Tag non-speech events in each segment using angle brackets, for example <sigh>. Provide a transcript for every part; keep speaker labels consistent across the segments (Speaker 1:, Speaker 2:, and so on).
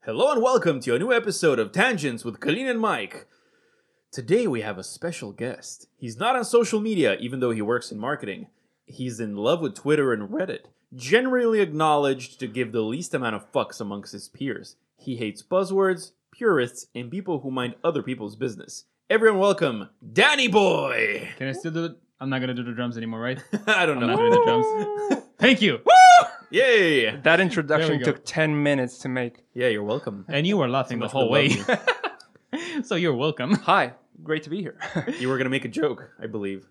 Speaker 1: Hello and welcome to a new episode of Tangents with Colleen and Mike. Today we have a special guest. He's not on social media, even though he works in marketing. He's in love with Twitter and Reddit, generally acknowledged to give the least amount of fucks amongst his peers. He hates buzzwords, purists, and people who mind other people's business. Everyone, welcome Danny Boy. <laughs>
Speaker 2: Can I still do it? I'm not gonna do the drums anymore, right?
Speaker 1: I don't
Speaker 2: I'm
Speaker 1: know.
Speaker 2: not doing the
Speaker 1: <laughs>
Speaker 2: drums. Thank you.
Speaker 1: Yay!
Speaker 3: <laughs> That
Speaker 2: There
Speaker 3: introduction
Speaker 2: we go.
Speaker 3: took 10 minutes to make.
Speaker 1: Yeah, you're welcome.
Speaker 2: And you were laughing the
Speaker 1: Must
Speaker 2: whole
Speaker 1: have
Speaker 2: way.
Speaker 1: loved
Speaker 2: <laughs> so you're welcome.
Speaker 3: Hi, great to be here. <laughs>
Speaker 1: You were gonna make a joke, I believe.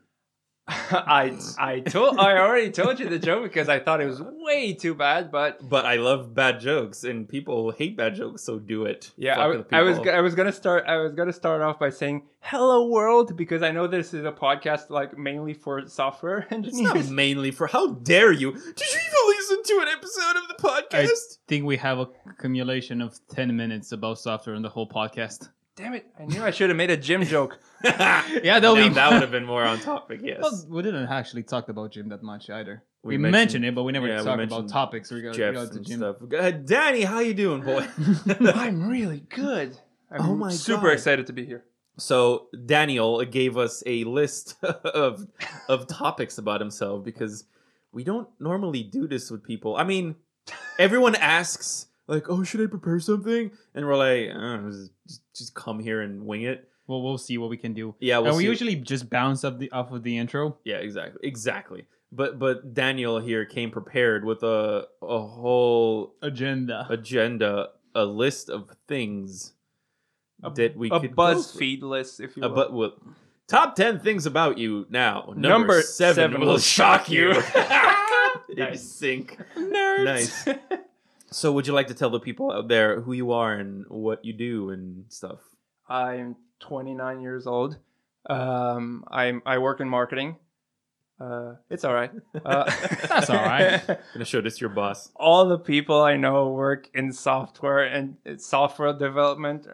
Speaker 3: I I told I already told you the joke because I thought it was way too bad, but
Speaker 1: But I love bad jokes, and people hate bad jokes, so do it.
Speaker 3: yeah,
Speaker 1: Fuck other
Speaker 3: I, I was
Speaker 1: people.
Speaker 3: go- I was gonna start I was gonna start off by saying hello world because I know this is a podcast like mainly for software <laughs>
Speaker 1: It's not
Speaker 3: engineers.
Speaker 1: mainly for. How dare you? Did you even listen to an episode of the podcast?
Speaker 2: think we have a accumulation of ten minutes about software in the whole podcast.
Speaker 3: Damn it! I knew I should have made a gym joke.
Speaker 2: Yeah, that'll
Speaker 1: Now
Speaker 2: be
Speaker 1: that would have been more on topic. Yes.
Speaker 2: Well, we didn't actually talk about gym that much either.
Speaker 1: We
Speaker 2: We,
Speaker 1: mentioned-
Speaker 2: mentioned, it, but we never
Speaker 1: yeah, we
Speaker 2: talked
Speaker 1: mentioned
Speaker 2: about topics regarding
Speaker 1: Jeff's
Speaker 2: to
Speaker 1: and
Speaker 2: gym.
Speaker 1: stuff. Go ahead, Danny. How you doing, boy?
Speaker 3: <laughs> I'm really good. I'm
Speaker 1: Oh my
Speaker 3: super
Speaker 1: God.
Speaker 3: excited to be here.
Speaker 1: so Daniel gave us a list <laughs> of of topics about himself because we don't normally do this with people. I mean, everyone asks like, "Oh, should I prepare something?" And we're like, uh, just, "Just come here and wing it."
Speaker 2: Well, we'll see what we can do.
Speaker 1: Yeah, we'll
Speaker 2: and we
Speaker 1: see.
Speaker 2: usually just bounce up the off of the intro.
Speaker 1: Yeah, exactly, exactly. But but Daniel here came prepared with a a whole
Speaker 2: Agenda.
Speaker 1: agenda, a list of things
Speaker 3: A-
Speaker 1: that we
Speaker 3: A
Speaker 1: could
Speaker 3: BuzzFeed list, if you
Speaker 1: go through.
Speaker 3: will.
Speaker 1: a Uh, but well, top ten things about you now. Number,
Speaker 3: Number
Speaker 1: seven,
Speaker 3: seven
Speaker 1: will
Speaker 3: will
Speaker 1: shock
Speaker 3: shock
Speaker 1: you. <laughs> In
Speaker 3: <laughs> Nice.
Speaker 1: sync.
Speaker 3: Nerds.
Speaker 1: Nice.
Speaker 3: <laughs>
Speaker 1: So, would you like to tell the people out there who you are and what you do and stuff?
Speaker 3: I'm 29 years old. Um, I'm I work in marketing. Uh, it's
Speaker 2: <laughs>
Speaker 3: all right. Uh,
Speaker 2: That's all right.
Speaker 1: I'm gonna show this to your boss.
Speaker 3: <laughs> all the people I know work in software and it's software development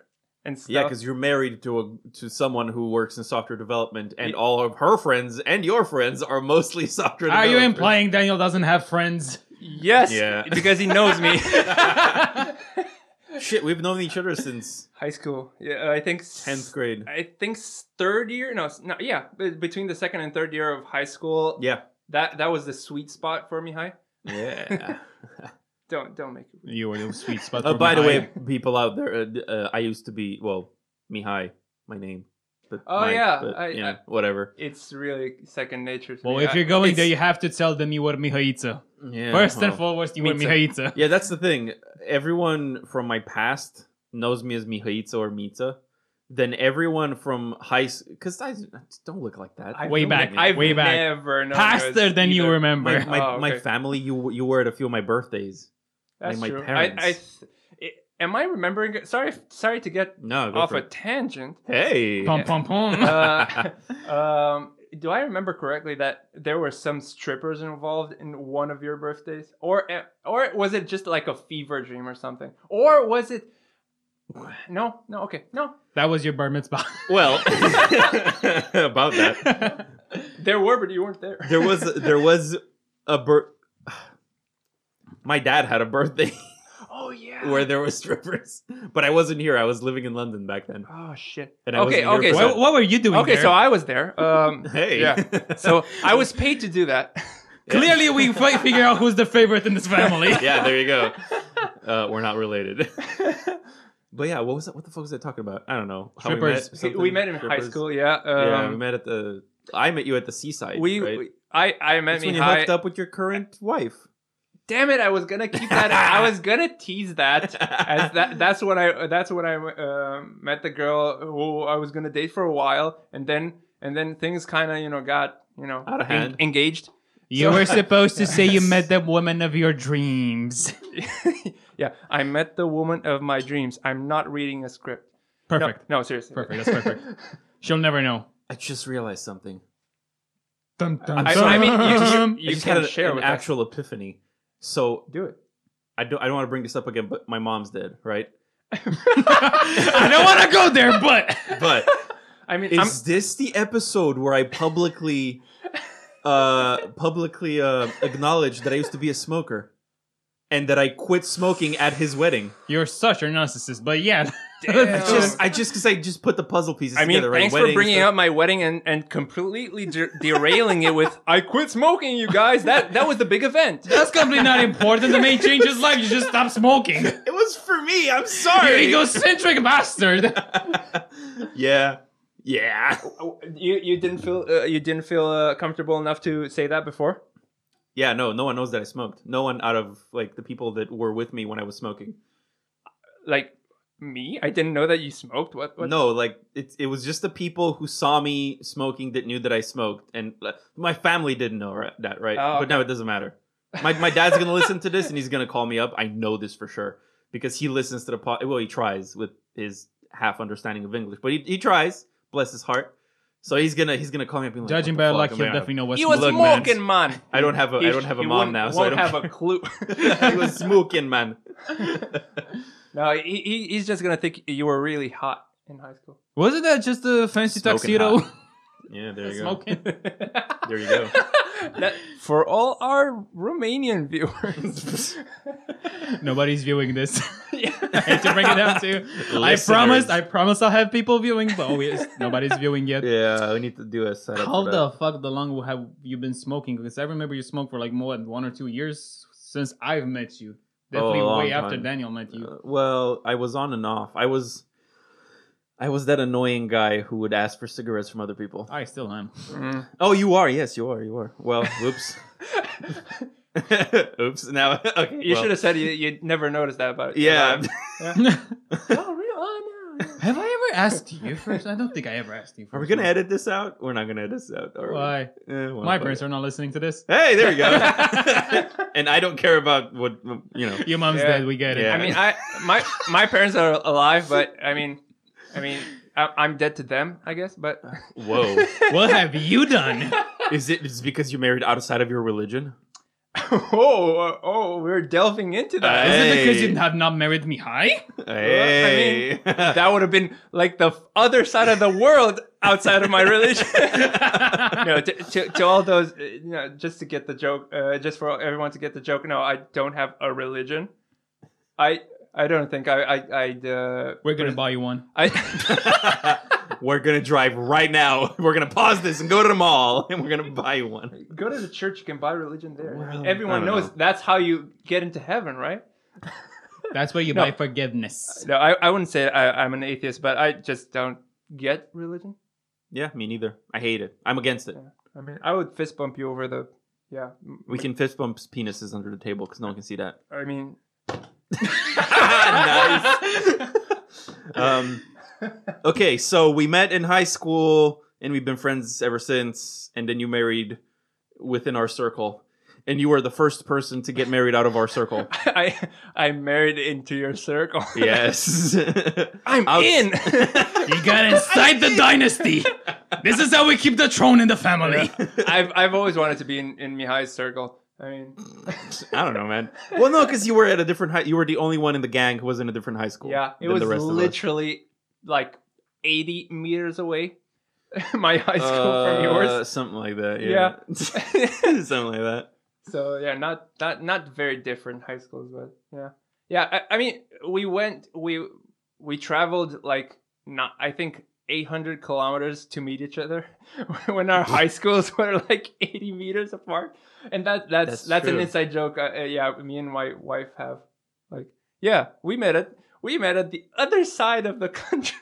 Speaker 3: and stuff.
Speaker 1: Yeah, because you're married to a to someone who works in software development, and
Speaker 3: Ye-
Speaker 1: all of her friends and your friends are mostly software.
Speaker 2: Are you
Speaker 1: developers.
Speaker 2: implying Daniel doesn't have friends? <laughs>
Speaker 3: yes,
Speaker 1: Yeah.
Speaker 3: because he knows me.
Speaker 1: Shit, we've known each other
Speaker 3: <laughs>
Speaker 1: since
Speaker 3: High school. Yeah, I think s-
Speaker 1: tenth grade.
Speaker 3: I think s- third year. No, s- no, yeah, be- between the second and third year of high school.
Speaker 1: Yeah,
Speaker 3: That that was the sweet spot for me. High.
Speaker 1: <laughs> yeah.
Speaker 3: Don't don't make it.
Speaker 2: You were the sweet spot.
Speaker 1: oh,
Speaker 2: for
Speaker 1: by the
Speaker 2: behind.
Speaker 1: way, people out there, uh, d- uh, I used to be well, Mihai, my name. But
Speaker 3: Oh,
Speaker 1: Mike,
Speaker 3: yeah,
Speaker 1: but,
Speaker 3: I-
Speaker 1: you know, whatever.
Speaker 3: It's really second nature to
Speaker 2: Well,
Speaker 3: me.
Speaker 2: if
Speaker 3: I-
Speaker 2: you're going
Speaker 3: it's-
Speaker 2: there, you have to tell them you were Mihaica.
Speaker 1: Yeah,
Speaker 2: First and
Speaker 1: well.
Speaker 2: foremost, you were
Speaker 1: Mitsa.
Speaker 3: <laughs>
Speaker 2: Mihaica.
Speaker 1: Yeah, that's the thing. Everyone from my past knows me as Mihaitsa or Mitsa. Then everyone from high because I don't look like that.
Speaker 3: I've
Speaker 2: Way
Speaker 3: never-
Speaker 2: back,
Speaker 3: I've
Speaker 2: way back.
Speaker 3: Never known
Speaker 2: Faster
Speaker 3: this
Speaker 2: than you
Speaker 3: either.
Speaker 2: remember.
Speaker 1: my my,
Speaker 3: Oh,
Speaker 1: my
Speaker 3: okay.
Speaker 1: family, you you were at a few of my birthdays.
Speaker 3: That's
Speaker 1: my
Speaker 3: true.
Speaker 1: parents.
Speaker 3: I, I th- it- am I remembering? it? Sorry, if- sorry to get
Speaker 1: No, go
Speaker 3: off
Speaker 1: for
Speaker 3: a
Speaker 1: it.
Speaker 3: tangent.
Speaker 1: Hey,
Speaker 2: Pom pom
Speaker 3: <laughs>
Speaker 2: pom.
Speaker 3: Uh, um, do I remember correctly that there were some strippers involved in one of your birthdays, or eh, or was it just like a fever dream or something, or was it? No, no, okay, no.
Speaker 2: That was your bar mitzvah.
Speaker 1: <laughs>
Speaker 3: <laughs>
Speaker 1: well, <laughs> about that.
Speaker 2: <laughs>
Speaker 3: There were, but you weren't there.
Speaker 1: there was there was a bir- my dad had a birthday <laughs>
Speaker 3: oh yeah.
Speaker 1: where there were strippers but i wasn't here i was living in london back then
Speaker 3: oh shit.
Speaker 1: And I
Speaker 3: okay,
Speaker 1: wasn't here
Speaker 3: okay,
Speaker 1: for
Speaker 2: what,
Speaker 3: so,
Speaker 2: what were you doing?
Speaker 3: okay,
Speaker 2: there?
Speaker 3: so I was there. Um,
Speaker 1: hey <laughs>
Speaker 3: Yeah. so I was paid to do that.
Speaker 2: clearly we
Speaker 3: <laughs>
Speaker 2: fi- figure out who's the favorite in this family.
Speaker 1: yeah there you go uh, we're not related <laughs> but yeah what was that what the fuck was i talking about i don't know
Speaker 2: Strippers.
Speaker 3: We-
Speaker 1: something?
Speaker 3: we met in
Speaker 1: Strippers.
Speaker 3: high school. Yeah.
Speaker 1: yeah we
Speaker 3: Um,
Speaker 1: met at the i met you at the seaside
Speaker 3: we,
Speaker 1: right?
Speaker 3: we- I I met
Speaker 1: That's when
Speaker 3: me
Speaker 1: you
Speaker 3: high.
Speaker 1: hooked up with your current wife
Speaker 3: Damn it! I was gonna keep that. I was gonna tease that. As that that's when I that's when I um met the girl who I was gonna date for a while, and then and then things kind of you know got you know
Speaker 1: Out of
Speaker 3: en-
Speaker 1: hand.
Speaker 3: engaged.
Speaker 2: You were supposed to say you met the woman of your dreams.
Speaker 3: yeah, I met the woman of my dreams. I'm not reading a script. No,
Speaker 2: Perfect.
Speaker 3: No, seriously.
Speaker 2: Perfect, that's
Speaker 3: <laughs>
Speaker 2: perfect. She'll never know.
Speaker 1: <laughs> i just realized something
Speaker 2: Dun, dun,
Speaker 3: I, I mean, you, just-
Speaker 1: i
Speaker 3: you
Speaker 1: just
Speaker 3: can
Speaker 1: had a-
Speaker 3: share
Speaker 1: an
Speaker 3: with us.
Speaker 1: actual epiphany so
Speaker 3: Do it.
Speaker 1: I don't, I don't want to bring this up again, but my mom's dead, right?
Speaker 2: I don't want to go there,
Speaker 3: <laughs>
Speaker 2: but
Speaker 1: But
Speaker 3: I mean,
Speaker 1: is
Speaker 3: I'm,
Speaker 1: this the episode where I publicly, uh, publicly uh, acknowledged that I used to be a smoker? and that I quit smoking at his wedding.
Speaker 2: You're such a narcissist, but yeah.
Speaker 1: <laughs> I just, I just, because I just put the puzzle pieces
Speaker 3: I mean,
Speaker 1: together. right?
Speaker 3: thanks for
Speaker 1: Weddings,
Speaker 3: bringing
Speaker 1: the-
Speaker 3: up my wedding and, and completely <laughs> de- derailing it with "I quit smoking." You guys, that that was the big event.
Speaker 2: That's completely not important. The main change is life. You just stop smoking. You
Speaker 1: It was for me. I'm sorry.
Speaker 2: egocentric bastard.
Speaker 1: <laughs> yeah, yeah,
Speaker 3: <laughs> You you didn't feel uh, you didn't feel uh, comfortable enough to say that before.
Speaker 1: yeah. No, no one knows that I smoked. No one out of like the people that were with me when I was smoking.
Speaker 3: Like me, I didn't know that you smoked. What? what?
Speaker 1: No, like it, it was just the people who saw me smoking that knew that I smoked, and uh, my family didn't know right, that, right?
Speaker 3: Oh,
Speaker 1: But now it doesn't matter. My my dad's gonna listen to this, and he's gonna call me up. I know this for sure because he listens to the pod. Well, he tries with his half understanding of English, but he, he tries. Bless his heart. So he's gonna he's gonna call me up. And be like,
Speaker 2: Judging
Speaker 1: "What the
Speaker 2: by
Speaker 1: fuck
Speaker 2: luck,
Speaker 1: am
Speaker 2: he'll
Speaker 1: I-
Speaker 2: definitely know what's
Speaker 3: you was
Speaker 2: look, man.
Speaker 3: smoking, man.
Speaker 1: I don't have a I don't have a
Speaker 3: He
Speaker 1: mom
Speaker 3: won't-
Speaker 1: now, so I
Speaker 3: won't
Speaker 1: don't
Speaker 3: have
Speaker 1: <laughs>
Speaker 3: a clue.
Speaker 1: he was smoking,
Speaker 2: <laughs>
Speaker 1: man.
Speaker 3: no, he, he he's just gonna think you were really hot in high school. <laughs>
Speaker 2: Wasn't that just a fancy
Speaker 1: Smoking
Speaker 2: tuxedo?
Speaker 1: Yeah, there you go.
Speaker 2: smoking.
Speaker 1: <laughs> There you go.
Speaker 3: That- for all our Romanian viewers.
Speaker 2: <laughs>
Speaker 1: <laughs>
Speaker 2: Nobody's viewing this. <laughs> I
Speaker 3: Yeah.
Speaker 2: hate to bring it down to. I
Speaker 1: Listeners.
Speaker 2: promised. I promised I'll have people viewing, but always
Speaker 1: <laughs>
Speaker 2: nobody's viewing yet.
Speaker 1: Yeah, we need to do a setup.
Speaker 2: How
Speaker 1: for
Speaker 2: the fuck the long have you been smoking? Because I remember you smoked for like more than one or two years since I've met you. Definitely
Speaker 1: Oh, long
Speaker 2: way after
Speaker 1: time.
Speaker 2: Daniel met you.
Speaker 1: Uh, well, I was on and off. I was, I was that annoying guy who would ask for cigarettes from other people.
Speaker 2: I still am.
Speaker 3: <laughs> Mm.
Speaker 1: Oh, you are. Yes, you are. You are. Well,
Speaker 2: <laughs>
Speaker 1: whoops. <laughs> oops. Now, <laughs> okay.
Speaker 3: You should
Speaker 1: <laughs>
Speaker 3: have said you, you never noticed that <laughs> about
Speaker 1: Yeah. <laughs>
Speaker 3: about-
Speaker 2: <laughs> have
Speaker 3: oh, really? Oh, no.
Speaker 2: I ever asked you first? I don't think I ever asked you. First.
Speaker 1: Are we gonna edit this out? We're not gonna edit this out. Are we?
Speaker 2: Why?
Speaker 1: Eh, well,
Speaker 2: My
Speaker 1: fuck
Speaker 2: parents are not listening to this.
Speaker 1: it. Hey, <laughs> there
Speaker 2: <laughs>
Speaker 1: you go. and I don't care about what you know.
Speaker 2: Your mom's
Speaker 3: Yeah.
Speaker 2: dead. We get it.
Speaker 1: Yeah.
Speaker 3: <laughs> I mean, I my my parents are alive, but I mean, I mean, I, I'm dead to them, I guess.
Speaker 1: <laughs>
Speaker 3: But <laughs>
Speaker 1: Whoa.
Speaker 2: What have you done?
Speaker 1: Is it is it because you married outside of your
Speaker 2: <laughs>
Speaker 1: religion?
Speaker 3: oh, oh, we're delving into that.
Speaker 1: Uh,
Speaker 2: Is it because
Speaker 1: Hey.
Speaker 2: you have not married me? Hi.
Speaker 1: Hey. <laughs>
Speaker 3: that would have been like the other side of the world outside of my religion. <laughs> no, to, to, to all those, uh, you know, just to get the joke, uh, just for everyone to get the joke. No, I don't have a religion. I I don't think I I I'd, uh,
Speaker 2: We're gonna buy you one.
Speaker 3: I <laughs>
Speaker 1: we're gonna drive right now. We're gonna pause this and go to the mall, and we're gonna buy you one.
Speaker 3: go to the church. You can buy religion there.
Speaker 1: Well, I
Speaker 3: Everyone
Speaker 1: don't
Speaker 3: knows
Speaker 1: know.
Speaker 3: that's how you get into heaven, right?
Speaker 2: That's where you
Speaker 3: No.
Speaker 2: buy forgiveness.
Speaker 3: No, I, I wouldn't say I, I'm an atheist, but I just don't get religion.
Speaker 1: Yeah, me neither. I hate it. I'm against it.
Speaker 3: I mean, I would fist bump you over the. Yeah,
Speaker 1: We can fist bump penises under the table because no one can see
Speaker 3: <laughs>
Speaker 1: that. <laughs>
Speaker 3: I mean,
Speaker 1: nice. um, okay, so we met in high school, and we've been friends ever since. And then you married within our circle, and you were the first person to get married out of our
Speaker 3: <laughs>
Speaker 1: circle.
Speaker 3: I I married into your circle.
Speaker 1: <laughs> yes,
Speaker 3: <laughs> I'm
Speaker 1: Outs- <laughs>
Speaker 3: in. <laughs>
Speaker 2: You got inside <laughs> the dynasty. This is how we keep the throne in the family.
Speaker 3: I've I've always wanted to be in in Mihai's circle. I mean,
Speaker 1: I don't know, man. Well, no, because you were at a different high. You were the only one in the gang who was in a different high school.
Speaker 3: yeah, it
Speaker 1: than
Speaker 3: was
Speaker 1: the rest of us.
Speaker 3: literally like 80 meters away. <laughs> My high school from
Speaker 1: Uh,
Speaker 3: yours.
Speaker 1: something like that. Yeah, <laughs> something like that.
Speaker 3: So yeah, not not not very different high schools, but yeah, yeah. I, I mean, we went we we traveled like not I think 800 kilometers to meet each other <laughs> when our high schools <laughs> were like 80 meters apart, and that that's
Speaker 1: That's
Speaker 3: that's, an
Speaker 1: true.
Speaker 3: inside joke. Uh, uh, yeah, me and my wife have like yeah, we met at we met at the other side of the country.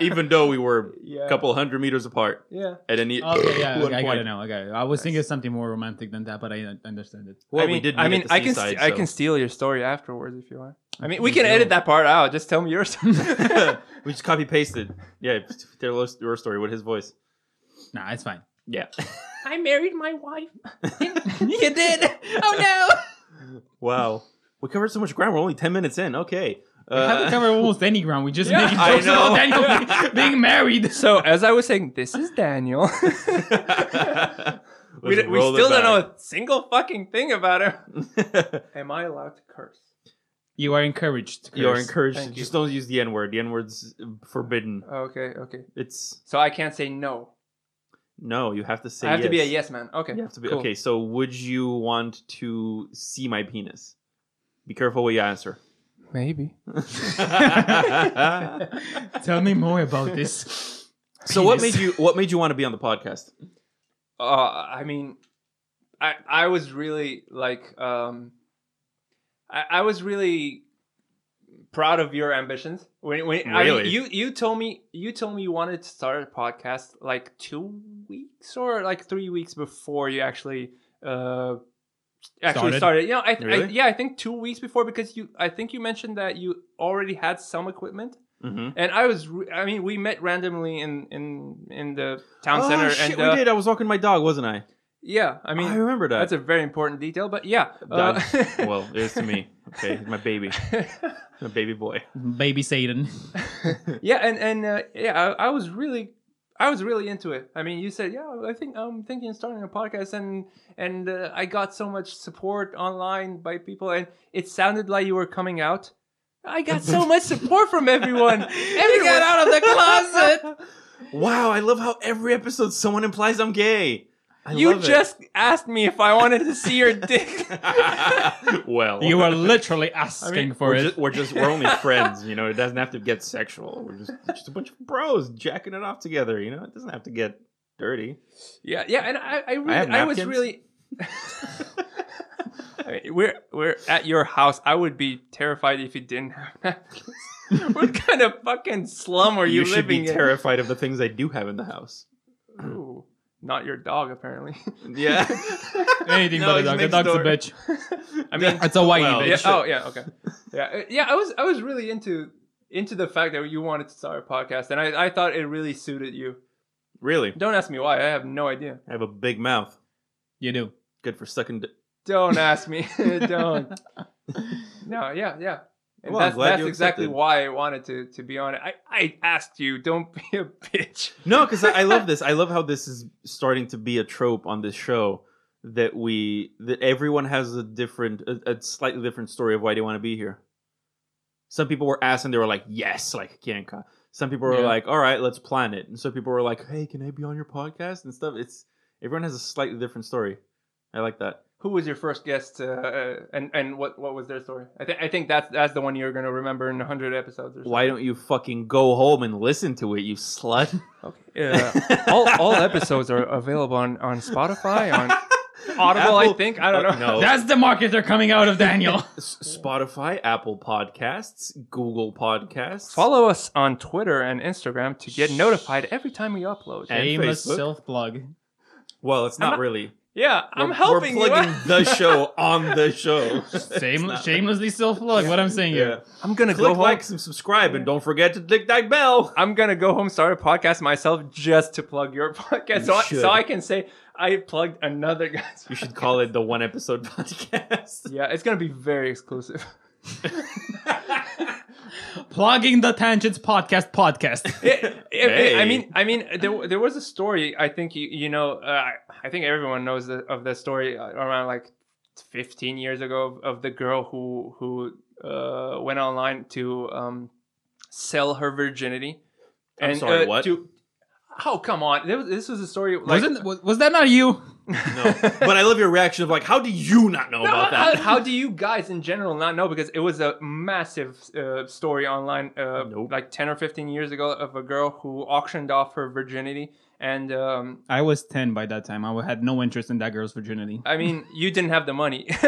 Speaker 1: Even though we were
Speaker 3: <laughs> yeah,
Speaker 1: a couple hundred meters apart
Speaker 3: yeah.
Speaker 1: at any
Speaker 2: Okay, yeah,
Speaker 1: one
Speaker 2: okay, I got
Speaker 1: point.
Speaker 2: it now. I got it. I was thinking something more romantic than that, but I understand it.
Speaker 1: Well,
Speaker 3: I mean,
Speaker 1: we did.
Speaker 3: I
Speaker 1: meet
Speaker 3: mean,
Speaker 1: at the
Speaker 3: I can
Speaker 1: seaside,
Speaker 3: st- I
Speaker 1: so. <laughs>
Speaker 3: <laughs> can steal your story afterwards if you want. I mean, we
Speaker 2: You
Speaker 3: can
Speaker 2: do.
Speaker 3: edit that part out. Just tell me yours. <laughs>
Speaker 1: we just copy pasted. Yeah, tell us your story with his voice.
Speaker 2: Nah, it's fine.
Speaker 1: Yeah.
Speaker 3: I married my wife.
Speaker 2: <laughs> you <laughs> did. Oh
Speaker 1: <laughs> Wow. We covered so much ground. We're only ten minutes in. Okay. Uh,
Speaker 2: We haven't covered almost any ground. We just
Speaker 3: Yeah.
Speaker 2: making
Speaker 1: I
Speaker 2: jokes about
Speaker 1: know.
Speaker 2: Daniel being- being married.
Speaker 3: So as I was saying, this is <laughs> Daniel.
Speaker 1: <laughs>
Speaker 3: <laughs> we
Speaker 1: Let's
Speaker 3: we
Speaker 1: roll it
Speaker 3: still don't know
Speaker 1: back.
Speaker 3: a single fucking thing about him. <laughs> Am I allowed to curse?
Speaker 2: You are encouraged. to
Speaker 1: You're
Speaker 2: curse.
Speaker 1: encouraged.
Speaker 3: Thank you.
Speaker 1: Just don't use the N word. The N word's forbidden.
Speaker 3: Okay, okay.
Speaker 1: It's
Speaker 3: So I can't say no.
Speaker 1: no. You have to say.
Speaker 3: I have to be a
Speaker 1: yes.
Speaker 3: yes man. Okay.
Speaker 1: You have to be
Speaker 3: cool.
Speaker 1: okay. So would you want to see my penis? Be careful what you answer.
Speaker 3: Maybe.
Speaker 2: <laughs> Tell me more about this.
Speaker 1: <laughs> so what
Speaker 2: Penis.
Speaker 1: made you what made you want to be on the podcast?
Speaker 3: Uh, I mean, I I was really like um, I, I was really proud of your ambitions. When when I mean,
Speaker 1: Really?
Speaker 3: you you told me you told me you wanted to start a podcast like two weeks or like three weeks before you actually uh actually
Speaker 2: Started?
Speaker 3: started. You know, I, th- I
Speaker 1: Really?
Speaker 3: yeah, I think two weeks before because you I think you mentioned that you already had some equipment.
Speaker 1: Mm-hmm.
Speaker 3: And I was, re- I mean, we met randomly in in in the town
Speaker 1: oh,
Speaker 3: center,
Speaker 1: shit,
Speaker 3: and uh,
Speaker 1: we did. I was walking my dog, wasn't I?
Speaker 3: yeah, I
Speaker 1: I,
Speaker 3: mean,
Speaker 1: remember that.
Speaker 3: that's a very important detail, but yeah. Uh,
Speaker 1: <laughs> That-
Speaker 3: <laughs>
Speaker 1: well, it is to me. Okay, he's my baby, my baby <laughs> boy.
Speaker 2: Baby Satan.
Speaker 3: yeah, and and uh, yeah, I, I was really, I was really into it. I mean, you said, yeah, I think I'm thinking of starting a podcast, and and uh, I got so much support online by people, and it sounded like you were coming out. I got so much support from
Speaker 1: <laughs>
Speaker 3: everyone. Everyone
Speaker 1: got
Speaker 3: out of the closet.
Speaker 1: <laughs> Wow, I love how every episode someone implies I'm gay. I
Speaker 3: <laughs> you
Speaker 1: love it.
Speaker 3: just asked me if I wanted to see your dick.
Speaker 1: <laughs> well,
Speaker 2: You are literally asking for
Speaker 1: we're
Speaker 2: it.
Speaker 1: Just, we're just we're only friends, you know. It doesn't have to get sexual. We're just just a bunch of bros jacking it off together, you know. It doesn't have to get dirty.
Speaker 3: Yeah, yeah, and I, I really,
Speaker 1: have
Speaker 3: I, was
Speaker 1: napkins.
Speaker 3: really. <laughs> I mean, we're we're at your house. I would be terrified if you didn't have napkins. <laughs> what kind of fucking slum are you,
Speaker 1: should
Speaker 3: living
Speaker 1: be
Speaker 3: in?
Speaker 1: terrified of the things I do have in the house.
Speaker 3: Ooh, not your dog, apparently. <laughs>
Speaker 1: Yeah.
Speaker 2: <laughs> Anything
Speaker 1: No,
Speaker 2: but a
Speaker 1: it
Speaker 2: dog. A
Speaker 1: makes
Speaker 2: dog's a
Speaker 1: door.
Speaker 2: bitch.
Speaker 3: I mean,
Speaker 2: It's a whitey
Speaker 1: Well,
Speaker 2: bitch.
Speaker 3: yeah,
Speaker 1: sure.
Speaker 3: oh yeah, okay, yeah, uh, yeah. I was I was really into into the fact that you wanted to start a podcast, and I I thought it really suited you.
Speaker 1: <laughs> really?
Speaker 3: Don't ask me why. I have no idea.
Speaker 1: I have a big mouth.
Speaker 2: You do.
Speaker 1: Good for sucking. D-
Speaker 3: Don't ask me. <laughs> Don't. No, yeah, yeah. And
Speaker 1: Well, I'm
Speaker 3: that's,
Speaker 1: glad
Speaker 3: that's
Speaker 1: you
Speaker 3: exactly
Speaker 1: accepted.
Speaker 3: why I wanted to to be on it. I, I asked you, don't be a bitch.
Speaker 1: no, because I, I love this. I love how this is starting to be a trope on this show that we that everyone has a different, a, a slightly different story of why they want to be here. Some people were asked and they were like, "Yes, like Kianka." Some people were
Speaker 3: Yeah.
Speaker 1: like, "All right, let's plan it," and some people were like, "Hey, can I be on your podcast and stuff?" It's everyone has a slightly different story. I like that.
Speaker 3: Who was your first guest, uh, uh, and and what what was their story? I think I think that's that's the one you're gonna remember in hundred episodes. Or something.
Speaker 1: Why don't you fucking go home and listen to it, you slut?
Speaker 3: Okay. <laughs> Yeah. all all
Speaker 1: <laughs>
Speaker 3: episodes are available on on Spotify <laughs> on Audible. I
Speaker 1: Apple-
Speaker 3: think I don't
Speaker 1: uh,
Speaker 3: know.
Speaker 1: no.
Speaker 2: That's the marketer coming out of Daniel.
Speaker 1: S- Spotify, Apple Podcasts, Google Podcasts.
Speaker 3: <laughs> Follow us on Twitter and Instagram to get notified every time we upload.
Speaker 1: And
Speaker 2: Shameless
Speaker 1: Facebook.
Speaker 2: self plug.
Speaker 1: Well, it's
Speaker 3: I'm
Speaker 1: not
Speaker 3: not-
Speaker 1: really.
Speaker 3: yeah, I'm
Speaker 1: We're-
Speaker 3: helping
Speaker 1: We're plugging
Speaker 3: you. <laughs>
Speaker 1: the show on the show.
Speaker 2: Shame,
Speaker 1: not-
Speaker 2: shamelessly self plug. What I'm saying
Speaker 1: Yeah.
Speaker 2: here.
Speaker 3: I'm gonna go
Speaker 1: Click
Speaker 3: home.
Speaker 1: like and subscribe, and don't forget to click that bell.
Speaker 3: I'm gonna go home start a podcast myself just to plug your <laughs> podcast,
Speaker 1: You
Speaker 3: so I,
Speaker 1: should.
Speaker 3: so I can say I plugged another guy's.
Speaker 1: <laughs> You should call it the one episode podcast.
Speaker 3: <laughs> Yeah, it's gonna be very
Speaker 1: <laughs>
Speaker 3: exclusive.
Speaker 2: <laughs> Plugging the Tangents Podcast podcast.
Speaker 3: It- it- it- I
Speaker 1: Hey.
Speaker 3: mean, I mean, there, there was a story. I think you, you know, uh, I- I think everyone knows the, of the story uh, around like 15 years ago of, of the girl who who uh, went online to um, sell her virginity.
Speaker 1: I'm sorry,
Speaker 3: uh,
Speaker 1: what?
Speaker 3: To, oh come on! There was- This was a story. Like,
Speaker 2: Wasn't was, was that not you?
Speaker 1: <laughs> No, but I love your reaction of like, how do you not know
Speaker 3: No,
Speaker 1: about
Speaker 3: how-
Speaker 1: that? <laughs>
Speaker 3: How do you guys in general not know? Because it was a massive uh, story online, uh,
Speaker 1: Nope.
Speaker 3: like ten or fifteen years ago, of a girl who auctioned off her virginity. And um,
Speaker 2: I was ten by that time. I had no interest in that girl's virginity.
Speaker 3: I
Speaker 1: <laughs>
Speaker 3: mean, you didn't have the money.
Speaker 2: <laughs>
Speaker 3: <laughs>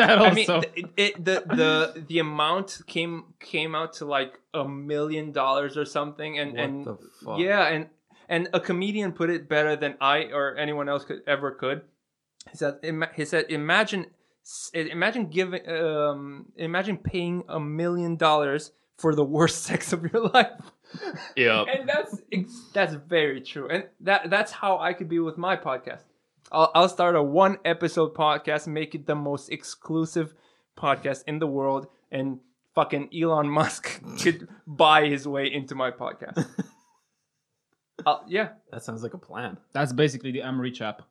Speaker 2: that
Speaker 1: Oh,
Speaker 2: also.
Speaker 3: I mean, th- it, the the the amount came came out to like a million dollars or something, and and
Speaker 1: what the fuck?
Speaker 3: yeah, and and a comedian put it better than I or anyone else could ever could. He said, ima- he said, imagine, s- imagine giving, um, imagine paying a million dollars for the worst <laughs> sex of your life.
Speaker 1: yeah.
Speaker 3: And that's ex- that's very true, and that that's how I could be with my podcast. I'll, I'll start a one episode podcast, make it the most exclusive podcast in the world, and fucking Elon <laughs> Musk could buy his way into my podcast. uh, yeah,
Speaker 1: That sounds like a plan.
Speaker 2: That's basically the Amory chap.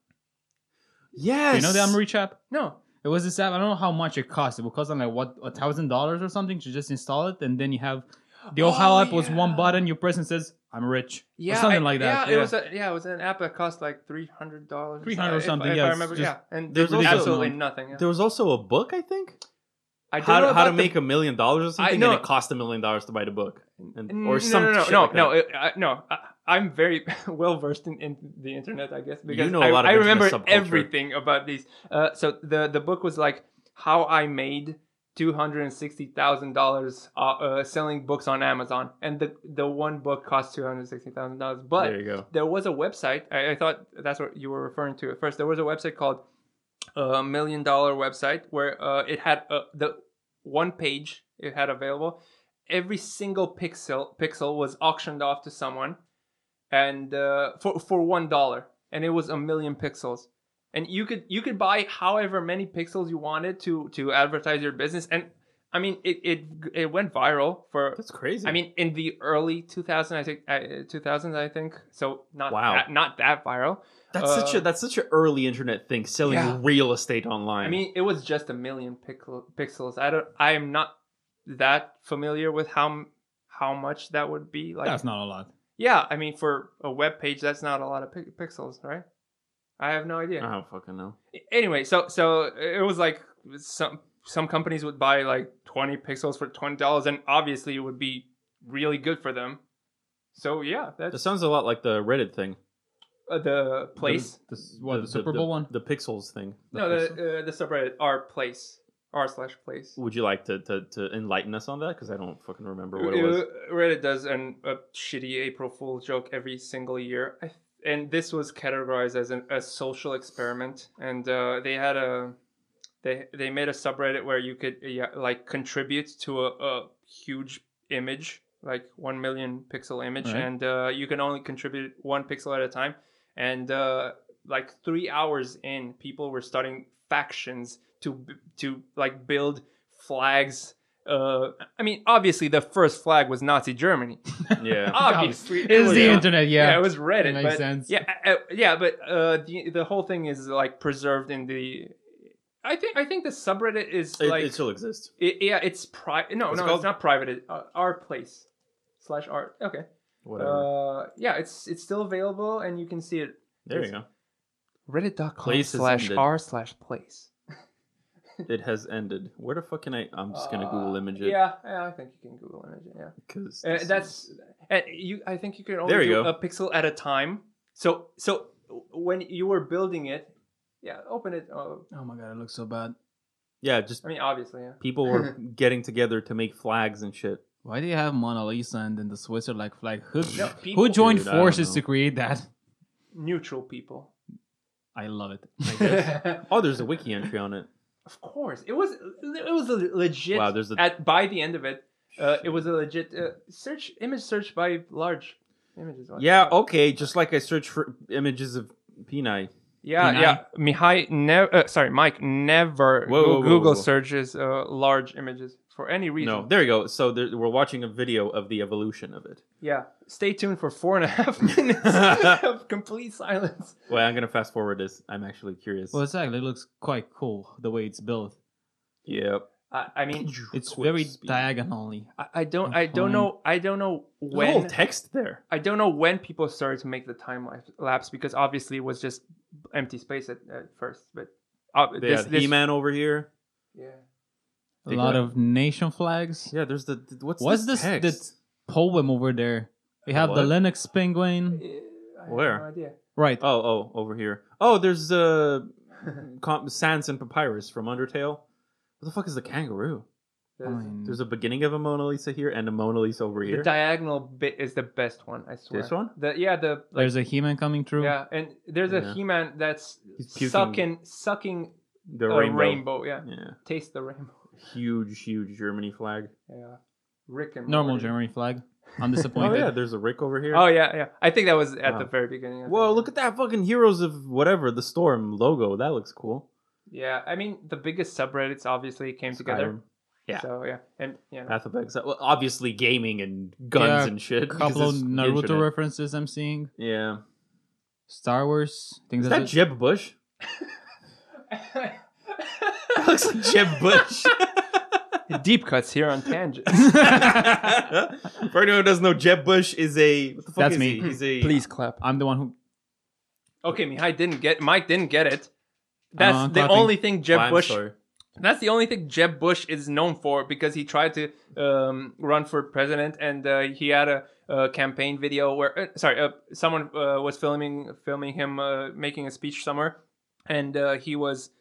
Speaker 1: Yes.
Speaker 2: Do You know the Amory chap?
Speaker 3: no,
Speaker 2: It was this app. I don't know how much it cost. It would cost them like what a thousand dollars or something to just install it, and then you have the Ohio
Speaker 3: Oh,
Speaker 2: app was one
Speaker 3: yeah.
Speaker 2: button. You press and says, "I'm rich,"
Speaker 3: yeah,
Speaker 2: or something
Speaker 3: I-
Speaker 2: like that.
Speaker 3: Yeah, it was a, yeah, it was an app that cost like three hundred dollars,
Speaker 2: $300 or something,
Speaker 3: If,
Speaker 2: yeah,
Speaker 3: I
Speaker 2: it's
Speaker 3: remember,
Speaker 2: just-
Speaker 3: yeah, and
Speaker 1: There's
Speaker 3: there's
Speaker 1: also-
Speaker 3: absolutely nothing. yeah.
Speaker 1: There was also a book, I think.
Speaker 3: I don't
Speaker 1: how,
Speaker 3: know
Speaker 1: to- how to
Speaker 3: about the-
Speaker 1: make a million dollars or something,
Speaker 3: know-
Speaker 1: and it cost a million dollars to buy the book, and,
Speaker 3: N-
Speaker 1: or
Speaker 3: no,
Speaker 1: some
Speaker 3: no, no,
Speaker 1: shit
Speaker 3: no,
Speaker 1: like
Speaker 3: no,
Speaker 1: that.
Speaker 3: it- I, no. I, I'm very <laughs> well versed in, in the internet, I guess, because
Speaker 1: know a
Speaker 3: I,
Speaker 1: lot of
Speaker 3: I
Speaker 1: internet
Speaker 3: remember
Speaker 1: subculture.
Speaker 3: everything about these. Uh, so the the book was like how I made two hundred and sixty thousand uh, dollars uh, selling books on Amazon, and the the one book cost two hundred sixty thousand dollars. But
Speaker 1: there you go.
Speaker 3: there was a website. I, I thought that's what you were referring to at first. There was a website called uh, Million Dollar Website where uh, it had uh, the one page it had available. Every single pixel pixel was auctioned off to someone, and uh, for for one dollar, and it was a million pixels. And you could you could buy however many pixels you wanted to to advertise your business. And I mean, it it it went viral for
Speaker 1: That's crazy.
Speaker 3: I mean, in the early 2000, I think, uh, 2000s, I think. So not
Speaker 1: Wow.
Speaker 3: that, not that viral.
Speaker 1: that's such
Speaker 3: uh,
Speaker 1: a that's such an early internet thing, selling
Speaker 3: Yeah.
Speaker 1: real estate online.
Speaker 3: I mean, it was just a million pixel, pixels. I don't. I am not that familiar with how m- how much that would be. Like,
Speaker 2: That's not a lot.
Speaker 3: yeah, I mean, for a web page, that's not a lot of pi- pixels, right? I have no idea.
Speaker 2: Uh-huh.
Speaker 1: I don't fucking know.
Speaker 3: Anyway, so so it was like some some companies would buy like 20 pixels for twenty dollars, and obviously it would be really good for them. So yeah, that's
Speaker 1: That sounds a lot like the Reddit thing.
Speaker 3: uh, the place.
Speaker 2: The, the, what, the, Super Bowl one?
Speaker 1: the pixels thing.
Speaker 3: No, the uh, the subreddit r place r slash place.
Speaker 1: Would you like to, to, to enlighten us on that? Because I don't fucking remember what it was.
Speaker 3: Uh, Reddit does an a shitty April Fool's joke every single year, I, and this was categorized as an, a social experiment. And uh, they had a they they made a subreddit where you could yeah, like contribute to a, a huge image, like one million pixel image,
Speaker 2: Alright.
Speaker 3: and uh, you can only contribute one pixel at a time. And uh, like three hours in, people were starting factions to b- to like build flags. Uh, I mean, obviously, the first flag was Nazi Germany. <laughs>
Speaker 1: yeah.
Speaker 3: Obviously,
Speaker 2: It
Speaker 3: it
Speaker 2: is
Speaker 3: was-
Speaker 2: the
Speaker 1: yeah.
Speaker 2: internet, yeah.
Speaker 3: yeah, it was Reddit.
Speaker 2: makes
Speaker 3: but,
Speaker 2: sense.
Speaker 3: Yeah, uh, yeah, but uh, the the whole thing is like preserved in the. I think I think the subreddit is
Speaker 1: It,
Speaker 3: like
Speaker 1: it still exists.
Speaker 3: it- yeah, it's private. No,
Speaker 1: What's it
Speaker 3: no,
Speaker 1: called?
Speaker 3: it's not private. It, uh, our place slash art. Okay.
Speaker 1: Whatever.
Speaker 3: Uh, yeah, it's it's still available and you can see it.
Speaker 1: there you go.
Speaker 3: Reddit.com
Speaker 1: Place is
Speaker 3: slash
Speaker 1: ended.
Speaker 3: r slash place.
Speaker 1: It has ended. Where the fuck can I? I'm just gonna Google
Speaker 3: Uh,
Speaker 1: image it.
Speaker 3: Yeah, yeah, I think you can Google image it. Yeah.
Speaker 1: Because
Speaker 3: Uh, that's and you. I think you can only
Speaker 1: There you
Speaker 3: do
Speaker 1: go.
Speaker 3: a pixel at a time. So so when you were building it, yeah, open it. Uh,
Speaker 2: Oh my god, it looks so bad.
Speaker 1: yeah. Just
Speaker 3: I mean, obviously, yeah.
Speaker 1: people
Speaker 3: <laughs>
Speaker 1: were getting together to make flags and shit.
Speaker 2: Why do you have Mona Lisa and then the Swiss are like flag? Who,
Speaker 3: No, people-
Speaker 2: who joined
Speaker 1: Dude, I don't
Speaker 2: forces
Speaker 1: know.
Speaker 2: to create that?
Speaker 3: Neutral people.
Speaker 2: I love it.
Speaker 3: <laughs>
Speaker 1: Oh, there's a wiki entry on it.
Speaker 3: Of course, it was it was a legit.
Speaker 1: Wow, there's a-
Speaker 3: at by the end of it, uh, it was a legit uh, search image search by large images. wasn't
Speaker 1: Yeah.
Speaker 3: it?
Speaker 1: Okay. Just like I search for images of peni.
Speaker 3: yeah,
Speaker 2: Pinay.
Speaker 3: yeah. Mihai, never. Uh, sorry, Mike never
Speaker 1: Whoa, whoa, whoa,
Speaker 3: Google
Speaker 1: whoa, whoa.
Speaker 3: searches uh, large images for any reason.
Speaker 1: No, there you go. So there, we're watching a video of the evolution of it.
Speaker 3: Yeah. Stay tuned for four and a half <laughs> minutes
Speaker 1: <laughs>
Speaker 3: of complete silence.
Speaker 1: Well, I'm gonna fast forward this. I'm actually curious.
Speaker 2: well, it's actually looks quite cool the way it's built.
Speaker 1: Yep.
Speaker 3: I, I mean,
Speaker 2: It's
Speaker 1: Quick
Speaker 2: very
Speaker 1: speed.
Speaker 2: diagonally.
Speaker 3: I, I don't, I don't know, I don't know
Speaker 1: There's a
Speaker 3: when,
Speaker 1: little text there.
Speaker 3: I don't know when people started to make the time lap- lapse because obviously it was just empty space at, at first. But uh,
Speaker 1: They
Speaker 3: this,
Speaker 1: had
Speaker 3: this-
Speaker 1: He-Man over here.
Speaker 3: yeah.
Speaker 2: A
Speaker 1: Big
Speaker 2: lot
Speaker 1: one.
Speaker 2: of nation flags.
Speaker 1: Yeah, there's the th- what's,
Speaker 2: What's
Speaker 1: this,
Speaker 2: this?
Speaker 1: text?
Speaker 2: This poem over there. We have the
Speaker 1: What?
Speaker 2: Linux penguin.
Speaker 3: I have
Speaker 1: Where?
Speaker 3: No idea. <laughs>
Speaker 2: Right.
Speaker 1: Oh, oh, over here. Oh, there's uh, com- Sans and Papyrus from Undertale. What the fuck is the kangaroo?
Speaker 3: The,
Speaker 2: Fine.
Speaker 1: There's a beginning of a Mona Lisa here and a Mona Lisa over
Speaker 3: the
Speaker 1: here.
Speaker 3: diagonal bit is the best one. I swear.
Speaker 1: This one?
Speaker 3: The yeah the
Speaker 2: There's a He-Man coming through.
Speaker 3: yeah and there's
Speaker 1: Yeah.
Speaker 3: a He-Man that's
Speaker 1: He's puking.
Speaker 3: sucking sucking
Speaker 1: the
Speaker 3: a rainbow.
Speaker 1: rainbow.
Speaker 3: Yeah,
Speaker 1: Yeah,
Speaker 3: taste the rainbow. <laughs>
Speaker 1: huge, huge Germany flag.
Speaker 3: Yeah. Rick and
Speaker 2: Normal
Speaker 3: Morty.
Speaker 2: Germany flag.
Speaker 1: <laughs>
Speaker 2: I'm
Speaker 1: Oh
Speaker 2: disappointed.
Speaker 1: yeah, there's a Rick over here.
Speaker 3: Oh yeah, yeah. I think that was at
Speaker 1: Wow.
Speaker 3: the very beginning. of
Speaker 1: Whoa,
Speaker 3: it.
Speaker 1: look at that fucking Heroes of whatever the Storm logo. That looks cool.
Speaker 3: Yeah, I mean the biggest subreddits obviously came together.
Speaker 1: Skyrim, yeah.
Speaker 3: So yeah, and yeah.
Speaker 1: Path of Exile. Well, obviously gaming and guns
Speaker 2: Yeah,
Speaker 1: and shit.
Speaker 2: A
Speaker 1: because
Speaker 2: couple of
Speaker 1: it's
Speaker 2: Naruto
Speaker 1: internet.
Speaker 2: references I'm seeing.
Speaker 1: Yeah.
Speaker 2: Star Wars. I think
Speaker 1: Is that
Speaker 2: there's a-
Speaker 1: Jeb Bush? <laughs> That looks like
Speaker 2: <laughs>
Speaker 1: Jeb Bush. <laughs>
Speaker 3: <laughs> Deep cuts here on tangents.
Speaker 1: For anyone who doesn't know, Jeb Bush is a. What the fuck
Speaker 2: That's
Speaker 1: is
Speaker 2: me.
Speaker 1: He? He's
Speaker 2: <laughs>
Speaker 1: a.
Speaker 3: Please clap.
Speaker 2: I'm the one who.
Speaker 3: Okay, Mihai didn't get. Mike didn't get it. That's
Speaker 2: I'm
Speaker 3: the
Speaker 2: Uh-huh, clapping.
Speaker 3: only thing Jeb
Speaker 1: I'm <laughs>
Speaker 3: Bush
Speaker 1: sorry.
Speaker 3: That's the only thing Jeb Bush is known for because he tried to um, run for president and uh, he had a, a campaign video where uh, sorry uh, someone uh, was filming filming him uh, making a speech somewhere and uh, he was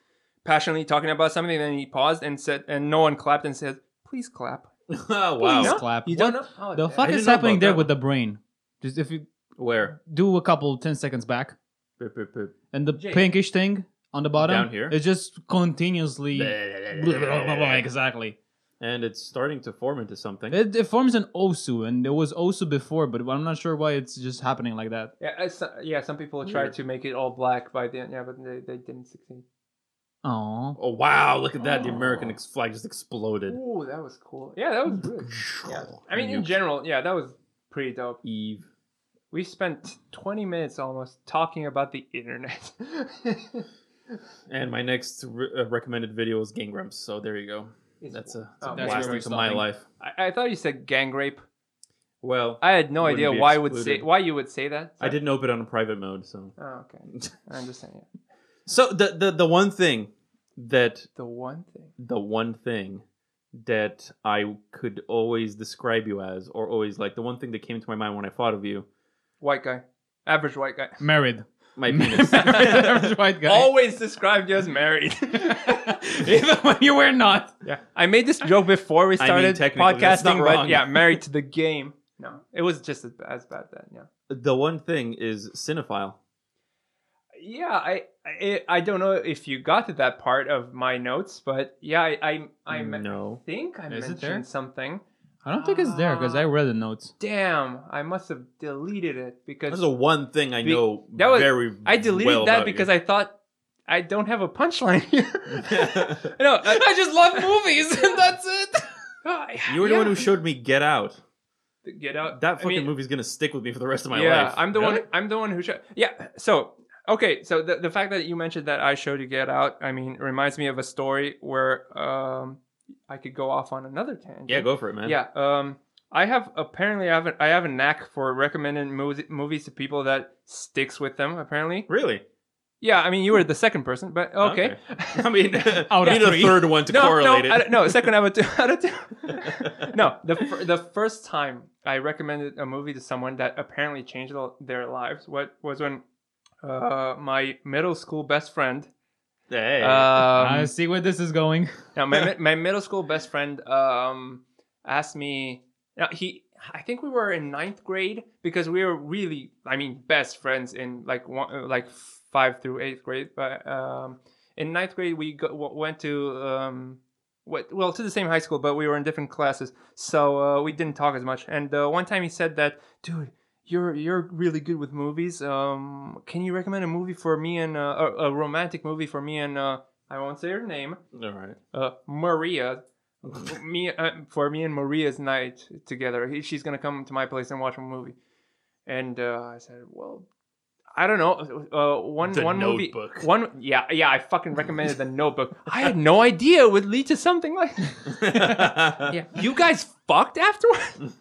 Speaker 3: passionately talking about something and then he paused and said and no one clapped and said please clap.
Speaker 1: Oh, wow.
Speaker 3: No?
Speaker 2: Clap.
Speaker 1: You don't
Speaker 2: What
Speaker 1: know? Oh,
Speaker 2: the
Speaker 1: damn.
Speaker 2: fuck
Speaker 1: I didn't
Speaker 2: is
Speaker 1: know
Speaker 2: happening
Speaker 1: about
Speaker 2: there
Speaker 1: that.
Speaker 2: with the brain? Just if you
Speaker 1: Where?
Speaker 2: do a couple ten seconds back,
Speaker 1: Boop, boop, boop.
Speaker 2: and the
Speaker 3: Jake.
Speaker 2: pinkish thing on the bottom,
Speaker 1: Down here?
Speaker 2: it just continuously. blah, blah, blah, blah, <laughs> exactly.
Speaker 1: And it's starting to form into something.
Speaker 2: It, it forms an osu, and it was osu before, but I'm not sure why it's just happening like that.
Speaker 3: Yeah, uh, so, yeah. Some people tried to make it all black by the end, yeah, but they, they didn't succeed.
Speaker 2: Oh,
Speaker 1: Oh wow! Look at that. The
Speaker 3: Oh.
Speaker 1: American ex- flag just exploded.
Speaker 3: Ooh, that was cool. Hmm. Yeah, that was good. Yeah. I mean, in
Speaker 1: You-
Speaker 3: general, yeah, that was pretty dope.
Speaker 1: Eve.
Speaker 3: We spent 20 minutes almost talking about the internet. <laughs>
Speaker 1: And my next re- uh, recommended video is Gang Grumps. So there you go. That's a, that's a
Speaker 2: that's
Speaker 3: Oh,
Speaker 1: blast
Speaker 2: where we're
Speaker 1: into my
Speaker 2: stopping.
Speaker 1: life.
Speaker 3: I, I thought you said gang rape.
Speaker 1: Well, I,
Speaker 3: I had no
Speaker 1: Wouldn't
Speaker 3: idea
Speaker 1: be
Speaker 3: why would say
Speaker 1: excluded.
Speaker 3: why you would say that.
Speaker 1: didn't open it on private mode. So,
Speaker 3: Oh, okay. I understand. Yeah.
Speaker 1: <laughs> so the, the the one thing that
Speaker 3: The one thing.
Speaker 1: the one thing that I could always describe you as, or always like the one thing that came to my mind when I thought of you,
Speaker 3: White guy. Average white guy.
Speaker 1: <laughs>
Speaker 2: married.
Speaker 3: <laughs>
Speaker 1: my
Speaker 2: <laughs>
Speaker 1: penis.
Speaker 2: Married white guy.
Speaker 3: Always described you as
Speaker 1: <laughs>
Speaker 3: married.
Speaker 2: <laughs>
Speaker 3: <laughs>
Speaker 2: Even when you were not.
Speaker 3: yeah. I made this joke before we
Speaker 1: mean,
Speaker 3: started
Speaker 1: technically, that's not
Speaker 3: podcasting, but
Speaker 1: wrong.
Speaker 3: yeah, married to the game. No, it was just as, as bad then. Yeah.
Speaker 1: the one thing is cinephile.
Speaker 3: yeah i i i don't know if you got to that part of my notes but yeah i i, I me-
Speaker 1: No.
Speaker 3: think i
Speaker 2: Is it
Speaker 3: mentioned
Speaker 2: there?
Speaker 3: something
Speaker 2: I don't think it's there because I read the notes.
Speaker 3: damn i must have deleted it
Speaker 1: That's
Speaker 3: because
Speaker 1: the one thing I
Speaker 3: Be-
Speaker 1: know
Speaker 3: that was-
Speaker 1: very
Speaker 3: i deleted
Speaker 1: well
Speaker 3: that
Speaker 1: about you.
Speaker 3: because i thought i don't have a punchline
Speaker 1: <laughs>
Speaker 3: here <laughs> no I,
Speaker 2: <laughs> I just love movies, <laughs> and that's it.
Speaker 1: You were the one who showed me Get Out.
Speaker 3: who get out
Speaker 1: That fucking
Speaker 3: Uh, I mean,
Speaker 1: movie's gonna stick with me for the rest of my
Speaker 3: yeah
Speaker 1: life.
Speaker 3: i'm the
Speaker 1: Really?
Speaker 3: one i'm the one who showed yeah so okay so the, the fact that you mentioned that i showed you get out i mean reminds me of a story where um i could go off on another tangent
Speaker 1: Yeah, go for it, man.
Speaker 3: Yeah. Um, I have apparently I have a, I have a knack for recommending movies, movies to people that sticks with them. Apparently.
Speaker 1: Really?
Speaker 3: Yeah. I mean, you were the second person, but okay. <laughs>
Speaker 1: I mean, <laughs>
Speaker 2: Out
Speaker 1: you
Speaker 2: of
Speaker 1: need a
Speaker 2: three.
Speaker 1: third one to
Speaker 3: no,
Speaker 1: correlate <laughs>
Speaker 3: no, I
Speaker 1: it.
Speaker 3: don't- no. Second out of two. <laughs> Out of
Speaker 1: <laughs>
Speaker 3: two. no, the fir- the first time I recommended a movie to someone that apparently changed all- their lives. What was when uh, my middle school best friend.
Speaker 1: Hey.
Speaker 2: I
Speaker 3: Um,
Speaker 2: Uh, see where this is going.
Speaker 3: Now, my mi- my middle school best friend um asked me. Now he, I think we were in ninth grade because we were really, I mean, best friends in like one, uh, like five through eighth grade. But um, in ninth grade we go, w- went to um, what well to the same high school, but we were in different classes, so uh, we didn't talk as much. And uh, one time he said that, dude. You're you're really good with movies. Um, can you recommend a movie for me and uh, a, a romantic movie for me and uh, I won't say her name,
Speaker 1: All right.
Speaker 3: uh,
Speaker 1: <laughs>
Speaker 3: Maria, me uh, for me and Maria's night together. He, she's gonna come to my place and watch a movie. And uh, I said, well, I don't know. Uh, one
Speaker 1: The
Speaker 3: one
Speaker 1: Notebook.
Speaker 3: movie. One yeah yeah. I fucking recommended the Notebook. I had no idea it would lead to something like. <laughs>
Speaker 1: <laughs>
Speaker 3: Yeah, <laughs> you guys fucked afterwards.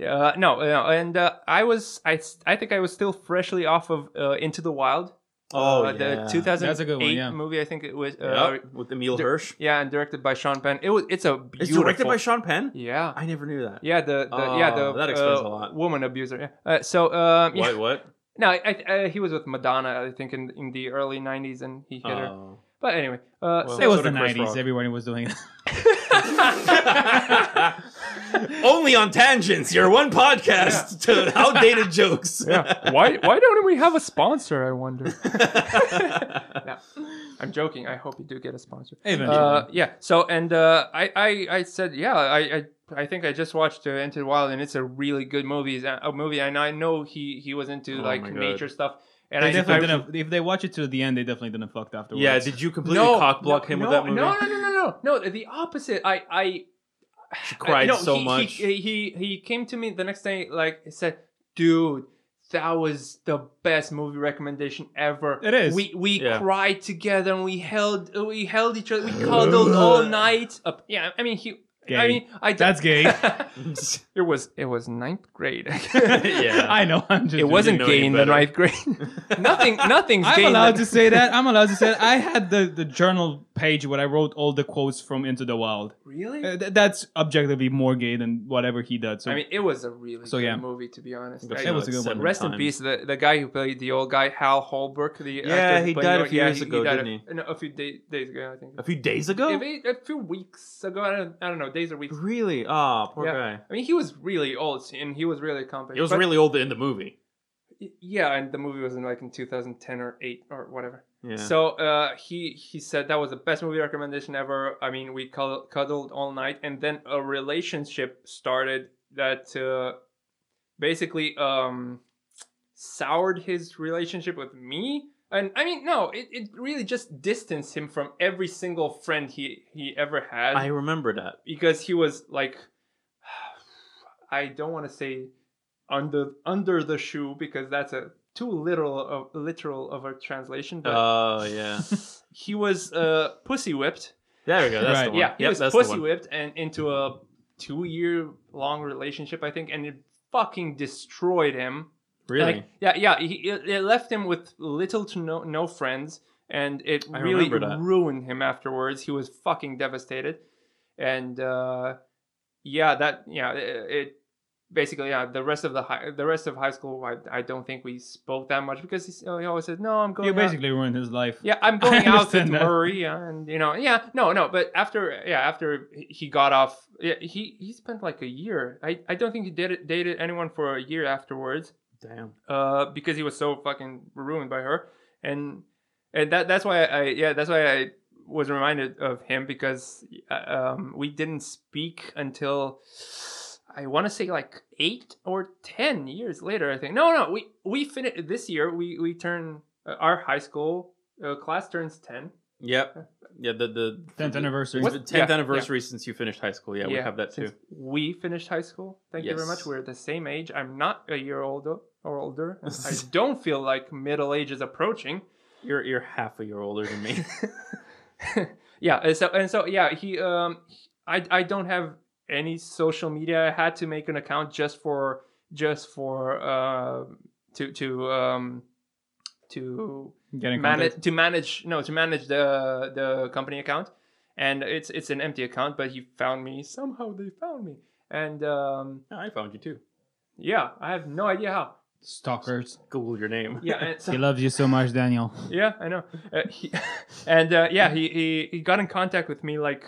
Speaker 3: Uh, no, no, and uh, I was I s- I think I was still freshly off of uh, Into the Wild.
Speaker 1: oh,
Speaker 3: uh,
Speaker 1: yeah.
Speaker 3: the 2008
Speaker 2: That's a good one, yeah.
Speaker 3: movie. I think it was. Uh,
Speaker 1: Yep, with Emil
Speaker 3: di-
Speaker 1: Hirsch.
Speaker 3: yeah, and directed by Sean Penn. It was. It's a beautiful.
Speaker 1: It's directed by Sean Penn.
Speaker 3: Yeah.
Speaker 1: I never knew that.
Speaker 3: Yeah. The, the yeah the
Speaker 1: Oh, that explains
Speaker 3: uh,
Speaker 1: a lot.
Speaker 3: woman abuser. Yeah. Uh, so um, yeah.
Speaker 1: What?
Speaker 3: <laughs>
Speaker 1: What?
Speaker 3: no, I, I, uh, he was with Madonna, I think, in, in the early '90s, and he hit her.
Speaker 1: Oh. <laughs>
Speaker 3: But anyway, uh,
Speaker 1: Well,
Speaker 2: it was
Speaker 1: so
Speaker 2: the
Speaker 1: did Chris
Speaker 2: 90s.
Speaker 1: Rock.
Speaker 2: Everybody was doing it.
Speaker 1: <laughs> Only on tangents, your one podcast to outdated jokes.
Speaker 3: <laughs>
Speaker 1: <laughs>
Speaker 3: yeah. <laughs> Why why don't we have a sponsor? I wonder. No, I'm joking. I hope you do get a sponsor.
Speaker 2: <laughs> Eventually.
Speaker 3: Uh, yeah. So and uh, I, I I said yeah I, I I think I just watched uh, Into the Wild and it's a really good movie. It's A a movie and I know he he was into
Speaker 1: Oh
Speaker 3: like
Speaker 1: my God.
Speaker 3: nature stuff and
Speaker 2: they
Speaker 3: I
Speaker 2: definitely
Speaker 3: I-
Speaker 2: didn't. If they watch it to the end, they definitely didn't fucked afterwards.
Speaker 1: yeah, did you completely cock block him
Speaker 3: no,
Speaker 1: with that movie?
Speaker 3: No, no, no, no, no, no. The opposite. I, I
Speaker 1: She cried
Speaker 3: no,
Speaker 1: so
Speaker 3: he,
Speaker 1: much.
Speaker 3: He, he, he came to me the next day, like he said, "Dude, that was the best movie recommendation ever.
Speaker 2: It is.
Speaker 3: We we
Speaker 1: Yeah.
Speaker 3: cried together and we held we held each other. We cuddled
Speaker 1: <laughs>
Speaker 3: all night. Up. Yeah, I mean he. I
Speaker 2: Gay.
Speaker 3: mean I.
Speaker 2: That's
Speaker 1: <laughs>
Speaker 2: gay.
Speaker 3: <laughs> it was it was ninth grade.
Speaker 1: Yeah.
Speaker 2: <laughs> I know. I'm just.
Speaker 3: <laughs> It wasn't
Speaker 1: know
Speaker 3: gay
Speaker 1: any
Speaker 3: in the
Speaker 1: better. <laughs>
Speaker 3: ninth grade. Nothing. Nothing's
Speaker 2: I'm
Speaker 3: gay. in
Speaker 2: allowed
Speaker 3: the- <laughs>
Speaker 2: to say that. I'm allowed to say that. I had the, the journal page where I wrote all the quotes from Into the Wild.
Speaker 3: Really?
Speaker 2: Uh, th- that's objectively more gay than whatever he did. So
Speaker 3: I mean, it was a really
Speaker 2: So,
Speaker 3: good
Speaker 2: yeah.
Speaker 3: movie, to be honest.
Speaker 1: That's
Speaker 3: I-
Speaker 2: That was a good
Speaker 1: seven
Speaker 2: one.
Speaker 3: Rest in
Speaker 1: times.
Speaker 3: peace. The the guy who played the old guy, Hal Holbrook. The
Speaker 1: Yeah,
Speaker 3: actor who
Speaker 1: he
Speaker 3: played
Speaker 1: died a
Speaker 3: the old-
Speaker 1: few
Speaker 3: yeah,
Speaker 1: years ago,
Speaker 3: died
Speaker 1: didn't
Speaker 3: a, no, a few day, days ago, I think.
Speaker 1: A few days ago.
Speaker 3: A few- A few weeks ago. I don't, I don't know. Days or weeks.
Speaker 1: Really? Ah, poor
Speaker 3: Yeah.
Speaker 1: guy.
Speaker 3: I mean, he was really old and he was really accomplished.
Speaker 1: He was
Speaker 3: but-
Speaker 1: really old in the movie.
Speaker 3: Yeah, and the movie was in like in 2010 or 8 or whatever.
Speaker 1: Yeah.
Speaker 3: So uh, he he said that was the best movie recommendation ever. I mean, we cuddled, cuddled all night, and then a relationship started that uh, basically um, soured his relationship with me. And I mean, no, it, it really just distanced him from every single friend he he ever had
Speaker 1: I remember that.
Speaker 3: because he was like <sighs> I don't want to say under under the shoe because that's a too literal of literal of a translation, but
Speaker 1: Oh
Speaker 3: <laughs>
Speaker 1: yeah.
Speaker 3: he was uh, pussy whipped.
Speaker 1: There we go. That's the
Speaker 2: Right.
Speaker 1: one.
Speaker 3: Yeah, he
Speaker 1: Yep,
Speaker 3: was
Speaker 1: that's
Speaker 3: pussy
Speaker 1: the one.
Speaker 3: whipped and into a two year long relationship, I think, and it fucking destroyed him.
Speaker 1: Really?
Speaker 3: Like, yeah, yeah. He, it, it left him with little to no, no friends, and it
Speaker 1: I
Speaker 3: really
Speaker 1: remember that.
Speaker 3: ruined him afterwards. He was fucking devastated, and uh, yeah, that yeah, it, it basically yeah. The rest of the high, the rest of high school, I, I don't think we spoke that much because he, s- he always said, "No, I'm going."
Speaker 2: you
Speaker 3: out."
Speaker 2: basically ruined his life.
Speaker 3: Yeah,
Speaker 2: <laughs>
Speaker 3: I'm
Speaker 2: I
Speaker 3: going out with
Speaker 2: understand that.
Speaker 3: Maria, and you know, yeah, no, no. But after, yeah, after he got off, yeah, he he spent like a year. I I don't think he did dated anyone for a year afterwards
Speaker 1: Damn.
Speaker 3: uh, because he was so fucking ruined by her, and and that that's why I yeah that's why I was reminded of him because uh, um, we didn't speak until I want to say like eight or ten years later I think no no we we finished this year we we turn uh, our high school uh, class turns ten
Speaker 1: Yep. Yeah. The the
Speaker 2: 10th anniversary.
Speaker 1: The
Speaker 3: What?
Speaker 1: tenth
Speaker 3: Yeah,
Speaker 1: anniversary since you finished high school. Yeah, we have that too.
Speaker 3: since We finished high school. Thank you very
Speaker 1: Yes.
Speaker 3: much. We're the same age. I'm not a year older or older.
Speaker 1: <laughs>
Speaker 3: and I don't feel like middle age is approaching.
Speaker 1: You're you're half a year older than
Speaker 3: <laughs>
Speaker 1: me. <laughs>
Speaker 3: yeah and so and so yeah he um i i don't have any social media i had to make an account just for just for uh to to um to
Speaker 2: Getting content.
Speaker 3: manage to manage no to manage the the company account and it's it's an empty account but he found me somehow they found me and um
Speaker 1: I found you too.
Speaker 3: yeah i have no idea how
Speaker 2: stalkers.
Speaker 1: Google your name.
Speaker 3: yeah and so,
Speaker 2: He loves you so much, Daniel.
Speaker 3: Yeah, I know. Uh, he, <laughs> and uh, yeah, he, he he got in contact with me like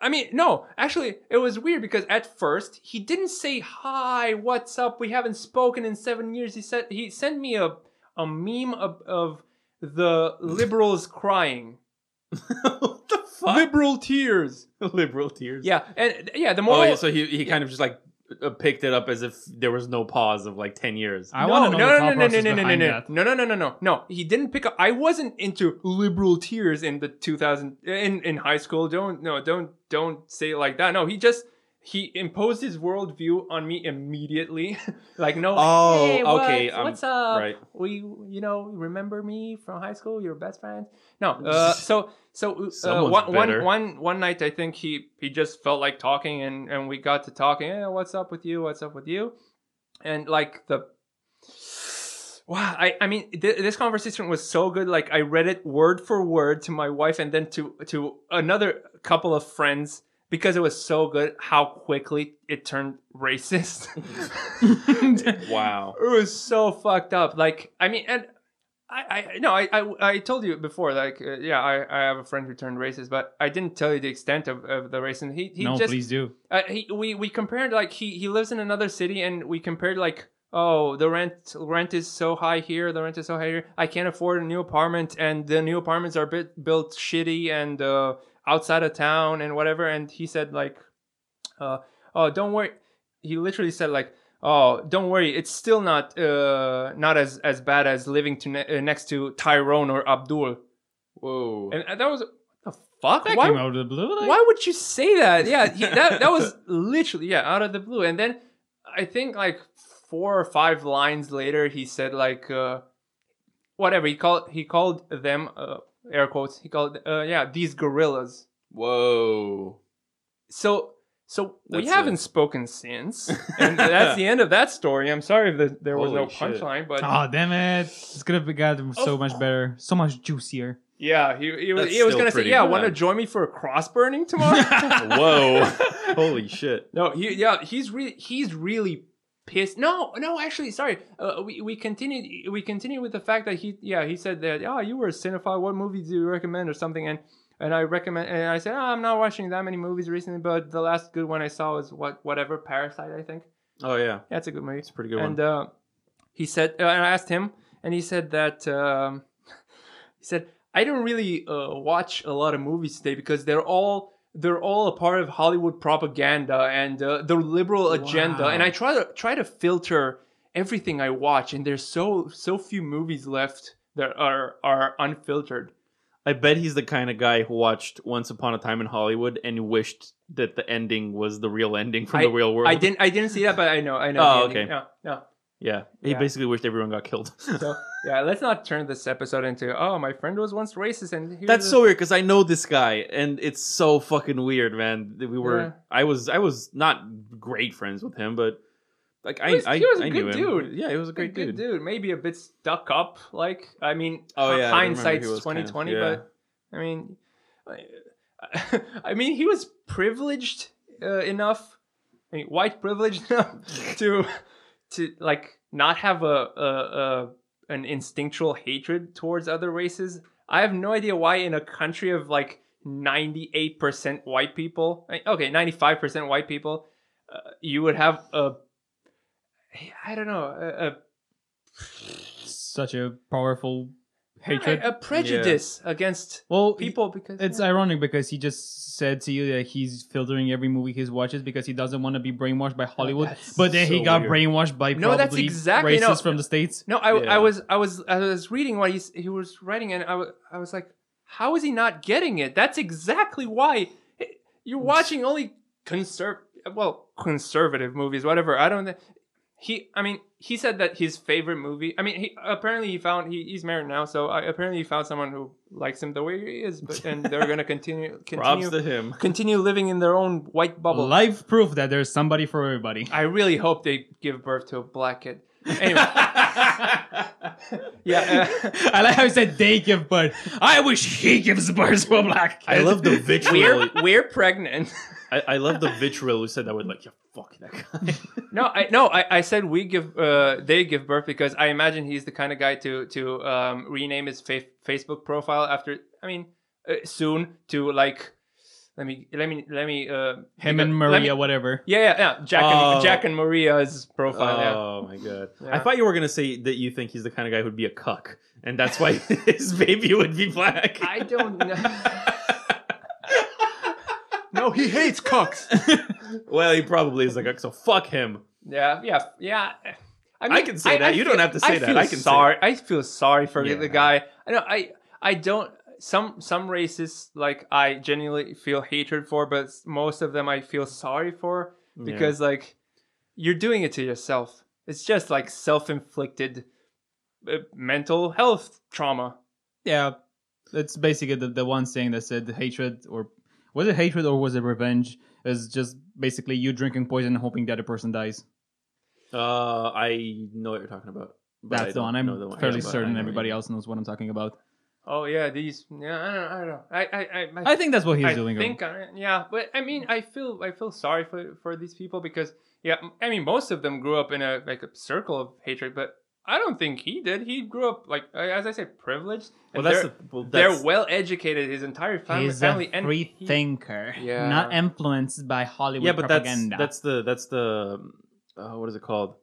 Speaker 3: I mean, no, actually it was weird because at first he didn't say hi, what's up? We haven't spoken in 7 years. He said he sent me a a meme of, of the liberals crying.
Speaker 1: <laughs> what the fuck?
Speaker 3: Liberal tears.
Speaker 1: <laughs> Liberal tears.
Speaker 3: Yeah, and yeah, the
Speaker 1: Oh,
Speaker 3: moral
Speaker 1: yeah, so he he kind of just like uh, picked it up as if there was no pause of like ten years.
Speaker 2: I
Speaker 3: no,
Speaker 2: want to know the
Speaker 3: no,
Speaker 2: thought
Speaker 3: no, no, no,
Speaker 2: process
Speaker 3: no, no, no,
Speaker 2: behind
Speaker 3: no,
Speaker 2: that.
Speaker 3: no, no, no, no, no, no. He didn't pick up. I wasn't into liberal tears in the 2000 in in high school. Don't no, don't don't say it like that. No, he just he imposed his worldview on me immediately. <laughs> like no,
Speaker 1: Oh,
Speaker 3: hey, what-
Speaker 1: okay, um,
Speaker 3: what's up?
Speaker 1: right.
Speaker 3: We you know remember me from high school? Your best friend?
Speaker 2: <laughs>
Speaker 3: No. Uh, so so uh,
Speaker 1: Someone's
Speaker 3: one,
Speaker 1: bitter.
Speaker 3: one one one night I think he he just felt like talking and and we got to talking. Eh, what's up with you? What's up with you? and like the <sighs> wow i i mean th- this conversation was so good like i read it word for word to my wife and then to to another couple of friends because it was so good how quickly it turned racist
Speaker 1: <laughs>
Speaker 3: <laughs>
Speaker 1: Wow.
Speaker 3: it was so fucked up like i mean and I, I no I, I I told you before like uh, yeah I, I have a friend who turned racist but I didn't tell you the extent of, of the racism he he
Speaker 2: no,
Speaker 3: just
Speaker 2: please do.
Speaker 3: uh, he, we we compared like he he lives in another city and we compared like oh the rent rent is so high here the rent is so high here I can't afford a new apartment and the new apartments are bit built shitty and uh, outside of town and whatever and he said like uh, oh don't worry he literally said like oh don't worry it's still not uh, not as as bad as living to ne- uh, next to Tyrone or Abdul
Speaker 1: Whoa.
Speaker 3: and uh, that was what the fuck
Speaker 2: That
Speaker 3: Why-
Speaker 2: came out of the blue. Like,
Speaker 3: why would you say that? Yeah, he, that that was literally yeah out of the blue. And then I think like four or five lines later, he said like uh, whatever he called he called them uh, air quotes. He called uh, yeah these gorillas. <laughs>
Speaker 1: Whoa.
Speaker 3: So so we
Speaker 1: That's
Speaker 3: haven't
Speaker 1: it. <laughs>
Speaker 3: spoken since, and that's the end of that story. I'm sorry if the, there was
Speaker 1: Holy
Speaker 3: no
Speaker 1: shit.
Speaker 3: punchline, but
Speaker 2: Oh damn it! This could have gotten so
Speaker 3: Of-
Speaker 2: much better, so much juicier.
Speaker 3: Yeah, he, he was,
Speaker 1: That's
Speaker 3: he was
Speaker 1: still
Speaker 3: gonna say,
Speaker 1: pretty
Speaker 3: "Yeah,
Speaker 1: bad.
Speaker 3: want to join me for a cross burning tomorrow?"
Speaker 1: <laughs>
Speaker 3: <laughs>
Speaker 1: Whoa. Holy shit.
Speaker 3: no, he, yeah, he's re- he's really pissed. No, no, actually, sorry. Uh, we we continued we continued with the fact that he yeah he said that oh you were a cinephile. What movies do you recommend or something? And and I recommend and I said oh, I'm not watching that many movies recently, but the last good one I saw was what whatever Parasite I think.
Speaker 1: Oh yeah.
Speaker 3: Yeah, it's a good movie.
Speaker 1: It's a pretty good
Speaker 3: and
Speaker 1: one.
Speaker 3: uh, he said, uh, and I asked him, and he said that um, <laughs> he said I don't really uh, watch a lot of movies today because they're all they're all a part of Hollywood propaganda and uh, the liberal agenda,
Speaker 1: Wow.
Speaker 3: and I try to try to filter everything I watch, and there's so so few movies left that are are unfiltered.
Speaker 1: I bet he's the kind of guy who watched Once Upon a Time in Hollywood and wished that the ending was the real ending from the real world.
Speaker 3: I didn't I didn't see that, but I know I know.
Speaker 1: Oh,
Speaker 3: the ending.
Speaker 1: okay.
Speaker 3: Yeah, yeah.
Speaker 1: Yeah. He
Speaker 3: Yeah.
Speaker 1: basically wished everyone got killed. <laughs>
Speaker 3: So yeah, let's not turn this episode into oh my friend was once racist and here's
Speaker 1: That's
Speaker 3: a-
Speaker 1: so weird because I know this guy, and it's so fucking weird, man. that We were,
Speaker 3: Yeah.
Speaker 1: I was, I was not great friends with him, but like I,
Speaker 3: He was-
Speaker 1: I,
Speaker 3: he was a
Speaker 1: I
Speaker 3: good
Speaker 1: knew him.
Speaker 3: dude.
Speaker 1: Yeah, he was a
Speaker 3: A
Speaker 1: great
Speaker 3: good
Speaker 1: dude.
Speaker 3: dude. Maybe a bit stuck up. Like I mean,
Speaker 1: Oh,
Speaker 3: h-
Speaker 1: yeah, I remember he
Speaker 3: hindsight's
Speaker 1: was kind
Speaker 3: twenty
Speaker 1: of-
Speaker 3: twenty.
Speaker 1: yeah.
Speaker 3: But I mean, I- <laughs> I mean, he was privileged uh, enough, I mean, white privileged <laughs> enough to to like not have a, a, a an instinctual hatred towards other races. I have no idea why in a country of like ninety eight percent white people, I- okay, ninety five percent white people, uh, you would have a I don't know a, a
Speaker 2: Such a powerful hatred.
Speaker 3: a prejudice against
Speaker 2: well, people.
Speaker 3: people because
Speaker 2: It's
Speaker 3: yeah.
Speaker 2: ironic because he just said to you that he's filtering every movie he watches because he doesn't want to be brainwashed by Hollywood.
Speaker 1: that's
Speaker 2: but then he
Speaker 1: so
Speaker 2: got
Speaker 1: weird.
Speaker 2: brainwashed by
Speaker 3: No, that's
Speaker 2: probably
Speaker 3: exactly-
Speaker 2: racists
Speaker 3: no.
Speaker 2: from the states.
Speaker 3: no. I,
Speaker 1: Yeah.
Speaker 3: I was I was I was reading what he's, he was writing and I was I was like, how is he not getting it? That's exactly why you're watching only conserv well conservative movies, whatever. I don't. thi- He, I mean, he said that his favorite movie. I mean, he apparently he found he, he's married now, so I, apparently he found someone who likes him the way he is, but and they're gonna continue
Speaker 1: Props
Speaker 3: continue
Speaker 1: to
Speaker 3: <laughs>
Speaker 1: him.
Speaker 3: continue living in their own white bubble.
Speaker 2: Life proof that there's somebody for
Speaker 3: <laughs>
Speaker 2: everybody.
Speaker 3: I really hope they give birth to a black <laughs> kid. Anyway, yeah, uh,
Speaker 2: I like how he said they give birth. I wish he gives birth to a black kid.
Speaker 1: I love the vitriol.
Speaker 3: <laughs> we're we're pregnant.
Speaker 1: I, I love the vitriol who said that with like, yeah, fuck that guy.
Speaker 3: <laughs>
Speaker 1: <laughs>
Speaker 3: No, I no, I, I said we give uh, they give birth because I imagine he's the kind of guy to to um, rename his fa- Facebook profile after. I mean, uh, soon to like. Let me let me let me uh,
Speaker 2: <laughs>
Speaker 3: <laughs>
Speaker 2: him
Speaker 3: let
Speaker 2: and
Speaker 3: me-
Speaker 2: Maria, whatever.
Speaker 3: yeah, yeah, yeah. Jack
Speaker 1: Oh.
Speaker 3: and Jack and Maria's profile. yeah.
Speaker 1: Oh my god! I
Speaker 3: Yeah.
Speaker 1: thought you were gonna say that you think he's the kind of guy who'd be a cuck, and that's why <laughs> his baby would be black.
Speaker 3: I don't <laughs> know. no, he hates cocks.
Speaker 1: <laughs> well, he probably is a cuck, so fuck him.
Speaker 3: Yeah, yeah, yeah. I,
Speaker 1: can say that. You don't have to say
Speaker 3: I
Speaker 1: that.
Speaker 3: feel
Speaker 1: I can say
Speaker 3: sorry. I feel sorry for the-
Speaker 1: Yeah.
Speaker 3: the guy. I know. I I don't. Some some racists like I genuinely feel hatred for, but s- most of them I feel sorry for because like you're doing it to yourself. It's just like self-inflicted uh, mental health trauma.
Speaker 2: Yeah, that's basically the, the one saying that said hatred or was it hatred or was it revenge? Is just basically you drinking poison and hoping the other person dies.
Speaker 1: Uh, I know what you're talking about. but I
Speaker 2: That's the
Speaker 1: don't
Speaker 2: one. I'm
Speaker 1: know the one-
Speaker 2: fairly
Speaker 1: yeah, but I
Speaker 2: certain
Speaker 1: know
Speaker 2: everybody
Speaker 1: you-
Speaker 2: else knows what I'm talking about.
Speaker 3: Oh yeah, these. Yeah, I don't. I don't know. I I I, I
Speaker 2: I think that's what he's
Speaker 3: I
Speaker 2: doing.
Speaker 3: think, I- yeah, but I mean, I feel I feel sorry for for these people because yeah, I mean, most of them grew up in a like a circle of hatred, but I don't think he did. He grew up like uh, as I say, privileged.
Speaker 1: Well,
Speaker 3: and
Speaker 1: that's
Speaker 3: they're,
Speaker 1: the, well,
Speaker 3: they're
Speaker 1: that's
Speaker 3: well educated. His entire fam-
Speaker 2: He's
Speaker 3: family
Speaker 2: a
Speaker 3: and
Speaker 2: free
Speaker 3: he-
Speaker 2: thinker,
Speaker 3: Yeah.
Speaker 2: not influenced by Hollywood
Speaker 1: yeah, but that's
Speaker 2: propaganda.
Speaker 1: that's the that's the uh, what is it called?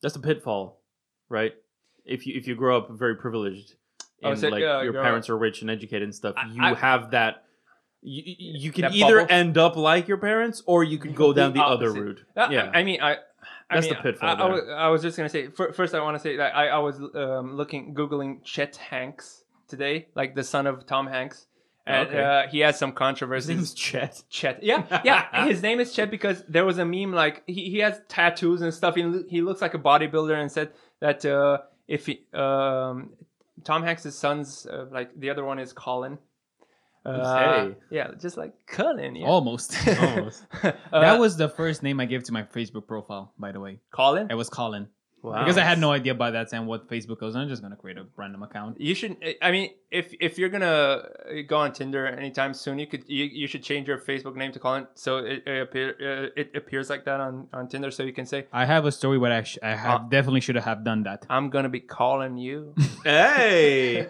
Speaker 1: That's the pitfall, right? If you if you grow up very privileged
Speaker 3: I
Speaker 1: and
Speaker 3: would say,
Speaker 1: like
Speaker 3: yeah,
Speaker 1: your
Speaker 3: grow
Speaker 1: parents are rich and educated and stuff,
Speaker 3: I-
Speaker 1: you
Speaker 3: I-
Speaker 1: have that. You, you can
Speaker 3: That
Speaker 1: either
Speaker 3: bubble.
Speaker 1: end up like your parents or you can go
Speaker 3: The
Speaker 1: down the other
Speaker 3: opposite.
Speaker 1: route.
Speaker 3: Uh,
Speaker 1: yeah,
Speaker 3: I mean, I. I
Speaker 1: That's
Speaker 3: mean,
Speaker 1: the pitfall
Speaker 3: I, I,
Speaker 1: there.
Speaker 3: was, I was just gonna say. fir- First, I want to say that I, I was um, looking, googling Chet Hanks today, like the son of Tom Hanks, and
Speaker 1: Okay.
Speaker 3: uh, he has some
Speaker 1: his
Speaker 3: controversies.
Speaker 1: name's Chet.
Speaker 3: Chet. Yeah,
Speaker 1: <laughs>
Speaker 3: yeah. His name is Chet because there was a meme like he, he has tattoos and stuff. He, lo- he looks like a bodybuilder and said that uh, if he, um, Tom Hanks' son's uh, like the other one is Colin. Uh,
Speaker 1: Hey. Oh,
Speaker 3: Yeah, just like Colin.
Speaker 1: <laughs>
Speaker 3: Yeah.
Speaker 2: almost.
Speaker 1: Almost.
Speaker 3: <laughs> Uh,
Speaker 2: that was the first name I gave to my Facebook profile, by the way.
Speaker 3: Colin.
Speaker 2: It was Colin.
Speaker 1: Wow.
Speaker 2: Because I had no idea by that time what Facebook was. I'm just gonna create a random account.
Speaker 3: You should. I mean, if if you're gonna eh, go on Tinder anytime soon, you could you, you should change your Facebook name to Colin so it it, appear, uh, it appears like that on on Tinder. So you can say,
Speaker 2: I have a story where I, sh- I
Speaker 1: Uh,
Speaker 2: have definitely should have done
Speaker 1: <laughs>
Speaker 2: that. <laughs>
Speaker 3: "I'm gonna be calling you."
Speaker 1: Hey.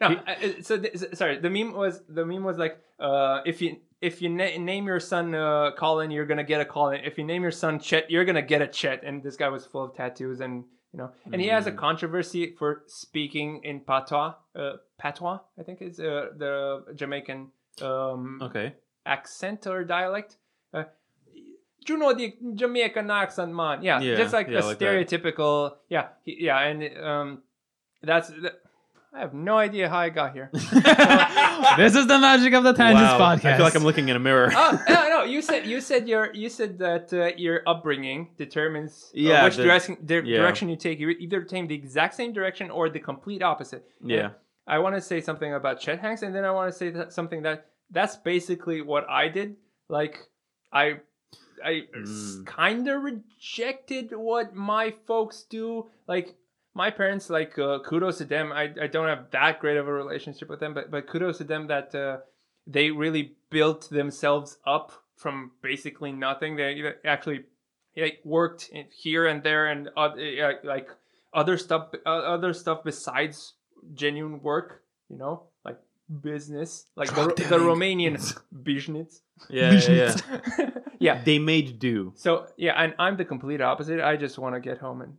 Speaker 3: no, I- I- so th- s- sorry. The meme was the meme was like, uh, if you if you na- name your son uh, Colin, you're gonna get a Colin. If you name your son Chet, you're gonna get a Chet. And this guy was full of tattoos and. You know, and he has a controversy for speaking in patois. Uh, patois, I think, is uh, the Jamaican um,
Speaker 1: okay.
Speaker 3: accent or dialect. Uh, you know the Jamaican accent, man. Yeah,
Speaker 1: Yeah,
Speaker 3: just like
Speaker 1: yeah,
Speaker 3: a
Speaker 1: like that.
Speaker 3: stereotypical. Yeah, he- yeah, and um, that's. th- I have no idea how I got
Speaker 1: <laughs>
Speaker 3: here.
Speaker 2: this is the magic of the Tangents
Speaker 1: Wow.
Speaker 2: podcast.
Speaker 1: I feel like I'm looking in a mirror.
Speaker 3: oh no, no, you said you said your you said that uh, your upbringing determines uh,
Speaker 1: Yeah,
Speaker 3: which
Speaker 1: the-
Speaker 3: direction di-
Speaker 1: yeah.
Speaker 3: direction you take. You either take the exact same direction or the complete opposite.
Speaker 1: yeah.
Speaker 3: I want to say something about Chet Hanks, and then I want to say that something that that's basically what I did. Like I, I
Speaker 1: Mm.
Speaker 3: kind of rejected what my folks do. Like my parents, like uh, kudos to them. I, I don't have that great of a relationship with them, but but kudos to them that uh, they really built themselves up from basically nothing. They actually like worked in- here and there and oth- uh, like other stuff uh, other stuff besides genuine work you know like business like the,
Speaker 1: Drug
Speaker 3: the
Speaker 1: dealing.
Speaker 3: romanian <laughs> business
Speaker 1: Yeah. Yeah.
Speaker 2: <laughs>
Speaker 1: yeah.
Speaker 3: yeah
Speaker 1: They made do.
Speaker 3: so yeah and i'm the complete opposite i just want to get home and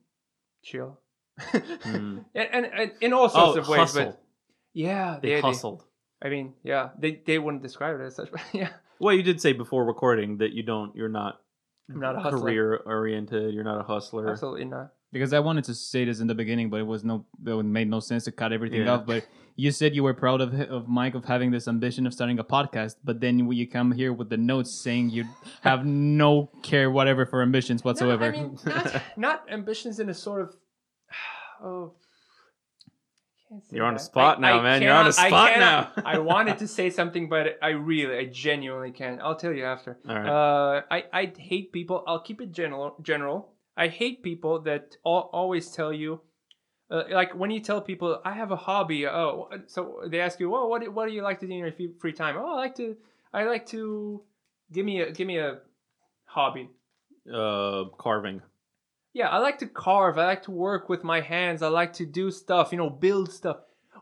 Speaker 3: chill <laughs>
Speaker 1: Mm.
Speaker 3: and, and, and in all sorts
Speaker 1: Oh,
Speaker 3: of ways
Speaker 1: hustle.
Speaker 3: but yeah
Speaker 1: they, hustled.
Speaker 3: i mean yeah they, they wouldn't describe it as such but <laughs> yeah
Speaker 1: Well, you did say before recording that you don't. You're not.
Speaker 3: i'm not a hustler
Speaker 1: career oriented. You're not a hustler.
Speaker 3: absolutely not
Speaker 2: because I wanted to say this in the beginning, but it was no, it made no sense to cut everything
Speaker 1: Yeah.
Speaker 2: off. But you said you were proud of of Mike of having this ambition of starting a podcast, but then you come here with the notes saying you have no care whatever for ambitions whatsoever.
Speaker 3: No, I mean, not, not ambitions in a sort of. <sighs> Oh. can't say
Speaker 1: You're on a
Speaker 3: that.
Speaker 1: spot now, man. You're on a
Speaker 3: cannot- I
Speaker 1: spot
Speaker 3: cannot-
Speaker 1: now.
Speaker 3: <laughs> I wanted to
Speaker 1: <laughs>
Speaker 3: say something, but I really, I genuinely can't. I'll tell you after.
Speaker 1: All right.
Speaker 3: Uh, I, I hate people. I'll keep it general. General. I hate people that al- always tell you, uh, like when you tell people, I have a hobby. Oh, so they ask you, well, what do, what do you like to do in your fe- free time? Oh, I like to, I like to, give me a give me a hobby.
Speaker 1: uh, carving.
Speaker 3: Yeah, I like to carve. I like to work with my hands. I like to do stuff, you know, build stuff.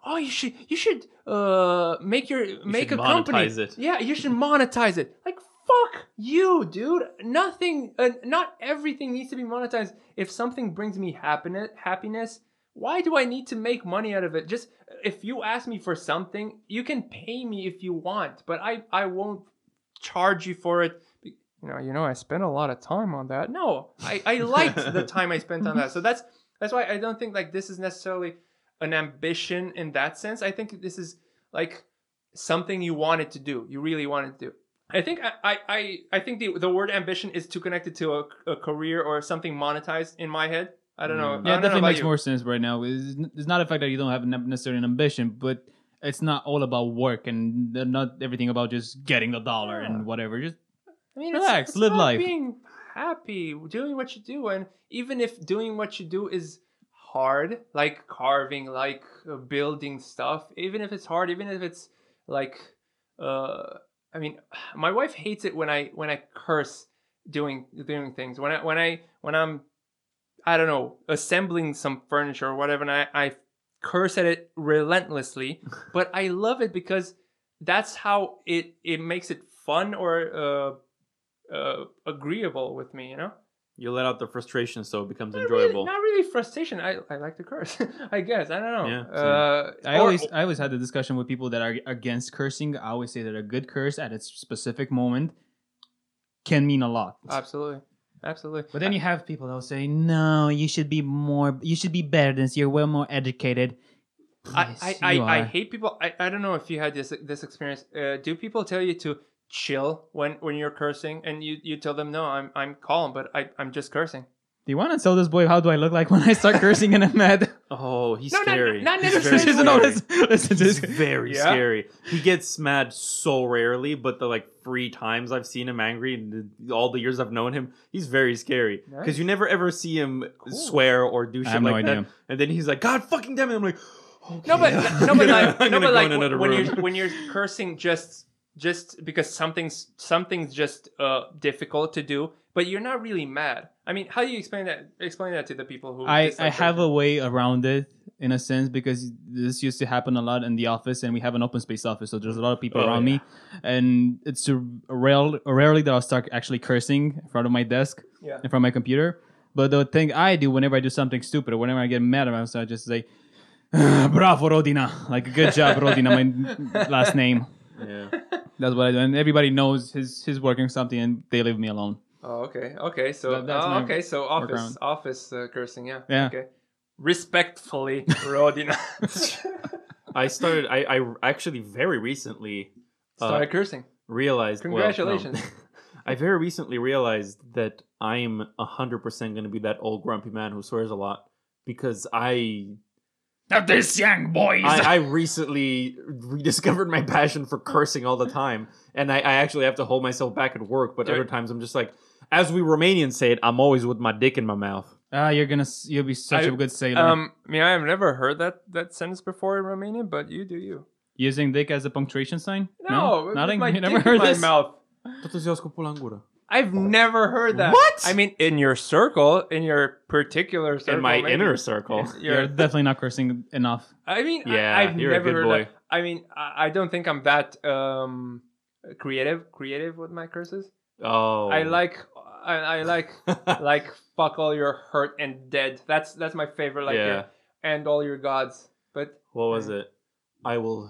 Speaker 3: Oh, you should you should uh make your make a
Speaker 1: should
Speaker 3: company.
Speaker 1: monetize it.
Speaker 3: Yeah, you should monetize it. Like fuck you, dude. Nothing uh, not everything needs to be monetized. If something brings me happiness, happiness, why do I need to make money out of it? Just if you ask me for something, you can pay me if you want, but I I won't charge you for it. You know, you know, I spent a lot of time on that. No, I, I
Speaker 2: <laughs>
Speaker 3: liked the time I spent on that. So that's that's why I don't think like this is necessarily an ambition in that sense. I think this is like something you wanted to do. You really wanted to do. I think I I I, I think the the word ambition is too connected to a, a career or something monetized in my head. I don't know.
Speaker 1: Mm.
Speaker 2: yeah,
Speaker 3: I
Speaker 2: it
Speaker 3: don't know
Speaker 2: definitely
Speaker 3: about
Speaker 2: makes
Speaker 3: you.
Speaker 2: more sense right now. It's, it's not a fact that you don't have ne- necessarily an ambition, but it's not all about work and not everything about just getting the dollar
Speaker 3: Yeah.
Speaker 2: and whatever. Just
Speaker 3: I mean,
Speaker 2: Relax, live
Speaker 3: about
Speaker 2: life.
Speaker 3: Being happy, doing what you do, and even if doing what you do is hard, like carving, like uh, building stuff, even if it's hard, even if it's like, uh, I mean, <sighs> my wife hates it when I when I curse doing doing things. When I when I when I'm, I don't know, assembling some furniture or whatever, and I, I curse at it
Speaker 2: <laughs>
Speaker 3: relentlessly, but I love it because that's how it it makes it fun or uh uh, agreeable with me, you know?
Speaker 1: You let out the frustration, so it becomes
Speaker 3: Not really,
Speaker 1: enjoyable.
Speaker 3: not really frustration. I, I like to curse, <laughs> I guess. I don't know.
Speaker 1: Yeah, same.
Speaker 3: uh,
Speaker 2: I
Speaker 3: or-
Speaker 2: always I always had the discussion with people that are against cursing. I always say that a good curse at its specific moment can mean a lot.
Speaker 3: Absolutely. Absolutely.
Speaker 2: But then you have people that will say, "No, you should be more. You should be better than this. You're well more educated."
Speaker 3: I,
Speaker 2: Yes,
Speaker 3: I, I,
Speaker 2: you
Speaker 3: I
Speaker 2: are.
Speaker 3: hate people. I, I don't know if you had this this experience. Uh, do people tell you to chill when, when you're cursing and you, you tell them, no, I'm, I'm calm, but I, I'm just cursing?
Speaker 2: Do you want to tell this boy how do I look like when I start cursing and I'm mad?
Speaker 1: Oh, he's
Speaker 3: No, not-
Speaker 1: scary.
Speaker 3: not
Speaker 1: He's
Speaker 2: <laughs>
Speaker 3: necessarily- <laughs>
Speaker 1: very
Speaker 2: no,
Speaker 1: scary.
Speaker 2: listen,
Speaker 1: <laughs>
Speaker 2: listen to
Speaker 1: He's
Speaker 2: this.
Speaker 1: very
Speaker 3: Yeah.
Speaker 1: scary. He gets mad so rarely, but the like three times I've seen him angry, and the, all the years I've known him, he's very scary because
Speaker 3: Nice.
Speaker 1: you never ever see him swear or do shit
Speaker 2: have no
Speaker 1: like that.
Speaker 2: idea.
Speaker 1: And then he's like, "God fucking damn it!" I'm like, okay. <laughs>
Speaker 3: No, but no, but
Speaker 1: I'm
Speaker 3: like,
Speaker 1: gonna
Speaker 3: no,
Speaker 1: go
Speaker 3: but like
Speaker 1: in another
Speaker 3: when
Speaker 1: room.
Speaker 3: you're <laughs> when you're cursing just just because something's something's just uh difficult to do, but you're not really mad. I mean, how do you explain that? Explain that to the people who
Speaker 2: I, I
Speaker 3: dislike
Speaker 2: have
Speaker 3: cursing.
Speaker 2: a way around it in a sense because this used to happen a lot in the office and we have an open space office so there's a lot of people
Speaker 1: Oh,
Speaker 2: around
Speaker 1: yeah.
Speaker 2: me and it's a, a rare, rarely that I'll start actually cursing in front of my desk
Speaker 3: Yeah.
Speaker 2: in front of my computer but the thing I do whenever I do something stupid or whenever I get mad at myself I just say <sighs> bravo Rodina like good job Rodina my <laughs> last name
Speaker 1: yeah.
Speaker 2: that's what I do and everybody knows his his working something and they leave me alone
Speaker 3: Oh, okay, okay. So
Speaker 2: That- that's
Speaker 3: oh,
Speaker 2: my
Speaker 3: okay, so
Speaker 2: workaround.
Speaker 3: office office uh, cursing, yeah.
Speaker 2: Yeah.
Speaker 3: Okay.
Speaker 2: <laughs>
Speaker 3: Respectfully, Rodina.
Speaker 1: I started. I, I actually very recently
Speaker 2: Uh,
Speaker 3: Started cursing.
Speaker 1: realized. well, no.
Speaker 3: Congratulations.
Speaker 1: <laughs> I very recently realized that I'm hundred percent going to be that old grumpy man who swears a lot because I
Speaker 2: this young boy
Speaker 1: <laughs> I, I recently rediscovered my passion for cursing all the time, and I, I actually have to hold myself back at work. But
Speaker 3: Dude.
Speaker 1: other times, I'm just like, as we Romanians say it, I'm always with my dick in my mouth.
Speaker 2: Ah, you're gonna s- you'll be such a
Speaker 3: I-
Speaker 2: good sailor.
Speaker 3: Um, I mean, I've never heard that that sentence before in Romanian, but you do you.
Speaker 2: Using dick as a punctuation sign?
Speaker 3: No, with
Speaker 2: nothing.
Speaker 3: My
Speaker 2: you never
Speaker 3: dick
Speaker 2: heard
Speaker 3: in
Speaker 2: this.
Speaker 3: My mouth. I've never heard that.
Speaker 1: What?
Speaker 3: I mean, in your circle, in your particular circle,
Speaker 1: in my
Speaker 3: maybe.
Speaker 1: inner <laughs> circle.
Speaker 2: You're
Speaker 3: You're,
Speaker 2: definitely not cursing enough.
Speaker 3: I mean,
Speaker 1: Yeah,
Speaker 3: I, have
Speaker 1: you're a
Speaker 3: never
Speaker 1: good
Speaker 3: heard
Speaker 1: boy.
Speaker 3: that. I mean, I, I don't think I'm that um creative. Creative with my curses.
Speaker 1: Oh,
Speaker 3: I
Speaker 1: <laughs>
Speaker 3: like, I, I like, like fuck all your hurt and dead. That's that's my favorite. Like,
Speaker 1: Yeah.
Speaker 3: and all your gods. But
Speaker 1: what was it? I will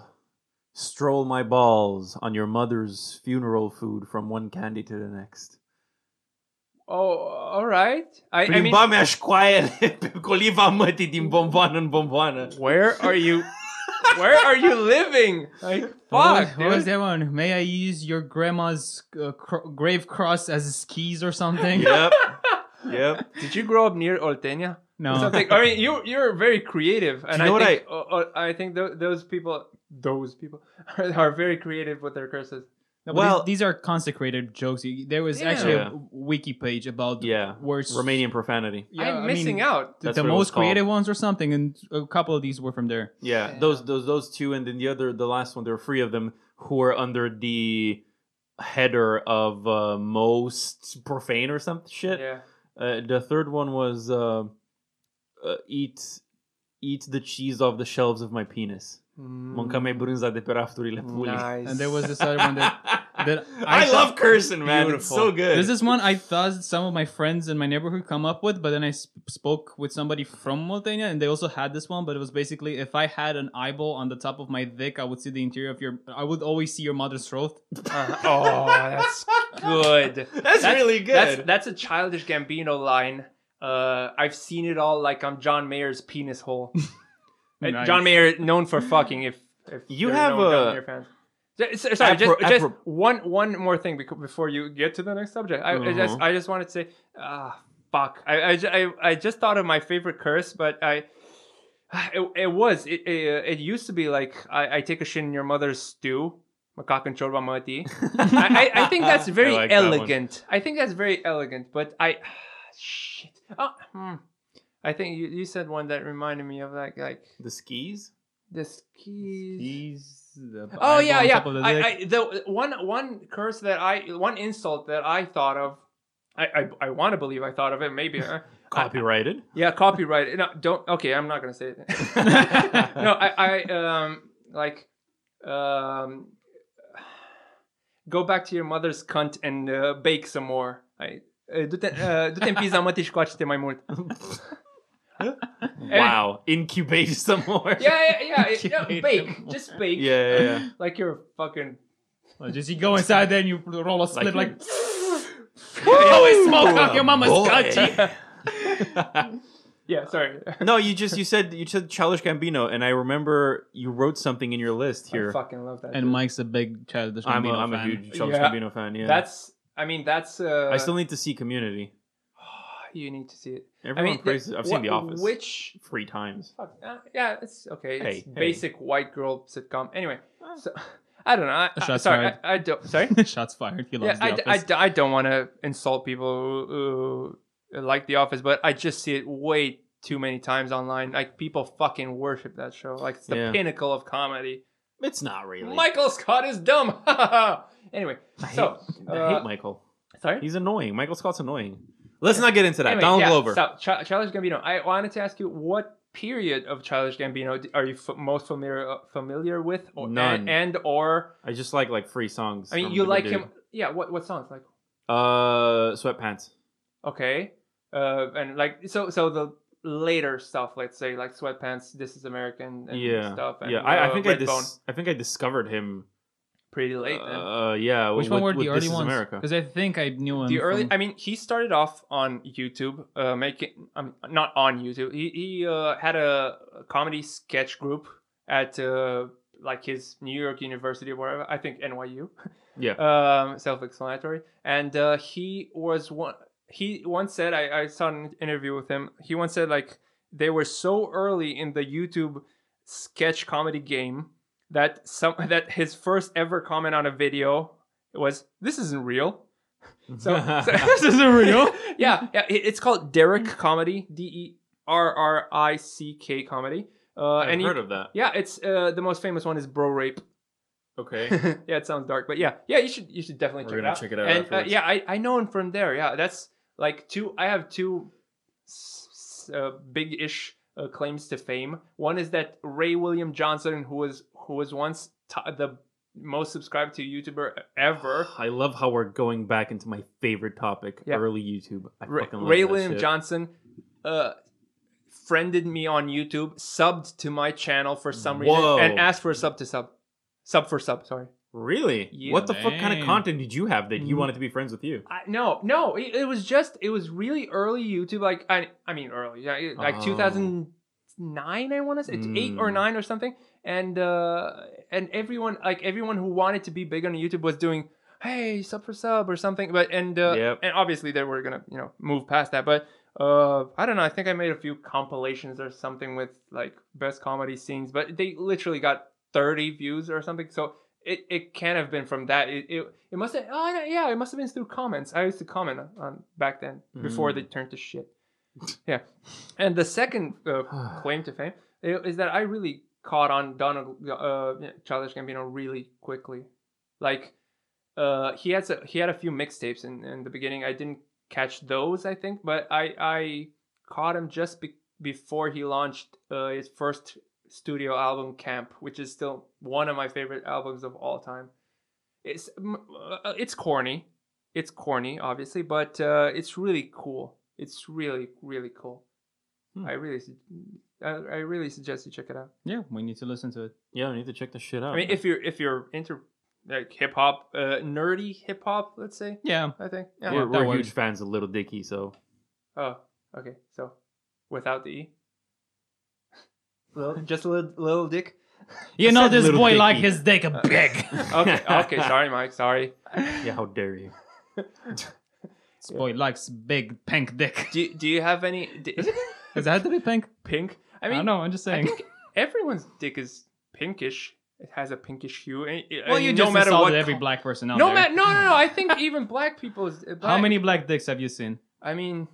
Speaker 1: stroll my balls on your mother's funeral food from one candy to the next.
Speaker 3: oh, all right. I, I
Speaker 1: <laughs>
Speaker 3: mean,
Speaker 1: Plimba mea școaie <laughs> pe coliva mătii din bomboană în bomboană.
Speaker 3: where are you? <laughs> where are you living? Like, fuck.
Speaker 2: What was- what
Speaker 3: dude.
Speaker 2: was that one? May I use your grandma's uh, cro- grave cross as skis or something?
Speaker 3: <laughs>
Speaker 1: Yep. Yep.
Speaker 3: Did you grow up near Oltenia?
Speaker 2: No.
Speaker 3: Something. I mean, you you're very creative, and
Speaker 1: you know
Speaker 3: I,
Speaker 1: what
Speaker 3: think, I... I think tho- those people, those people, <laughs> are, are very creative with their curses.
Speaker 2: No, but
Speaker 1: Well-
Speaker 2: these, these are consecrated jokes. You- There was
Speaker 3: Yeah.
Speaker 2: actually
Speaker 1: Yeah.
Speaker 2: a wiki page about
Speaker 1: Yeah.
Speaker 2: words.
Speaker 1: Romanian profanity.
Speaker 2: Yeah, I
Speaker 3: I'm
Speaker 2: mean,
Speaker 3: missing out.
Speaker 2: The,
Speaker 1: That's
Speaker 2: the
Speaker 1: what it was
Speaker 2: most creative ones or something, and a couple of these were from there.
Speaker 1: Yeah,
Speaker 3: Yeah.
Speaker 1: those those those two, and then the other, the last one. There were three of them who are under the header of uh, most profane or some shit.
Speaker 3: Yeah.
Speaker 1: Uh, the third one was uh, uh, eat eat the cheese off the shelves of my penis. Mânca mai brânza de pe rafturile pulii.
Speaker 3: Mm. Nice.
Speaker 2: And there was this other one that that
Speaker 1: <laughs> I,
Speaker 2: I thought-
Speaker 1: love cursing, man. It's
Speaker 3: Beautiful.
Speaker 1: so good.
Speaker 2: This is one I thought some of my friends in my neighborhood come up with, but then I sp- spoke with somebody from Multania, and they also had this one. But it was basically if I had an eyeball on the top of my dick, I would see the interior of your. I would always see your mother's throat.
Speaker 3: Uh, oh, <laughs> that's good.
Speaker 1: that's, really good.
Speaker 3: That's that's a childish Gambino line. Uh, I've seen it all, like I'm John Mayer's penis hole. Uh,
Speaker 2: Nice.
Speaker 3: John Mayer, known for fucking. If, if
Speaker 1: You
Speaker 3: there's
Speaker 1: have
Speaker 3: no John
Speaker 1: a-
Speaker 3: Mayer fans. J- so- Sorry, just,
Speaker 1: Apro-
Speaker 3: just
Speaker 1: apro-
Speaker 3: one one more thing beco- before you get to the next subject. I, I just
Speaker 1: Mhm.
Speaker 3: I just wanted to say, ah, fuck. I, I, ju- I, I just thought of my favorite curse, but I. <sighs> It, it was it, it it used to be like I, I take a shit in your mother's stew, macaque and chorba mati. I, I I think that's very
Speaker 1: I like that one.
Speaker 3: elegant. I think that's very elegant, but I <sighs> shit. Oh, hmm. I think you, you said one that reminded me of like like
Speaker 1: the skis.
Speaker 3: the skis.
Speaker 2: He's the
Speaker 3: Oh
Speaker 2: eyeball
Speaker 3: yeah,
Speaker 2: on
Speaker 3: yeah.
Speaker 2: top of the
Speaker 3: I,
Speaker 2: dick.
Speaker 3: I the one one curse that I one insult that I thought of. I I, I want to believe I thought of it. Maybe. uh, huh?
Speaker 1: Copyrighted.
Speaker 3: yeah, copyright. No, don't. Okay, I'm not gonna say it. <laughs> no, I, I um like um go back to your mother's cunt and uh, bake some more. I uh, du-te, uh, du-te în pizza, mă, te și coace-te mai mult.
Speaker 1: <laughs> wow. Incubate some more.
Speaker 3: <laughs> Yeah, yeah, <laughs> yeah. it- no,
Speaker 2: Bake
Speaker 3: bake. Just
Speaker 1: <laughs>
Speaker 3: bake.
Speaker 1: Yeah, yeah, yeah.
Speaker 3: Like you're a fucking...
Speaker 2: Well, just you
Speaker 1: <laughs>
Speaker 2: go inside there and you roll a split like. <laughs>
Speaker 3: <laughs>
Speaker 1: I
Speaker 2: always smoke off your mama's
Speaker 1: <laughs>
Speaker 2: scotchy.
Speaker 3: Yeah, sorry.
Speaker 1: no, you just you said you said childish Gambino, and I remember you wrote something in your list
Speaker 3: I
Speaker 1: here.
Speaker 3: fucking love that.
Speaker 2: And
Speaker 3: dude.
Speaker 2: Mike's a big childish
Speaker 1: I'm a,
Speaker 2: Gambino
Speaker 1: I'm a
Speaker 2: fan.
Speaker 1: huge childish
Speaker 3: Yeah.
Speaker 1: Gambino fan. Yeah,
Speaker 3: That's... I mean, that's... Uh,
Speaker 1: I still need to see Community.
Speaker 3: you need to see it.
Speaker 1: Everyone
Speaker 3: I mean,
Speaker 1: praises. I've seen
Speaker 3: wh-
Speaker 1: The Office
Speaker 3: Which
Speaker 1: three times.
Speaker 3: fuck, uh, yeah, it's okay. It's
Speaker 1: Hey, hey.
Speaker 3: basic white girl sitcom. Anyway, so <laughs> I don't know. I, I,
Speaker 2: Shots
Speaker 3: sorry,
Speaker 2: fired.
Speaker 3: I, I don't.
Speaker 1: <laughs>
Speaker 3: Sorry.
Speaker 2: <laughs> Shots fired. He
Speaker 3: yeah,
Speaker 2: loves
Speaker 3: I,
Speaker 2: the
Speaker 3: I,
Speaker 2: office.
Speaker 3: I don't want to insult people who, who like The Office, but I just see it way too many times online. Like people fucking worship that show. Like it's the
Speaker 1: Yeah.
Speaker 3: pinnacle of comedy.
Speaker 1: It's not really.
Speaker 3: Michael Scott is dumb. <laughs> anyway,
Speaker 1: I hate,
Speaker 3: so
Speaker 1: I
Speaker 3: uh,
Speaker 1: hate Michael.
Speaker 3: sorry.
Speaker 1: He's annoying. Michael Scott's annoying. Let's not get into that.
Speaker 3: Anyway,
Speaker 1: Donald
Speaker 3: yeah,
Speaker 1: Glover.
Speaker 3: So, Ch- Childish Gambino. I wanted to ask you what period of Childish Gambino d- are you f- most familiar uh, familiar with? Or,
Speaker 1: None.
Speaker 3: And, and or
Speaker 1: I just like like free songs.
Speaker 3: I mean,
Speaker 1: from
Speaker 3: you
Speaker 1: the
Speaker 3: like
Speaker 1: dude.
Speaker 3: him? Yeah. What what songs like?
Speaker 1: Uh, sweatpants.
Speaker 3: Okay. Uh, and like so so the later stuff, let's say like Sweatpants, This Is American, and
Speaker 1: yeah,
Speaker 3: stuff. And,
Speaker 1: yeah. I,
Speaker 3: uh,
Speaker 1: I think I
Speaker 3: Redbone,
Speaker 1: dis- I think I discovered him.
Speaker 3: pretty late. then.
Speaker 1: Uh, yeah.
Speaker 2: Which
Speaker 1: with,
Speaker 2: one were
Speaker 1: with
Speaker 2: the early
Speaker 1: This Is
Speaker 2: ones?
Speaker 1: America.
Speaker 2: Because I think I knew him.
Speaker 3: the early,
Speaker 2: from-
Speaker 3: I mean, he started off on YouTube, uh, making, I mean, not on YouTube. He he uh, had a comedy sketch group at uh, like his New York University or wherever, I think NYU.
Speaker 1: Yeah.
Speaker 3: um, self-explanatory. And uh, he was one. He once said, I, I saw an interview with him. He once said like they were so early in the YouTube sketch comedy game that some <laughs> that his first ever comment on a video was, "This isn't real." <laughs>
Speaker 1: <laughs>
Speaker 3: So, <laughs> so-
Speaker 2: this isn't real.
Speaker 3: <laughs> yeah, yeah. it- it's called Derek Comedy. D E R R I C K Comedy. Uh,
Speaker 1: I've
Speaker 3: and he-
Speaker 1: heard of that.
Speaker 3: yeah, it's uh, the most famous one is Bro Rape.
Speaker 1: Okay.
Speaker 3: <laughs> yeah, it sounds dark, but yeah, yeah, you should you should definitely
Speaker 1: We're
Speaker 3: check it
Speaker 1: gonna
Speaker 3: out.
Speaker 1: check it out
Speaker 3: And uh,
Speaker 1: afterwards.
Speaker 3: yeah, I, I know him from there. Yeah, that's like two. I have two s- s- uh, big ish uh, claims to fame. One is that Ray William Johnson, who was who was once to the most subscribed to YouTuber ever.
Speaker 1: I love how we're going back into my favorite topic,
Speaker 3: Yeah.
Speaker 1: early YouTube. I
Speaker 3: Ray,
Speaker 1: fucking love
Speaker 3: Ray
Speaker 1: that
Speaker 3: William
Speaker 1: shit.
Speaker 3: Johnson uh, friended me on YouTube, subbed to my channel for some reason,
Speaker 1: Whoa.
Speaker 3: and asked for a sub to sub, sub for sub. Sorry.
Speaker 1: Really?
Speaker 3: Yeah. Mm-hmm.
Speaker 1: what the fuck kind
Speaker 2: Dang.
Speaker 1: of content did you have that he
Speaker 2: Mm.
Speaker 1: wanted to be friends with
Speaker 3: <sighs>
Speaker 1: you?
Speaker 3: I, no, no, it, it was just it was really early YouTube. Like I, I mean early, yeah, it- like
Speaker 1: Oh.
Speaker 3: 2009. I want to say it's eight or
Speaker 1: Mm.
Speaker 3: nine or something. And uh, and everyone like everyone who wanted to be big on YouTube was doing hey sub for sub or something. But and uh,
Speaker 1: Yep.
Speaker 3: and obviously they were gonna you know move past that. But uh, I don't know. I think I made a few compilations or something with like best comedy scenes. But they literally got 30 views or something. So it, it can't have been from that. It, it, it must have, oh, no, yeah, it must have been through comments. I used to comment on, on back then before
Speaker 1: Mm.
Speaker 3: they turned to shit. Yeah. And the second uh, claim to fame i- is that I really caught on Donald uh, Childish Gambino really quickly. Like, uh, he has a, he had a few mixtapes in, in the beginning. I didn't catch those, I think, but I I caught him just be- before he launched uh, his first studio album, Camp, which is still one of my favorite albums of all time. It's m- uh, it's corny, it's corny, obviously, but uh, it's really cool. It's really really cool.
Speaker 1: Hmm.
Speaker 3: I really su- I, I really suggest you check it out.
Speaker 2: yeah, we need to listen to it.
Speaker 1: <sighs> Yeah, I need to check this shit out.
Speaker 3: I mean, if you're if you're into like hip hop, uh, nerdy hip hop, let's say.
Speaker 2: Yeah,
Speaker 3: I think. Yeah.
Speaker 1: we're,
Speaker 2: that
Speaker 1: we're
Speaker 2: works.
Speaker 1: huge fans of Little Dicky, so
Speaker 3: Oh, okay. So, without the e, <laughs> little, just a little, little dick.
Speaker 2: you
Speaker 1: I
Speaker 2: know
Speaker 1: said
Speaker 2: this
Speaker 1: little
Speaker 2: boy
Speaker 1: dicky. Uh,
Speaker 2: like his dick a
Speaker 1: <laughs>
Speaker 2: big. <laughs>
Speaker 3: Okay, <laughs> okay. Sorry, Mike. Sorry.
Speaker 1: yeah, how dare you?
Speaker 2: this boy likes big pink dick. <laughs>
Speaker 3: Do Do you have any? d- Is it
Speaker 2: Does that have to be pink?
Speaker 3: pink?
Speaker 2: I
Speaker 3: I mean,
Speaker 2: no, I'm just
Speaker 3: I
Speaker 2: saying.
Speaker 3: think everyone's dick is pinkish. It has a pinkish hue. and- and
Speaker 2: well, you
Speaker 3: no
Speaker 2: just
Speaker 3: matter
Speaker 2: insulted
Speaker 3: what,
Speaker 2: every
Speaker 3: co-
Speaker 2: black person out
Speaker 3: no
Speaker 2: there.
Speaker 3: matter. No, no, no. I <laughs> think even black people's. uh,
Speaker 2: How
Speaker 3: black-
Speaker 2: many black dicks have you
Speaker 3: <laughs>
Speaker 2: seen?
Speaker 3: I mean,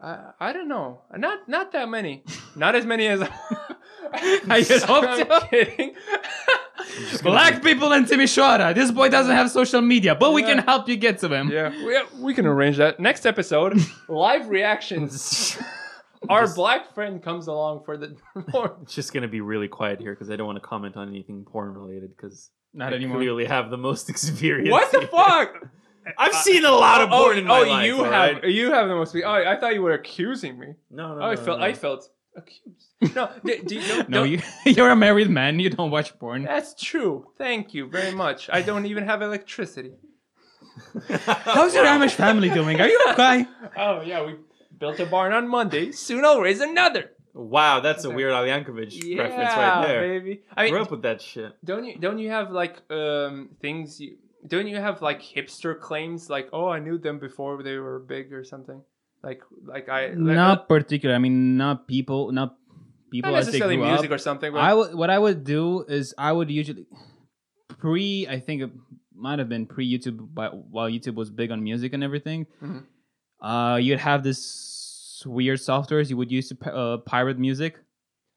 Speaker 3: I I don't know. Not not
Speaker 1: <laughs>
Speaker 3: that many. Not as many as <laughs> I
Speaker 2: just hope so.
Speaker 3: <laughs> I'm kidding.
Speaker 2: Black people in Timisoara. This boy doesn't have social media, but we
Speaker 3: Yeah.
Speaker 2: can help you get to him.
Speaker 3: yeah, we, we can arrange that. Next
Speaker 1: <laughs>
Speaker 3: episode, live reactions. Our black friend comes along for the <laughs> more.
Speaker 1: It's just gonna be really quiet here because I don't want to comment on anything porn related because
Speaker 2: Not
Speaker 1: I
Speaker 2: anymore.
Speaker 1: clearly have the most <laughs> experience.
Speaker 3: What the
Speaker 1: here. <laughs>
Speaker 3: fuck?
Speaker 1: I've seen a lot of porn
Speaker 3: oh,
Speaker 1: in my
Speaker 3: oh,
Speaker 1: life.
Speaker 3: you
Speaker 1: all
Speaker 3: have
Speaker 1: right?
Speaker 3: you have the most. Oh, I thought you were accusing me.
Speaker 1: No, no,
Speaker 3: oh, I
Speaker 1: no,
Speaker 3: felt
Speaker 1: no.
Speaker 3: I
Speaker 1: <laughs>
Speaker 3: felt accused. No, do, do you, no,
Speaker 2: No,
Speaker 3: don't-
Speaker 2: you, <laughs> you're a married man. You don't watch porn.
Speaker 3: That's true. Thank you very much. I don't even have electricity.
Speaker 2: How's your Amish family doing? Are you okay?
Speaker 3: Oh yeah, we built a barn on Monday. Soon I'll raise another.
Speaker 1: Wow, that's a weird Alyankovic
Speaker 3: Yeah,
Speaker 1: reference right there.
Speaker 3: baby. I mean,
Speaker 1: Grew up with that shit.
Speaker 3: don't you don't you have like um things you don't you have like hipster claims like oh I knew them before they were big or something? Like <laughs> like I like,
Speaker 2: not particular. I mean, not people, not people
Speaker 3: not
Speaker 2: as they
Speaker 3: necessarily
Speaker 2: grew
Speaker 3: music
Speaker 2: up.
Speaker 3: or something. But
Speaker 2: I would what I would do is I would usually pre I think it might have been pre YouTube but while YouTube was big on music and everything.
Speaker 3: Mhm.
Speaker 2: Uh, you'd have this weird softwares you would use to pi- uh, pirate music.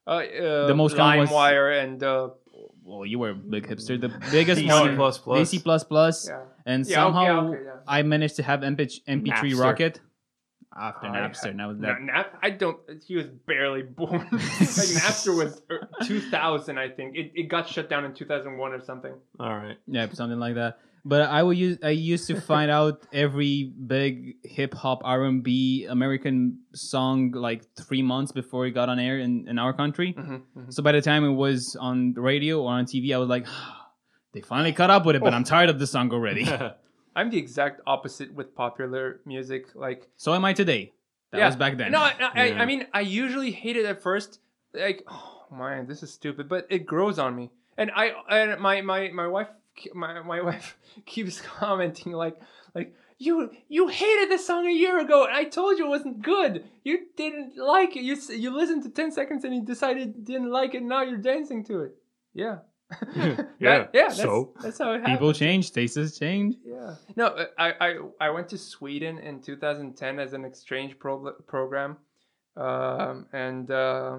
Speaker 3: uh, uh,
Speaker 2: the most common was-
Speaker 3: LimeWire and uh,
Speaker 2: Well, you were a big hipster. The biggest
Speaker 1: DC
Speaker 2: one,
Speaker 1: plus plus.
Speaker 2: DC plus plus,
Speaker 3: yeah.
Speaker 2: and
Speaker 3: Yeah, okay,
Speaker 2: somehow
Speaker 3: okay, yeah.
Speaker 2: I managed to have MP- MP3
Speaker 1: Napster.
Speaker 2: Rocket Oh, after
Speaker 3: I-
Speaker 2: Napster. Now
Speaker 3: Na-
Speaker 2: that
Speaker 3: Nap- I don't. He was barely born. <laughs> like Napster was er, 2000, I think. It, it got shut down in 2001 or something.
Speaker 1: All right. <laughs>
Speaker 2: Yeah, something like that. But I would use I used to
Speaker 3: <laughs>
Speaker 2: find out every big hip hop R and B American song like three months before it got on air in, in our country.
Speaker 3: Mm-hmm.
Speaker 1: Mm-hmm,
Speaker 2: So by the time it was on the radio or on TV, I was like, "Ah, they finally caught up with it, but
Speaker 3: Oh.
Speaker 2: I'm tired of this song
Speaker 3: <laughs>
Speaker 2: already.
Speaker 3: I'm the exact opposite with popular music. Like
Speaker 2: so am I today. That
Speaker 3: Yeah.
Speaker 2: was back then.
Speaker 3: No, I, I,
Speaker 1: Yeah.
Speaker 3: I mean, I usually hate it at first. Like, oh man, this is stupid, but it grows on me. And I and my my my wife ke- my my <laughs> wife keeps commenting like like you you hated this song a year ago. and I told you it wasn't good. You didn't like it. You s- you listened to ten seconds and you decided you didn't like it. Now you're dancing to it. Yeah. <laughs> That-
Speaker 1: <laughs> Yeah,
Speaker 3: yeah. That's,
Speaker 1: so?
Speaker 3: that's how it happens.
Speaker 2: People change, tastes change.
Speaker 3: Yeah. No, uh, I, I I went to Sweden in 2010 as an exchange pro- program, um, and um,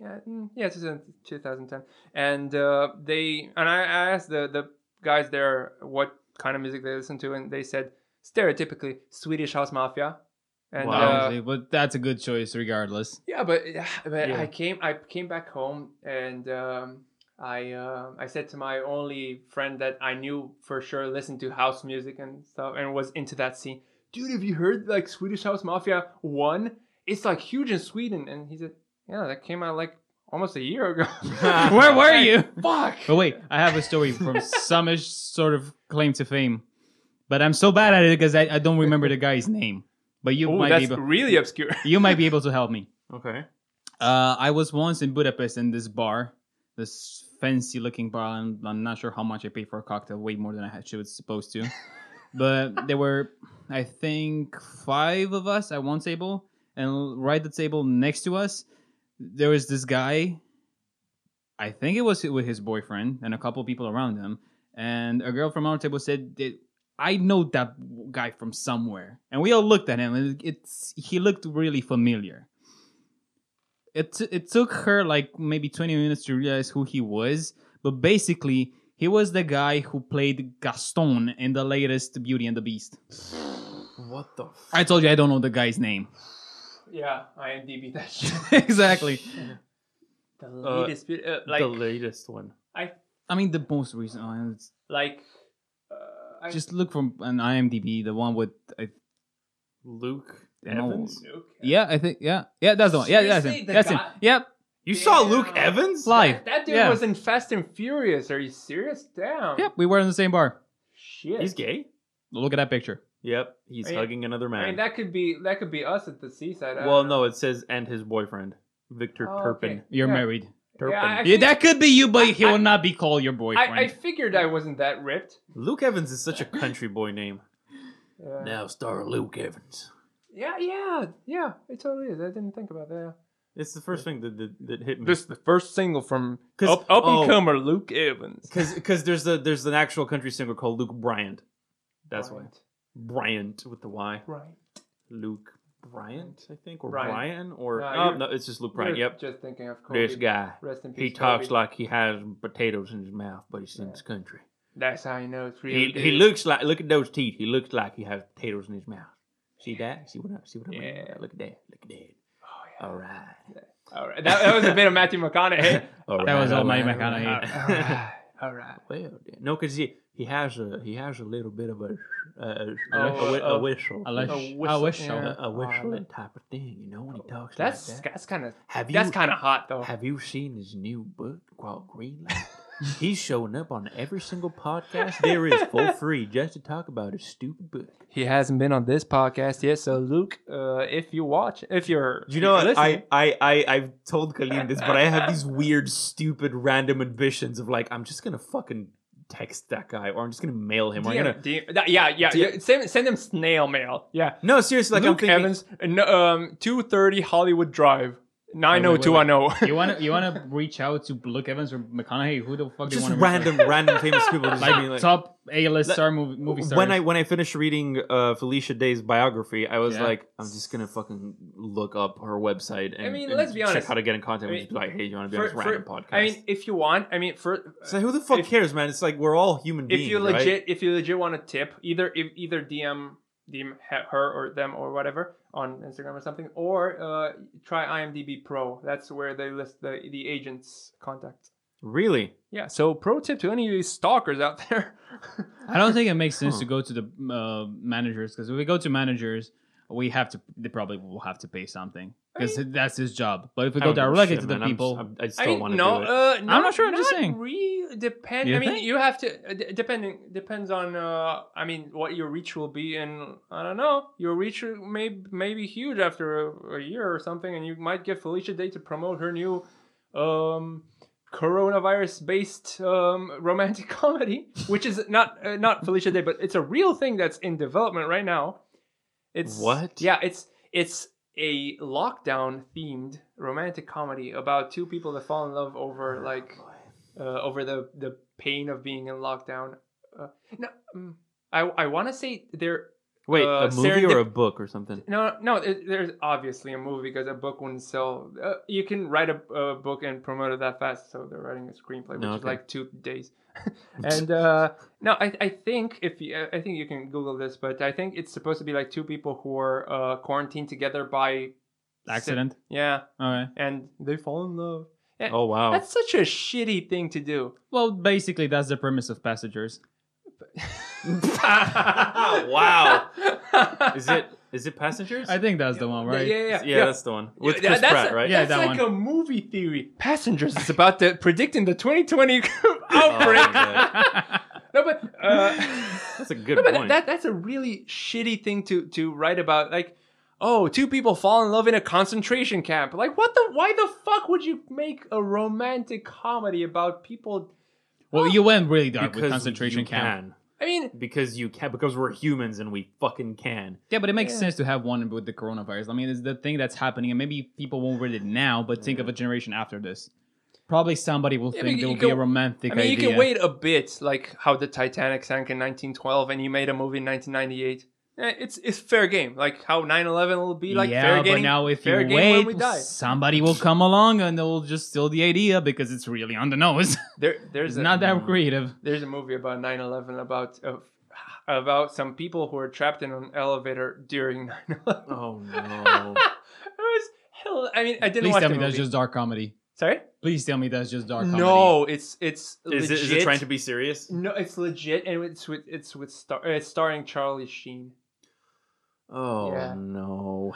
Speaker 3: yeah, mm, yeah, 2000 2010, and uh, they and I, I asked the the guys there what kind of music they listen to, and they said stereotypically Swedish house mafia, and
Speaker 1: Wow.
Speaker 3: uh,
Speaker 2: Honestly, but that's a good choice regardless.
Speaker 3: yeah, but <sighs> but
Speaker 1: Yeah.
Speaker 3: I came I came back home and um, I uh, I said to my only friend that I knew for sure listened to house music and stuff and was into that scene. Dude, have you heard like Swedish House Mafia One? It's like huge in Sweden. And he said, Yeah, that came out like almost a year <laughs> ago.
Speaker 2: Where were you?
Speaker 3: <laughs> Fuck.
Speaker 2: But wait, I have a story from somish sort of claim to fame, but I'm so bad at it because I, I don't remember the guy's name. But you
Speaker 3: Oh,
Speaker 2: might be
Speaker 3: that's
Speaker 2: able,
Speaker 3: really obscure. <laughs>
Speaker 2: you might be able to help me.
Speaker 1: Okay.
Speaker 2: Uh, I was once in Budapest in this bar, this fancy looking bar. I'm, I'm not sure how much I paid for a cocktail, way more than I had, she was supposed to. but there were, I think, five of us at one table, and right at the table next to us, there was this guy. I think it was with his boyfriend and a couple people around him, and a girl from our table said that. I know that guy from somewhere, and we all looked at him, and it's he looked really familiar it t- it took her like maybe 20 minutes to realize who he was but basically he was the guy who played gaston in the latest beauty and the beast
Speaker 1: What the? F-
Speaker 2: i told you i don't know the guy's name <laughs>
Speaker 3: yeah, IMDb that shit. <laughs>
Speaker 2: exactly
Speaker 3: The latest, bit, uh, like,
Speaker 1: the latest one.
Speaker 2: i mean the most recent one it's-
Speaker 3: like, uh, I
Speaker 2: just look from an imdb the one with I,
Speaker 1: Luke
Speaker 2: No.
Speaker 1: Evans.
Speaker 2: yeah i think yeah yeah that's the one yeah that's
Speaker 3: Seriously?
Speaker 2: him
Speaker 3: The
Speaker 2: that's
Speaker 3: guy-
Speaker 2: him yep
Speaker 1: You saw
Speaker 3: Yeah.
Speaker 1: Luke Evans?
Speaker 2: live
Speaker 3: That dude
Speaker 2: yeah.
Speaker 3: was in Fast and Furious. Are you serious? Damn.
Speaker 2: yep we were in the same bar
Speaker 3: Shit.
Speaker 1: He's gay.
Speaker 2: look at that picture
Speaker 1: Yep. He's
Speaker 3: I mean-
Speaker 1: hugging another man.
Speaker 3: I mean, that could be that could be us at the seaside. I
Speaker 1: well,
Speaker 3: don't
Speaker 1: no, it says and his boyfriend Victor
Speaker 3: know. Oh,
Speaker 1: Turpin.
Speaker 3: okay.
Speaker 2: you're
Speaker 3: Yeah.
Speaker 2: married
Speaker 1: Turpin.
Speaker 3: Yeah, I,
Speaker 2: yeah,
Speaker 3: fig-
Speaker 2: that could be you but he
Speaker 3: I-
Speaker 2: will not be called your
Speaker 3: I,
Speaker 2: boyfriend
Speaker 3: I figured I wasn't that ripped.
Speaker 1: Luke Evans is such a country boy name.
Speaker 3: Yeah.
Speaker 1: Now star Luke Evans.
Speaker 3: Uh, yeah, yeah, yeah. It totally is. I didn't think about that.
Speaker 1: It's the first thing that that, that hit me.
Speaker 3: This is the first single from
Speaker 1: 'Cause- up- up and oh.
Speaker 3: comer Luke Evans.
Speaker 1: Because because there's a there's an actual country singer called Luke Bryant. That's why Bryant with the Y.
Speaker 3: Right.
Speaker 1: Luke Bryant, I think, or
Speaker 3: Brian.
Speaker 1: Brian, or
Speaker 3: No,
Speaker 1: oh,
Speaker 3: Uh, you're-
Speaker 1: no, it's just Luke Bryant. Yep,
Speaker 3: Just thinking of Kobe.
Speaker 1: this guy.
Speaker 3: Rest in peace.
Speaker 1: He talks
Speaker 3: Kobe.
Speaker 1: like he has potatoes in his mouth, but he's in
Speaker 3: Yeah.
Speaker 1: this country.
Speaker 3: That's how you know it's real.
Speaker 1: He,
Speaker 3: dude.
Speaker 1: he looks like look at those teeth. He looks like he has potatoes in his mouth. See that? See what I see what I mean?
Speaker 3: Yeah.
Speaker 1: Look at that. Look at that.
Speaker 3: Oh, yeah.
Speaker 1: All right.
Speaker 3: All right. That, that was a bit of
Speaker 1: <laughs>
Speaker 3: Matthew McConaughey.
Speaker 1: All right.
Speaker 2: That was all my
Speaker 1: right, right.
Speaker 2: McConaughey.
Speaker 3: <laughs> all right. All right.
Speaker 1: Well, then. no, because he he has a he has a little bit of a uh, a,
Speaker 3: Oh,
Speaker 1: a, a
Speaker 3: uh,
Speaker 1: whistle,
Speaker 2: I like-
Speaker 3: A
Speaker 2: I
Speaker 3: whistle-
Speaker 2: wish so.
Speaker 1: a, a
Speaker 3: Oh,
Speaker 1: whistling type of thing. You know when he talks
Speaker 3: That's
Speaker 1: like that.
Speaker 3: that's kind of
Speaker 1: Have you
Speaker 3: that's kind of hot though.
Speaker 1: Have you seen his new book called <laughs> Greenlight? He's showing up on every single podcast there is for free just to talk about his stupid book.
Speaker 3: He hasn't been on this podcast yet, so Luke, uh, if you watch, if you're
Speaker 1: You know,
Speaker 3: if you're
Speaker 1: I, I, I, I've told Colleen this, but I have these weird, stupid, random ambitions of like, I'm just gonna fucking text that guy, or I'm just gonna mail him. Or I'm
Speaker 3: DM,
Speaker 1: gonna
Speaker 3: DM that- yeah, yeah,
Speaker 1: DM.
Speaker 3: yeah. Send send them snail mail. Yeah.
Speaker 1: no, seriously, like
Speaker 3: Luke
Speaker 1: I'm thinking.
Speaker 3: Evans, n- um, two thirty Hollywood Drive,
Speaker 2: wait,
Speaker 3: nine zero
Speaker 2: wait.
Speaker 3: two one oh. <laughs> zero.
Speaker 2: You want to you want to reach out to Luke Evans or McConaughey? Who the fuck do you
Speaker 1: just
Speaker 2: want to
Speaker 1: random, random famous people. Just
Speaker 2: Like,
Speaker 1: being like,
Speaker 2: top A list
Speaker 1: Let-
Speaker 2: star movie movie stars.
Speaker 1: when I when I finished reading uh, Felicia Day's biography, I was
Speaker 2: Yeah.
Speaker 1: like, I'm just gonna fucking look up her website and,
Speaker 3: I mean,
Speaker 1: and
Speaker 3: let's be
Speaker 1: check
Speaker 3: honest.
Speaker 1: how to get in contact
Speaker 3: I
Speaker 1: with
Speaker 3: mean,
Speaker 1: people. Like, hey, you want to be
Speaker 3: for-
Speaker 1: on this random
Speaker 3: for-
Speaker 1: podcast?
Speaker 3: I mean, if you want, I mean, for
Speaker 1: so who the fuck
Speaker 3: if-
Speaker 1: cares, man? It's like we're all human beings.
Speaker 3: if you
Speaker 1: right?
Speaker 3: legit if you legit want to tip either if either DM DM he- her or them or whatever on Instagram or something or uh, try IMDb Pro. That's where they list the the agents' contacts.
Speaker 1: really,
Speaker 3: Yeah. So pro tip to any of these stalkers out <laughs> there.
Speaker 2: I don't think it makes sense
Speaker 1: Huh.
Speaker 2: to go to the uh, managers because if we go to managers, we have to. They probably will have to pay something because that's his job. But if we
Speaker 1: I
Speaker 2: go
Speaker 1: don't give a
Speaker 2: directly
Speaker 1: shit,
Speaker 2: to the
Speaker 1: man. I'm
Speaker 2: people,
Speaker 1: just- I'm- I just
Speaker 3: I
Speaker 1: don't
Speaker 3: mean,
Speaker 1: want to
Speaker 3: no,
Speaker 1: do it.
Speaker 3: uh, no,
Speaker 2: not sure, I'm just
Speaker 3: not
Speaker 2: saying.
Speaker 3: Re- depend.
Speaker 2: You
Speaker 3: I mean,
Speaker 2: think?
Speaker 3: you have to uh, d- depending depends on. Uh, I mean, what your reach will be, and I don't know. Your reach may may be huge after a, a year or something, and you might get Felicia Day to promote her new, um, coronavirus based um, romantic <laughs> comedy, which is not uh, not Felicia Day, but it's a real thing that's in development right now. It's
Speaker 1: What?
Speaker 3: Yeah, it's it's a lockdown themed romantic comedy about two people that fall in love over like uh, over the the pain of being in lockdown. Uh, no, mm, I I want to say there.
Speaker 1: Wait,
Speaker 3: uh,
Speaker 1: a movie or a
Speaker 3: serendip-
Speaker 1: book or something?
Speaker 3: No, no. there- There's obviously a movie because a book wouldn't sell. Uh, you can write a, a book and promote it that fast, so they're writing a screenplay, which
Speaker 1: No,
Speaker 3: is
Speaker 1: okay.
Speaker 3: like two
Speaker 1: <laughs>
Speaker 3: days. <laughs> and uh, no, I, I think if you, I think you can Google this, but I think it's supposed to be like two people who are uh, quarantined together by
Speaker 2: accident.
Speaker 3: yeah,
Speaker 2: All right.
Speaker 3: and they fall in love.
Speaker 1: Oh wow,
Speaker 3: That's such a shitty thing to do.
Speaker 2: Well, basically, that's the premise of Passengers.
Speaker 1: <laughs> Wow. is
Speaker 3: <laughs>
Speaker 1: it is it passengers?
Speaker 2: I think that's the one, right?
Speaker 3: Yeah, yeah,
Speaker 1: yeah, that's the one with
Speaker 3: Yeah,
Speaker 1: Chris
Speaker 3: that's
Speaker 1: Pratt,
Speaker 3: a-
Speaker 1: right?
Speaker 2: Yeah,
Speaker 3: that's
Speaker 2: that
Speaker 3: like
Speaker 2: one.
Speaker 3: a movie theory. Passengers is about the predicting the <laughs> 2020 outbreak. no, but uh,
Speaker 1: That's a Oh, good
Speaker 3: No, but
Speaker 1: point.
Speaker 3: That, that's a really shitty thing to to write about. Like, oh, two people fall in love in a concentration camp. Like, what the? Why the fuck would you make a romantic comedy about people?
Speaker 2: <laughs> Well, you went really dark
Speaker 1: because
Speaker 2: Uh, with concentration
Speaker 1: you
Speaker 2: camp.
Speaker 1: can.
Speaker 3: I mean,
Speaker 1: Because you can. Because we're humans and we fucking can.
Speaker 2: Yeah, but it makes
Speaker 3: Yeah.
Speaker 2: sense to have one with the coronavirus. I mean, it's the thing that's happening, and maybe people won't read it now, but think of a generation after this. Probably somebody will
Speaker 3: Yeah, but
Speaker 2: think
Speaker 3: you
Speaker 2: there will
Speaker 3: can-
Speaker 2: be a romantic
Speaker 3: I mean, you
Speaker 2: idea.
Speaker 3: can wait a bit, like how the Titanic sank in 1912, and you made a movie in 1998. Eh, It's it's fair game, like how 9/11 will be like
Speaker 2: yeah,
Speaker 3: fair game.
Speaker 2: but now if
Speaker 3: fair
Speaker 2: you
Speaker 3: game
Speaker 2: wait,
Speaker 3: when we die.
Speaker 2: somebody will come along and they'll just steal the idea because it's really on the nose.
Speaker 3: there, <laughs> there's
Speaker 2: it's
Speaker 3: a,
Speaker 2: not that creative.
Speaker 3: there's a movie about 9/11 about uh, about some people who were trapped in an elevator during 9/11.
Speaker 1: Oh no.
Speaker 3: <laughs>
Speaker 2: <laughs>
Speaker 3: it was hell. I mean, I didn't
Speaker 2: Please
Speaker 3: watch
Speaker 2: tell
Speaker 3: the
Speaker 2: me that's
Speaker 3: movie.
Speaker 2: just dark comedy.
Speaker 3: Sorry.
Speaker 2: Please tell me that's just dark comedy.
Speaker 3: No, it's it's
Speaker 1: is, it,
Speaker 3: legit.
Speaker 1: is it trying to be serious?
Speaker 3: No, it's legit, and it's with it's with star. It's starring Charlie Sheen.
Speaker 1: Oh
Speaker 3: Yeah.
Speaker 1: no.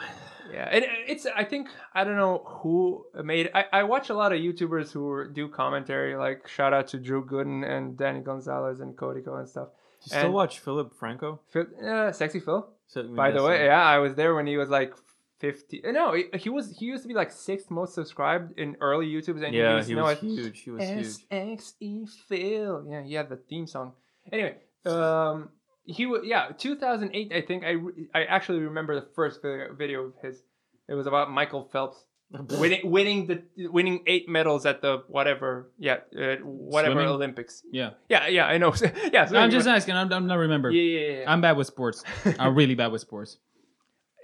Speaker 3: Yeah, and uh, it's I think I don't know who made. I I watch a lot of YouTubers who are- do commentary. Like shout out to Drew Gooden and Danny Gonzalez and Codico and stuff.
Speaker 1: Do you still
Speaker 3: And-
Speaker 1: watch Philip Franco?
Speaker 3: Phil, uh, sexy Phil.
Speaker 1: So, I mean,
Speaker 3: By the
Speaker 1: that's
Speaker 3: way,
Speaker 1: a-
Speaker 3: yeah, I was there when he was like fifty. uh, No, he, he was he used to be like sixth most subscribed in early YouTubes, and
Speaker 1: yeah,
Speaker 3: he used
Speaker 1: he
Speaker 3: to know
Speaker 1: was
Speaker 3: it-
Speaker 1: huge. He was
Speaker 3: S
Speaker 1: huge.
Speaker 3: X E Phil. Yeah, he had the theme song. Anyway, um, he was yeah, 2008. I think I re- I actually remember the first vi- video of his. It was about Michael Phelps <laughs> winning winning the winning eight medals at the whatever yeah uh, whatever
Speaker 2: Swimming?
Speaker 3: Olympics.
Speaker 2: Yeah.
Speaker 3: Yeah, yeah, I know. <laughs> yeah, so
Speaker 2: No, I'm just asking. I'm, I'm not remember.
Speaker 3: yeah, yeah, yeah. yeah.
Speaker 2: I'm bad with
Speaker 3: <laughs>
Speaker 2: sports. I'm really bad with sports.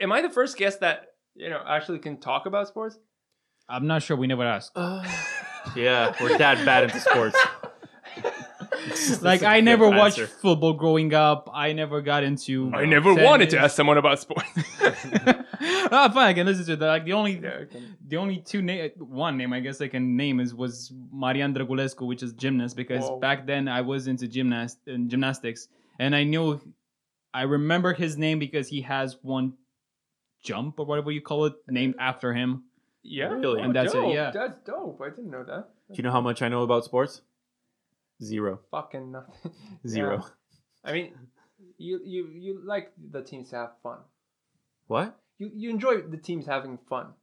Speaker 3: Am I the first guest that you know actually can talk about sports?
Speaker 2: I'm not sure. We never asked.
Speaker 1: Uh, <laughs> yeah, we're that bad into
Speaker 2: <laughs>
Speaker 1: sports. That's
Speaker 2: Like
Speaker 1: a
Speaker 2: I
Speaker 1: good
Speaker 2: never watched
Speaker 1: answer.
Speaker 2: football growing up. I never got into.
Speaker 1: I <laughs>
Speaker 2: tennis.
Speaker 3: someone about sports.
Speaker 2: <laughs> Ah, fine. I can listen to that. Like the only,
Speaker 3: Yeah, okay.
Speaker 2: the only two name, one name I guess I can name is was Marian Dragulescu, which is gymnast. Because
Speaker 3: Whoa.
Speaker 2: back then I was into gymnast and gymnastics, and I knew, I remember his name because he has one jump or whatever you call it named after him.
Speaker 3: yeah,
Speaker 1: Really?
Speaker 3: oh,
Speaker 2: And that's it,
Speaker 3: dope.
Speaker 2: yeah.
Speaker 3: that's dope. I didn't know that.
Speaker 1: Do you know how much I know about sports? Zero.
Speaker 2: <laughs>
Speaker 3: fucking nothing.
Speaker 1: Zero.
Speaker 3: Yeah. I mean, you you you like the teams to have fun.
Speaker 1: What?
Speaker 3: You you enjoy the teams having fun.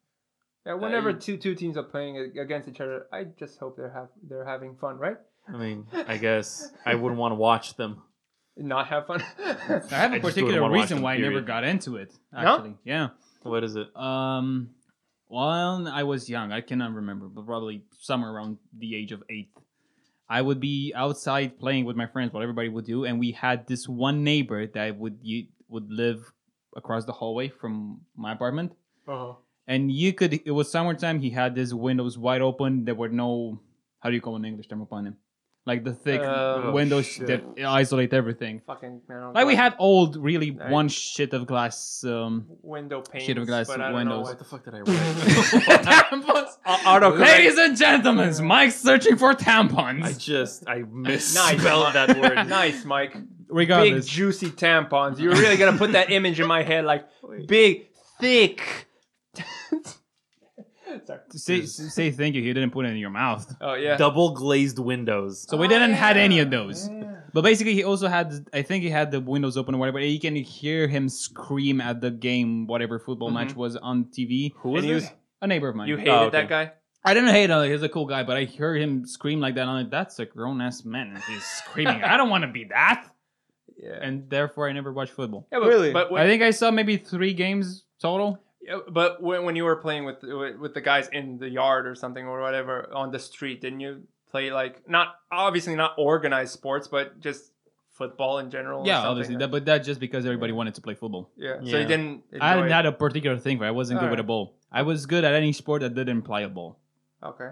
Speaker 3: Yeah, whenever
Speaker 1: Uh,
Speaker 3: two two teams are playing a- against each other, I just hope they're have they're having fun, right?
Speaker 1: I mean, I guess I wouldn't want to watch them.
Speaker 3: Not have fun.
Speaker 2: I have a
Speaker 1: I just wouldn't
Speaker 2: particular
Speaker 1: wanna watch
Speaker 2: reason
Speaker 1: them,
Speaker 2: why I never
Speaker 1: period.
Speaker 2: got into it.
Speaker 3: No?
Speaker 2: Actually, yeah.
Speaker 1: What is it?
Speaker 2: Um, well, I was young. I cannot remember, but probably somewhere around the age of eight. I would be outside playing with my friends, what everybody would do, and we had this one neighbor that would you would live across the hallway from my apartment,
Speaker 3: <laughs> oh.
Speaker 2: and you could. It was summertime. He had his windows wide open. There were no how do you call an English term upon him, like the thick
Speaker 3: Um,
Speaker 2: windows
Speaker 1: Oh, shit.
Speaker 2: that isolate everything.
Speaker 3: Fucking. I don't
Speaker 2: Like we
Speaker 3: know.
Speaker 2: had old, really
Speaker 3: Like-
Speaker 2: one shit of glass. Um,
Speaker 3: <laughs>
Speaker 2: <laughs>
Speaker 3: window panes.
Speaker 2: Should've glassed
Speaker 3: but I don't
Speaker 2: windows.
Speaker 3: Know
Speaker 1: What the fuck
Speaker 2: <laughs>
Speaker 1: did I
Speaker 3: what-
Speaker 1: write?
Speaker 3: Auto-
Speaker 2: Ladies and gentlemen, Mike's searching for tampons.
Speaker 1: I just I
Speaker 3: Nice,
Speaker 1: misspelled that
Speaker 3: Mi-
Speaker 1: word.
Speaker 4: <laughs>
Speaker 3: Nice, Mike. Big
Speaker 2: Regardless,
Speaker 3: juicy tampons. You're really gonna put that image in my head,
Speaker 2: <laughs>
Speaker 3: like big, thick. Sorry.
Speaker 2: say, say thank you. He didn't put it in your mouth.
Speaker 3: Oh yeah.
Speaker 1: Double glazed windows.
Speaker 2: So we didn't had any of those. But basically, he also had. I think he had the windows open or whatever. and You can hear him scream at the game, whatever football match was on TV.
Speaker 1: Who is
Speaker 3: And you-
Speaker 1: this?
Speaker 2: A neighbor of mine.
Speaker 3: You hated
Speaker 1: okay.
Speaker 3: that guy.
Speaker 2: I didn't hate him. He's a cool guy, but I heard him scream like that. and I'm like, that's a grown ass man. and He's screaming. I don't want to be that.
Speaker 3: Yeah.
Speaker 2: And therefore, I never watched football.
Speaker 3: yeah but,
Speaker 1: Really?
Speaker 3: But
Speaker 2: I
Speaker 3: when,
Speaker 2: think I saw maybe three games total.
Speaker 3: yeah, but when, when you were playing with with the guys in the yard or something or whatever on the street, didn't you play like not obviously not organized sports, but just football in general? or
Speaker 2: Yeah,
Speaker 3: something?
Speaker 2: obviously, that, but that just because everybody wanted to play football.
Speaker 3: Yeah. So
Speaker 1: Yeah.
Speaker 3: you didn't.
Speaker 2: I
Speaker 3: enjoy
Speaker 2: didn't
Speaker 3: it.
Speaker 2: have a particular thing for. it. I wasn't good with a
Speaker 3: Alright.
Speaker 2: ball. I was good at any sport that didn't play a ball.
Speaker 3: Okay.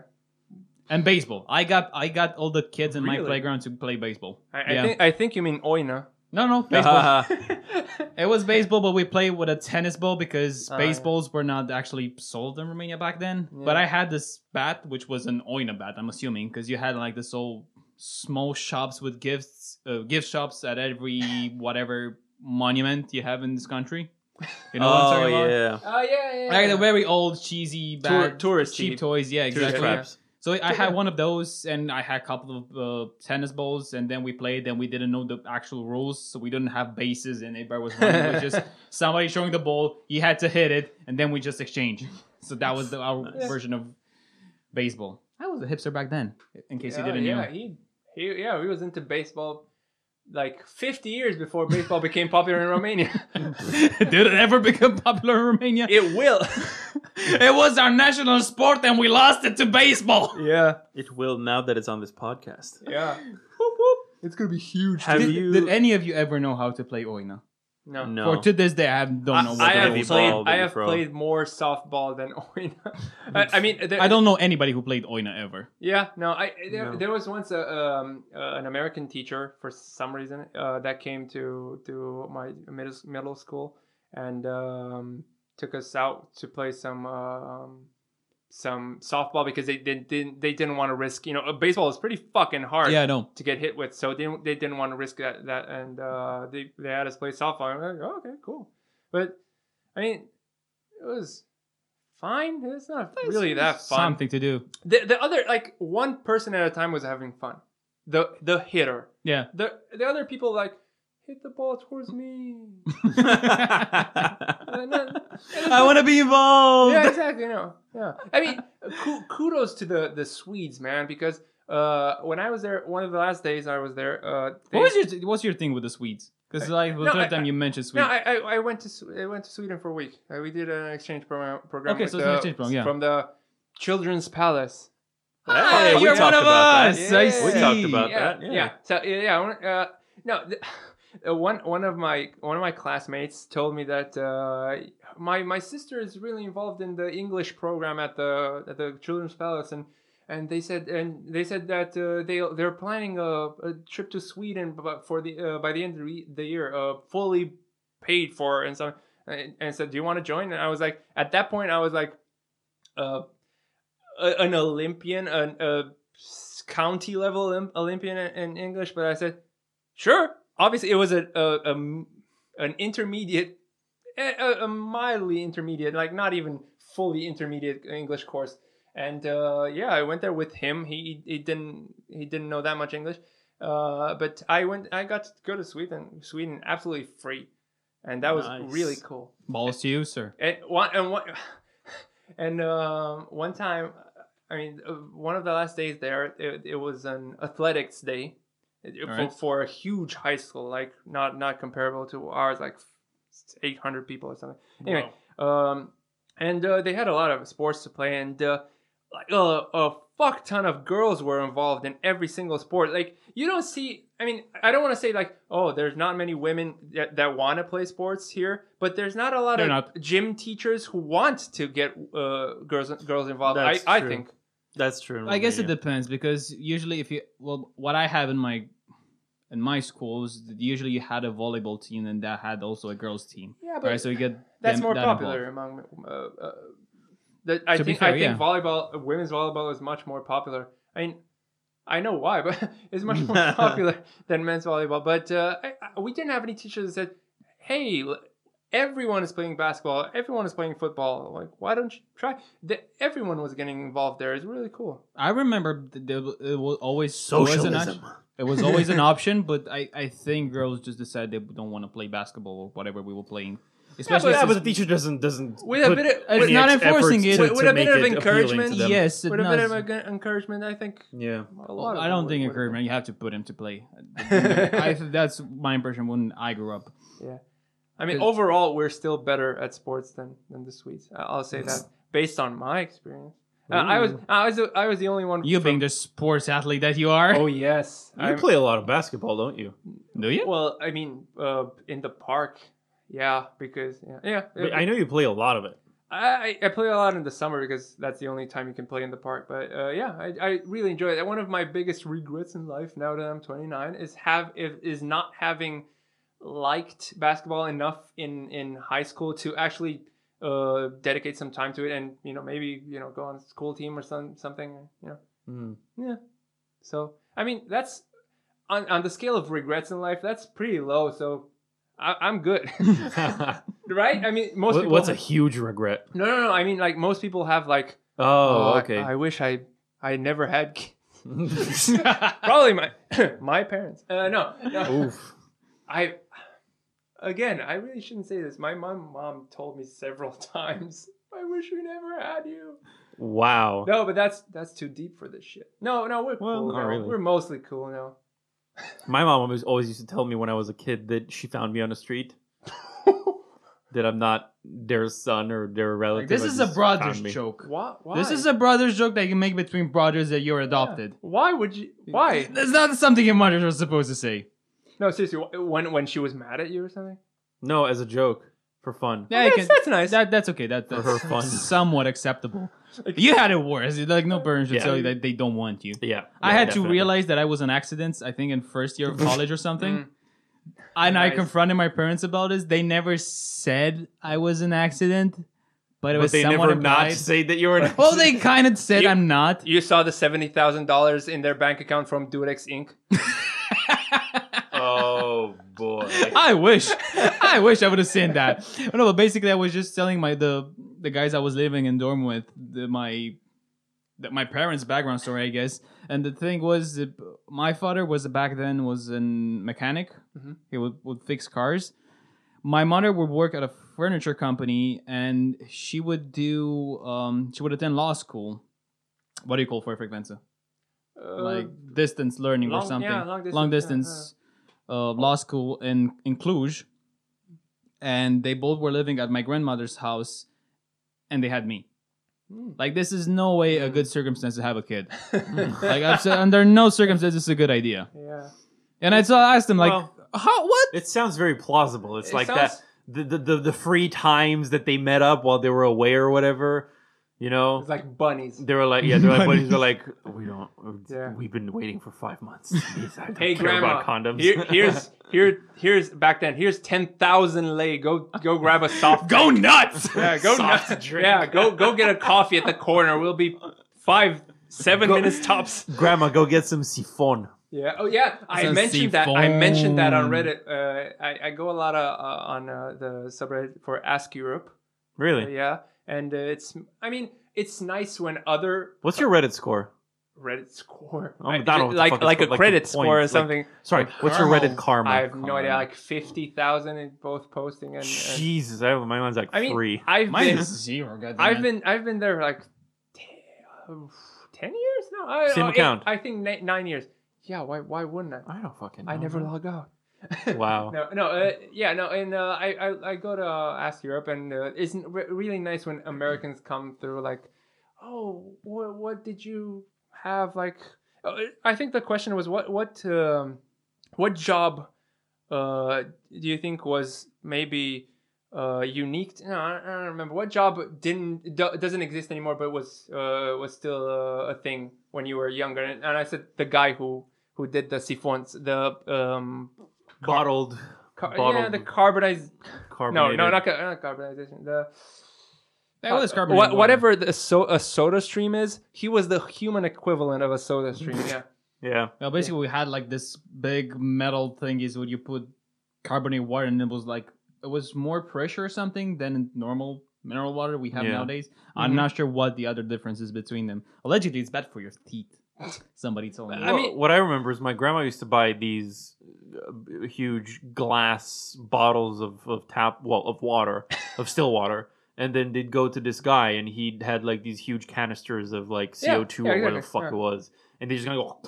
Speaker 2: And baseball. I got I got all the kids in my
Speaker 3: Really?
Speaker 2: playground to play baseball.
Speaker 3: I, I
Speaker 2: yeah.
Speaker 3: think I think you mean Oina.
Speaker 2: no, no, baseball.
Speaker 1: Oh,
Speaker 3: yeah.
Speaker 2: it was baseball, but we played with a tennis ball because
Speaker 3: Oh, yeah.
Speaker 2: baseballs were not actually sold in Romania back then.
Speaker 3: Yeah.
Speaker 2: But I had this bat, which was an oina bat, I'm assuming, because you had like this old small shops with gifts, uh, gift shops at
Speaker 3: <laughs>
Speaker 2: every whatever monument you have in this country. <laughs> You know what I'm
Speaker 1: oh
Speaker 2: talking about?
Speaker 1: yeah.
Speaker 3: Oh yeah, yeah.
Speaker 2: Like the very old cheesy
Speaker 3: Tour-
Speaker 2: bad
Speaker 3: touristy.
Speaker 2: cheap toys, yeah,
Speaker 1: Tourist
Speaker 2: exactly.
Speaker 1: traps.
Speaker 2: So I had one of those, and I had a couple of uh, tennis balls, and then we played, and we didn't know the actual rules, so we didn't have bases, and everybody was running. it was just somebody showing the ball, you had to hit it, and then we just exchange. So that was the, our
Speaker 1: Nice.
Speaker 2: version of baseball. I was a hipster back then, in case
Speaker 3: yeah,
Speaker 2: you didn't
Speaker 3: yeah,
Speaker 2: know.
Speaker 3: He, he, yeah, he was into baseball like 50 years before baseball became popular
Speaker 2: <laughs>
Speaker 3: in Romania.
Speaker 2: Did it ever become popular in Romania?
Speaker 3: It will.
Speaker 2: it was our national sport, and we lost it to baseball.
Speaker 3: <laughs> yeah,
Speaker 1: It will now that it's on this podcast.
Speaker 3: yeah. It's gonna be huge.
Speaker 1: Have
Speaker 2: Did,
Speaker 1: you?
Speaker 2: did any of you ever know how to play oina?
Speaker 3: no.
Speaker 1: no.
Speaker 2: <laughs> For to this day, I have, don't know. What
Speaker 3: I, I
Speaker 2: the
Speaker 3: have
Speaker 1: Heavy
Speaker 2: rules
Speaker 3: played.
Speaker 1: ball,
Speaker 3: I
Speaker 1: baby
Speaker 3: have
Speaker 1: pro.
Speaker 3: played more softball than <laughs> Oina. I, I mean, there,
Speaker 2: I don't know anybody who played Oina ever.
Speaker 3: Yeah, no. I there,
Speaker 1: No.
Speaker 3: there was once a um, uh, an American teacher for some reason uh, that came to to my middle middle school and um, took us out to play some um, some softball because they didn't didn't they didn't want to risk you know uh, baseball is pretty fucking hard
Speaker 2: Yeah, I know.
Speaker 3: to get hit with so they didn't, they didn't want to risk that that and uh, they they had us play softball and we're like oh, okay cool but I mean it was fine it's not really that fun
Speaker 2: Something to
Speaker 3: <laughs>
Speaker 2: do.
Speaker 3: the the other like one person at a time was having fun. The the hitter.
Speaker 2: Yeah.
Speaker 3: The the other people like hit the ball towards
Speaker 2: <laughs>
Speaker 3: me.
Speaker 1: I
Speaker 3: And then-
Speaker 1: want to be
Speaker 2: Oh,
Speaker 1: involved.
Speaker 3: yeah, exactly. No. Yeah. I mean, ku- kudos to the the Swedes, man, because uh when I was there, one of the last days I was there, uh they-
Speaker 2: What was your What's your thing with the Swedes? Because like the
Speaker 3: No,
Speaker 2: third
Speaker 3: I-
Speaker 2: time you mentioned
Speaker 3: no,
Speaker 2: Swedes.
Speaker 3: I, I I went to Sw- I went to Sweden for a week. Uh, we did an exchange program. program
Speaker 2: Okay,
Speaker 3: with
Speaker 2: so it's an
Speaker 3: the-
Speaker 2: exchange program, yeah.
Speaker 3: from the Children's Palace.
Speaker 1: Hey, we
Speaker 2: Oh, you're
Speaker 1: talked
Speaker 2: one of
Speaker 1: about
Speaker 2: us.
Speaker 1: that.
Speaker 2: I
Speaker 3: Yeah.
Speaker 2: see.
Speaker 1: We talked about
Speaker 3: yeah,
Speaker 1: that.
Speaker 3: Yeah. So yeah, yeah, I wanna- uh, no, the, <sighs> uh, one one of my one of my classmates told me that uh, my my sister is really involved in the English program at the at the Children's Palace and. And they said, and they said that uh, they they're planning a, a trip to Sweden, but for the uh, by the end of the re- the year, uh, fully paid for and so and, and said, "Do you want to join?" And I was like, at that point, I was like, uh, a- an Olympian, an, a s- county level Olymp- Olympian in in English, but I said, "Sure." Obviously, it was a, a, a m- an intermediate, a, a- a mildly intermediate, like not even fully intermediate English course. And uh, yeah, I went there with him. He he didn't he didn't know that much English, uh, but I went. I got to go to Sweden, Sweden absolutely free, and that was
Speaker 1: Nice.
Speaker 3: really cool. <sighs>
Speaker 2: Balls to you, sir.
Speaker 3: And one and one and um, one time I mean, uh, one of the last days there, it, it was an athletics day it- it- for,
Speaker 2: All right.
Speaker 3: for a huge high school, like not not comparable to ours, like 800 people or something. Anyway, um, and uh, they had a lot of sports to play, and uh, like uh, a fuck ton of girls were involved in every single sport. Like you don't see. I mean, I don't want to say like, oh, there's not many women that, that want to play sports here, but there's not a lot
Speaker 2: They're
Speaker 3: of
Speaker 2: not.
Speaker 3: gym teachers who want to get uh, girls girls involved.
Speaker 4: That's
Speaker 3: I, I
Speaker 4: true.
Speaker 3: think
Speaker 4: That's true. in
Speaker 2: I guess it
Speaker 4: Romania.
Speaker 2: depends because usually if you well, what I have in my in my schools, usually you had a volleyball team and that had also a girls team.
Speaker 3: yeah,
Speaker 2: Right, so you get
Speaker 3: that's
Speaker 2: them-
Speaker 3: more
Speaker 2: that
Speaker 3: popular
Speaker 2: involved.
Speaker 3: among. Uh, uh, that I
Speaker 2: To be
Speaker 3: think
Speaker 2: fair,
Speaker 3: I think
Speaker 2: yeah.
Speaker 3: volleyball, women's volleyball, is much more popular. I mean, I know why, but <laughs>
Speaker 2: <laughs>
Speaker 3: it's much more popular than men's volleyball. But uh, I, I, we didn't have any teachers that said, "Hey, l- everyone is playing basketball, everyone is playing football. Like, why don't you try?" The, everyone was getting involved there. It's really cool.
Speaker 2: I remember th- there w- it was always it was an
Speaker 1: Socialism.
Speaker 2: op- It was always an option, but I, I think girls just decide they don't want to play basketball or whatever we were playing. Especially
Speaker 4: Yeah,
Speaker 2: since-
Speaker 4: but the teacher doesn't doesn't.
Speaker 3: With a
Speaker 4: put
Speaker 3: bit of-
Speaker 4: any
Speaker 2: It's not
Speaker 4: ex-
Speaker 2: enforcing
Speaker 4: efforts
Speaker 2: it.
Speaker 4: to-
Speaker 3: With
Speaker 4: to
Speaker 3: a bit
Speaker 4: make it
Speaker 3: of
Speaker 4: appealing to
Speaker 3: encouragement,
Speaker 4: them.
Speaker 2: yes, it
Speaker 3: With a bit
Speaker 2: does.
Speaker 3: of enc- encouragement, I think
Speaker 4: Yeah.
Speaker 3: a lot.
Speaker 2: Well,
Speaker 3: of
Speaker 2: I don't think
Speaker 3: people would-
Speaker 2: encouragement. You have to put him to play.
Speaker 3: <laughs>
Speaker 2: I, that's my impression when I grew up.
Speaker 3: I mean,
Speaker 2: 'Cause-
Speaker 3: overall, we're still better at sports than than the Swedes. I- I'll say that based on my experience. Uh, I was I was I was the only one.
Speaker 2: You
Speaker 3: from-
Speaker 2: being the sports athlete that you
Speaker 3: <laughs>
Speaker 2: are,
Speaker 3: oh yes,
Speaker 4: You play a lot of basketball, don't you?
Speaker 2: do
Speaker 3: <laughs>
Speaker 2: you?
Speaker 3: Well, I mean, uh, in the park, yeah, because yeah, yeah.
Speaker 4: But I know you play a lot of it.
Speaker 3: I, I play a lot in the summer because that's the only time you can play in the park. But uh, yeah, I, I really enjoy it. One of my biggest regrets in life now that I'm 29 is have is is not having liked basketball enough in in high school to actually uh, dedicate some time to it and you know maybe you know go on a school team or some something you know
Speaker 4: <laughs> Mm.
Speaker 3: so I mean that's on on the scale of regrets in life that's pretty low. So I, I'm good, <laughs> right? I mean most
Speaker 4: What-
Speaker 3: people
Speaker 4: what's a huge regret?
Speaker 3: no no no I mean like most people have like
Speaker 4: Oh,
Speaker 3: I-
Speaker 4: okay.
Speaker 3: Uh, I, wish I I never had <laughs> ki-
Speaker 4: <laughs>
Speaker 3: probably my <coughs> my parents. Uh, no, no.
Speaker 4: Oof.
Speaker 3: I again, I really shouldn't say this. My mom mom told me several <laughs> times. I wish we never had you.
Speaker 4: Wow.
Speaker 3: No, but that's that's too deep for this shit. No, no, we're
Speaker 4: Well,
Speaker 3: cool
Speaker 4: not
Speaker 3: now.
Speaker 4: really.
Speaker 3: We're mostly cool now.
Speaker 4: My mom always always used to tell me when I was a kid that she found me on the
Speaker 2: <laughs>
Speaker 4: street. that I'm not their son or their relative.
Speaker 2: this
Speaker 4: I
Speaker 2: is a
Speaker 4: just
Speaker 2: brother's
Speaker 4: found me.
Speaker 2: joke.
Speaker 3: Why? why?
Speaker 2: This is a brother's joke that you make between brothers that you're adopted.
Speaker 3: why would you? Why?
Speaker 2: That's not something your mother was supposed to say.
Speaker 3: No, seriously. wh- When when she was mad at you or something?
Speaker 4: No, as a joke for fun.
Speaker 2: Yeah, I
Speaker 3: That's-
Speaker 2: can-
Speaker 3: that's nice.
Speaker 2: That, that's okay. That, that's
Speaker 4: her fun.
Speaker 2: somewhat acceptable. You had it worse. Like no parents should
Speaker 4: Yeah.
Speaker 2: tell you that they don't want you.
Speaker 4: Yeah.
Speaker 2: I had to
Speaker 4: definitely.
Speaker 2: realize that I was an accident. I think in
Speaker 4: <laughs>
Speaker 2: first year of college or something,
Speaker 3: Mm.
Speaker 2: and I
Speaker 3: Nice.
Speaker 2: confronted my parents about this. They never said I was an accident, but it
Speaker 4: But
Speaker 2: was
Speaker 4: they
Speaker 2: somewhat
Speaker 4: never
Speaker 2: implied.
Speaker 4: not say that you're
Speaker 2: <laughs>
Speaker 4: an. <laughs>
Speaker 2: well, they kind of said
Speaker 3: You-
Speaker 2: I'm not.
Speaker 3: You saw the seventy thousand dollars in their bank account from Durex Inc.
Speaker 4: oh boy.
Speaker 2: <laughs> I wish, I wish I would have seen that. No, but basically, I was just telling my the the guys I was living in dorm with the, my the, my parents' background story, I guess. And the thing was, that my father was back then was a mechanic.
Speaker 3: Mhm.
Speaker 2: He would, would fix cars. My mother would work at a furniture company, and she would do um, she would attend law school. What do you call for frequenza?
Speaker 3: Uh,
Speaker 2: like distance learning or
Speaker 3: long-
Speaker 2: something.
Speaker 3: yeah,
Speaker 2: long
Speaker 3: long
Speaker 2: distance,
Speaker 3: distance,
Speaker 2: uh, law school in, in Cluj. And they both were living at my grandmother's house and they had me.
Speaker 3: Hmm.
Speaker 2: Like, this is no way a good circumstance to have a
Speaker 3: <laughs>
Speaker 2: kid.
Speaker 3: Uh, mm.
Speaker 2: Like, I've said, under no circumstances, it's a good idea.
Speaker 3: yeah.
Speaker 2: And I so I asked him, like,
Speaker 4: Well,
Speaker 2: how, what?
Speaker 4: it sounds very plausible. It's
Speaker 3: It
Speaker 4: like
Speaker 3: sounds-
Speaker 4: that the, the the the free times that they met up while they were away or whatever. You know,
Speaker 3: It's like bunnies.
Speaker 4: they were like, yeah, they were like,
Speaker 2: Money.
Speaker 4: buddies were like, we don't,
Speaker 3: Yeah.
Speaker 4: we've been waiting for five <laughs> months. Jeez, I don't
Speaker 3: Hey,
Speaker 4: care
Speaker 3: grandma.
Speaker 4: about condoms.
Speaker 3: Here,
Speaker 4: <laughs>
Speaker 3: here's here here's back then. Here's ten thousand lei. Go go grab a soft.
Speaker 2: Go nuts!
Speaker 3: <laughs> yeah, go
Speaker 4: soft
Speaker 3: nuts.
Speaker 4: drink.
Speaker 3: Yeah, go go get a coffee at the corner. We'll be five seven
Speaker 4: Go-
Speaker 3: minutes tops.
Speaker 4: grandma, go get some siphon.
Speaker 3: Yeah. Oh yeah. I
Speaker 2: Some
Speaker 3: mentioned that. I mentioned that on
Speaker 2: seafoam.
Speaker 3: Reddit. Uh, I, I go a lot uh, uh, on uh, the subreddit for Ask Europe.
Speaker 4: Really?
Speaker 3: Yeah, and uh, it's. I mean, it's nice when other
Speaker 4: What's your Reddit score?
Speaker 3: Reddit score,
Speaker 4: Oh, I don't know what the
Speaker 3: like
Speaker 4: fuck it's
Speaker 3: like a
Speaker 4: called, like
Speaker 3: credit
Speaker 4: the
Speaker 3: score or
Speaker 4: points, like-
Speaker 3: something.
Speaker 4: Sorry, what's your
Speaker 2: Karma.
Speaker 4: Reddit karma?
Speaker 3: I have no idea.
Speaker 4: Karma.
Speaker 3: Like fifty thousand in both posting and. and
Speaker 4: Jesus, I, my mine's like
Speaker 3: I mean,
Speaker 4: three.
Speaker 3: I've
Speaker 2: Mine
Speaker 3: been,
Speaker 2: is zero, goddamn
Speaker 3: I've
Speaker 2: it.
Speaker 3: been, I've been there like t- uh, ten years? No, I,
Speaker 1: Same
Speaker 3: oh, eight-
Speaker 1: account.
Speaker 3: I think ni- nine years. Yeah, why? Why wouldn't I?
Speaker 1: I don't fucking. Know,
Speaker 3: I never
Speaker 1: man.
Speaker 3: log out.
Speaker 1: Wow.
Speaker 3: No, no, uh, yeah, no, and uh, I, I, I go to uh, Ask Europe, and uh, it's n- re- really nice when Americans come through, like, oh, what, what did you have? Like, uh, I think the question was, what, what, um, what job, uh, do you think was maybe, uh, unique? To, no, I, I don't remember. What job didn't do, doesn't exist anymore, but was, uh, was still uh, a thing when you were younger? And, and I said the guy who, who did the siphons, the um,
Speaker 1: Bottled.
Speaker 3: Car- yeah,
Speaker 1: Bottled
Speaker 3: the carbonized. No,
Speaker 1: carbonated.
Speaker 3: no, not, ca- not carbonization. The
Speaker 2: That was
Speaker 3: uh,
Speaker 2: carbon.
Speaker 3: wha- whatever the so- a soda stream is, he was the human equivalent of a
Speaker 1: <laughs>
Speaker 3: soda stream. yeah.
Speaker 1: Yeah.
Speaker 2: Well, basically, we had like this big metal thingies where you put carbonated water, and it was like it was more pressure or something than normal mineral water we have
Speaker 1: Yeah.
Speaker 2: nowadays. I'm
Speaker 3: Mhm.
Speaker 2: not sure what the other difference is between them. Allegedly, it's bad for your teeth.
Speaker 3: <laughs>
Speaker 2: Somebody told me.
Speaker 3: I
Speaker 1: I
Speaker 3: mean-
Speaker 1: mean, what I remember is my grandma used to buy these uh, huge glass bottles of, of tap, well, of water,
Speaker 3: <laughs>
Speaker 1: of still water, and then they'd go to this guy, and he had like these huge canisters of like
Speaker 3: Yeah,
Speaker 1: CO two
Speaker 3: yeah,
Speaker 1: or whatever the
Speaker 3: exactly,
Speaker 1: fuck
Speaker 3: yeah.
Speaker 1: it was, and they just gonna go,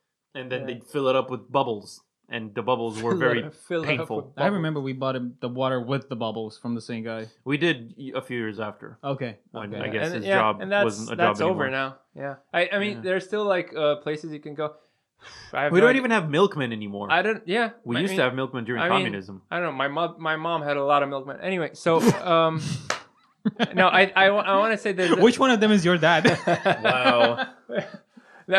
Speaker 1: <laughs> and then they'd fill it up with bubbles, and the bubbles
Speaker 3: <laughs>
Speaker 1: were very.
Speaker 3: Fill it up
Speaker 1: painful.
Speaker 3: with
Speaker 2: I
Speaker 3: bubbles.
Speaker 2: remember we bought him the water with the bubbles from the same guy.
Speaker 1: We did a few years after.
Speaker 2: Okay.
Speaker 1: When
Speaker 2: okay.
Speaker 1: I guess
Speaker 3: and,
Speaker 1: his
Speaker 3: yeah,
Speaker 1: job
Speaker 3: and that's,
Speaker 1: wasn't a
Speaker 3: that's
Speaker 1: job
Speaker 3: over
Speaker 1: anymore.
Speaker 3: now. Yeah, I, I mean,
Speaker 1: Yeah.
Speaker 3: there's still like uh, places you can go. <sighs> I have
Speaker 1: We
Speaker 3: no
Speaker 1: don't
Speaker 3: idea-
Speaker 1: even have milkmen anymore.
Speaker 3: I don't. Yeah,
Speaker 1: we
Speaker 3: I
Speaker 1: used
Speaker 3: mean-
Speaker 1: to have milkmen during
Speaker 3: I mean-
Speaker 1: communism.
Speaker 3: I don't know. My mom, my mom had a lot of milkmen. Anyway,
Speaker 1: <laughs>
Speaker 3: so um, no, I, I, want to say that
Speaker 2: <laughs>
Speaker 3: <laughs>
Speaker 2: Which one of them is your dad?
Speaker 1: <laughs> Wow.
Speaker 3: <laughs>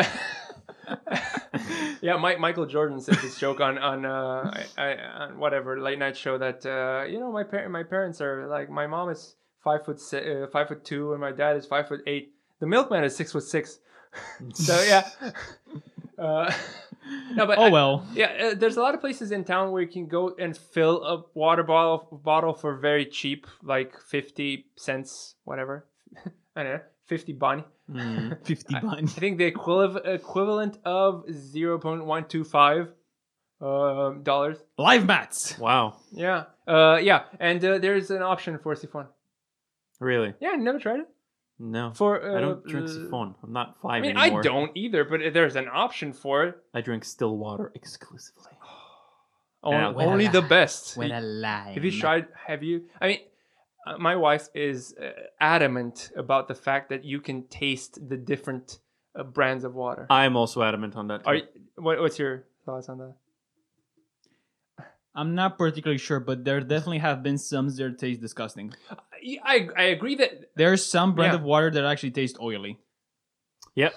Speaker 3: yeah, Mike, Michael Jordan said this joke on on uh, I, I, on whatever late night show that uh, you know my par- my parents are like my mom is five foot si- uh, five foot two and my dad is five foot eight. The milkman is six foot six. <laughs> so yeah, <laughs> uh, no, but
Speaker 2: <laughs>
Speaker 3: I-
Speaker 2: oh well.
Speaker 3: yeah, uh, there's a lot of places in town where you can go and fill a water bottle bottle for very cheap, like fifty cents, whatever. <laughs> I don't know, fifty bun.
Speaker 1: Mm.
Speaker 2: <laughs> Fifty bun.
Speaker 3: I think the equiv- equivalent of zero point one two five um, dollars.
Speaker 2: Live mats.
Speaker 1: Wow.
Speaker 3: Yeah, uh, yeah, and uh, there's an option for siphon.
Speaker 1: Really?
Speaker 3: Yeah, never tried it.
Speaker 1: No.
Speaker 3: For uh,
Speaker 1: I don't drink
Speaker 3: uh,
Speaker 1: siphon. I'm not five
Speaker 3: I mean,
Speaker 1: anymore.
Speaker 3: I don't either, but there's an option for it.
Speaker 1: I drink still water exclusively.
Speaker 3: Only,
Speaker 1: Yeah, well,
Speaker 3: only the best.
Speaker 2: alive.
Speaker 3: Have you tried? Have you? I mean, uh, my wife is uh, adamant about the fact that you can taste the different uh, brands of water.
Speaker 1: I'm also adamant on that.
Speaker 3: Are you, what, what's your thoughts on that?
Speaker 2: I'm not particularly sure, but there definitely have been some that taste disgusting.
Speaker 3: I I, I agree that
Speaker 2: There's some brand
Speaker 3: Yeah.
Speaker 2: of water that actually tastes oily.
Speaker 1: Yep.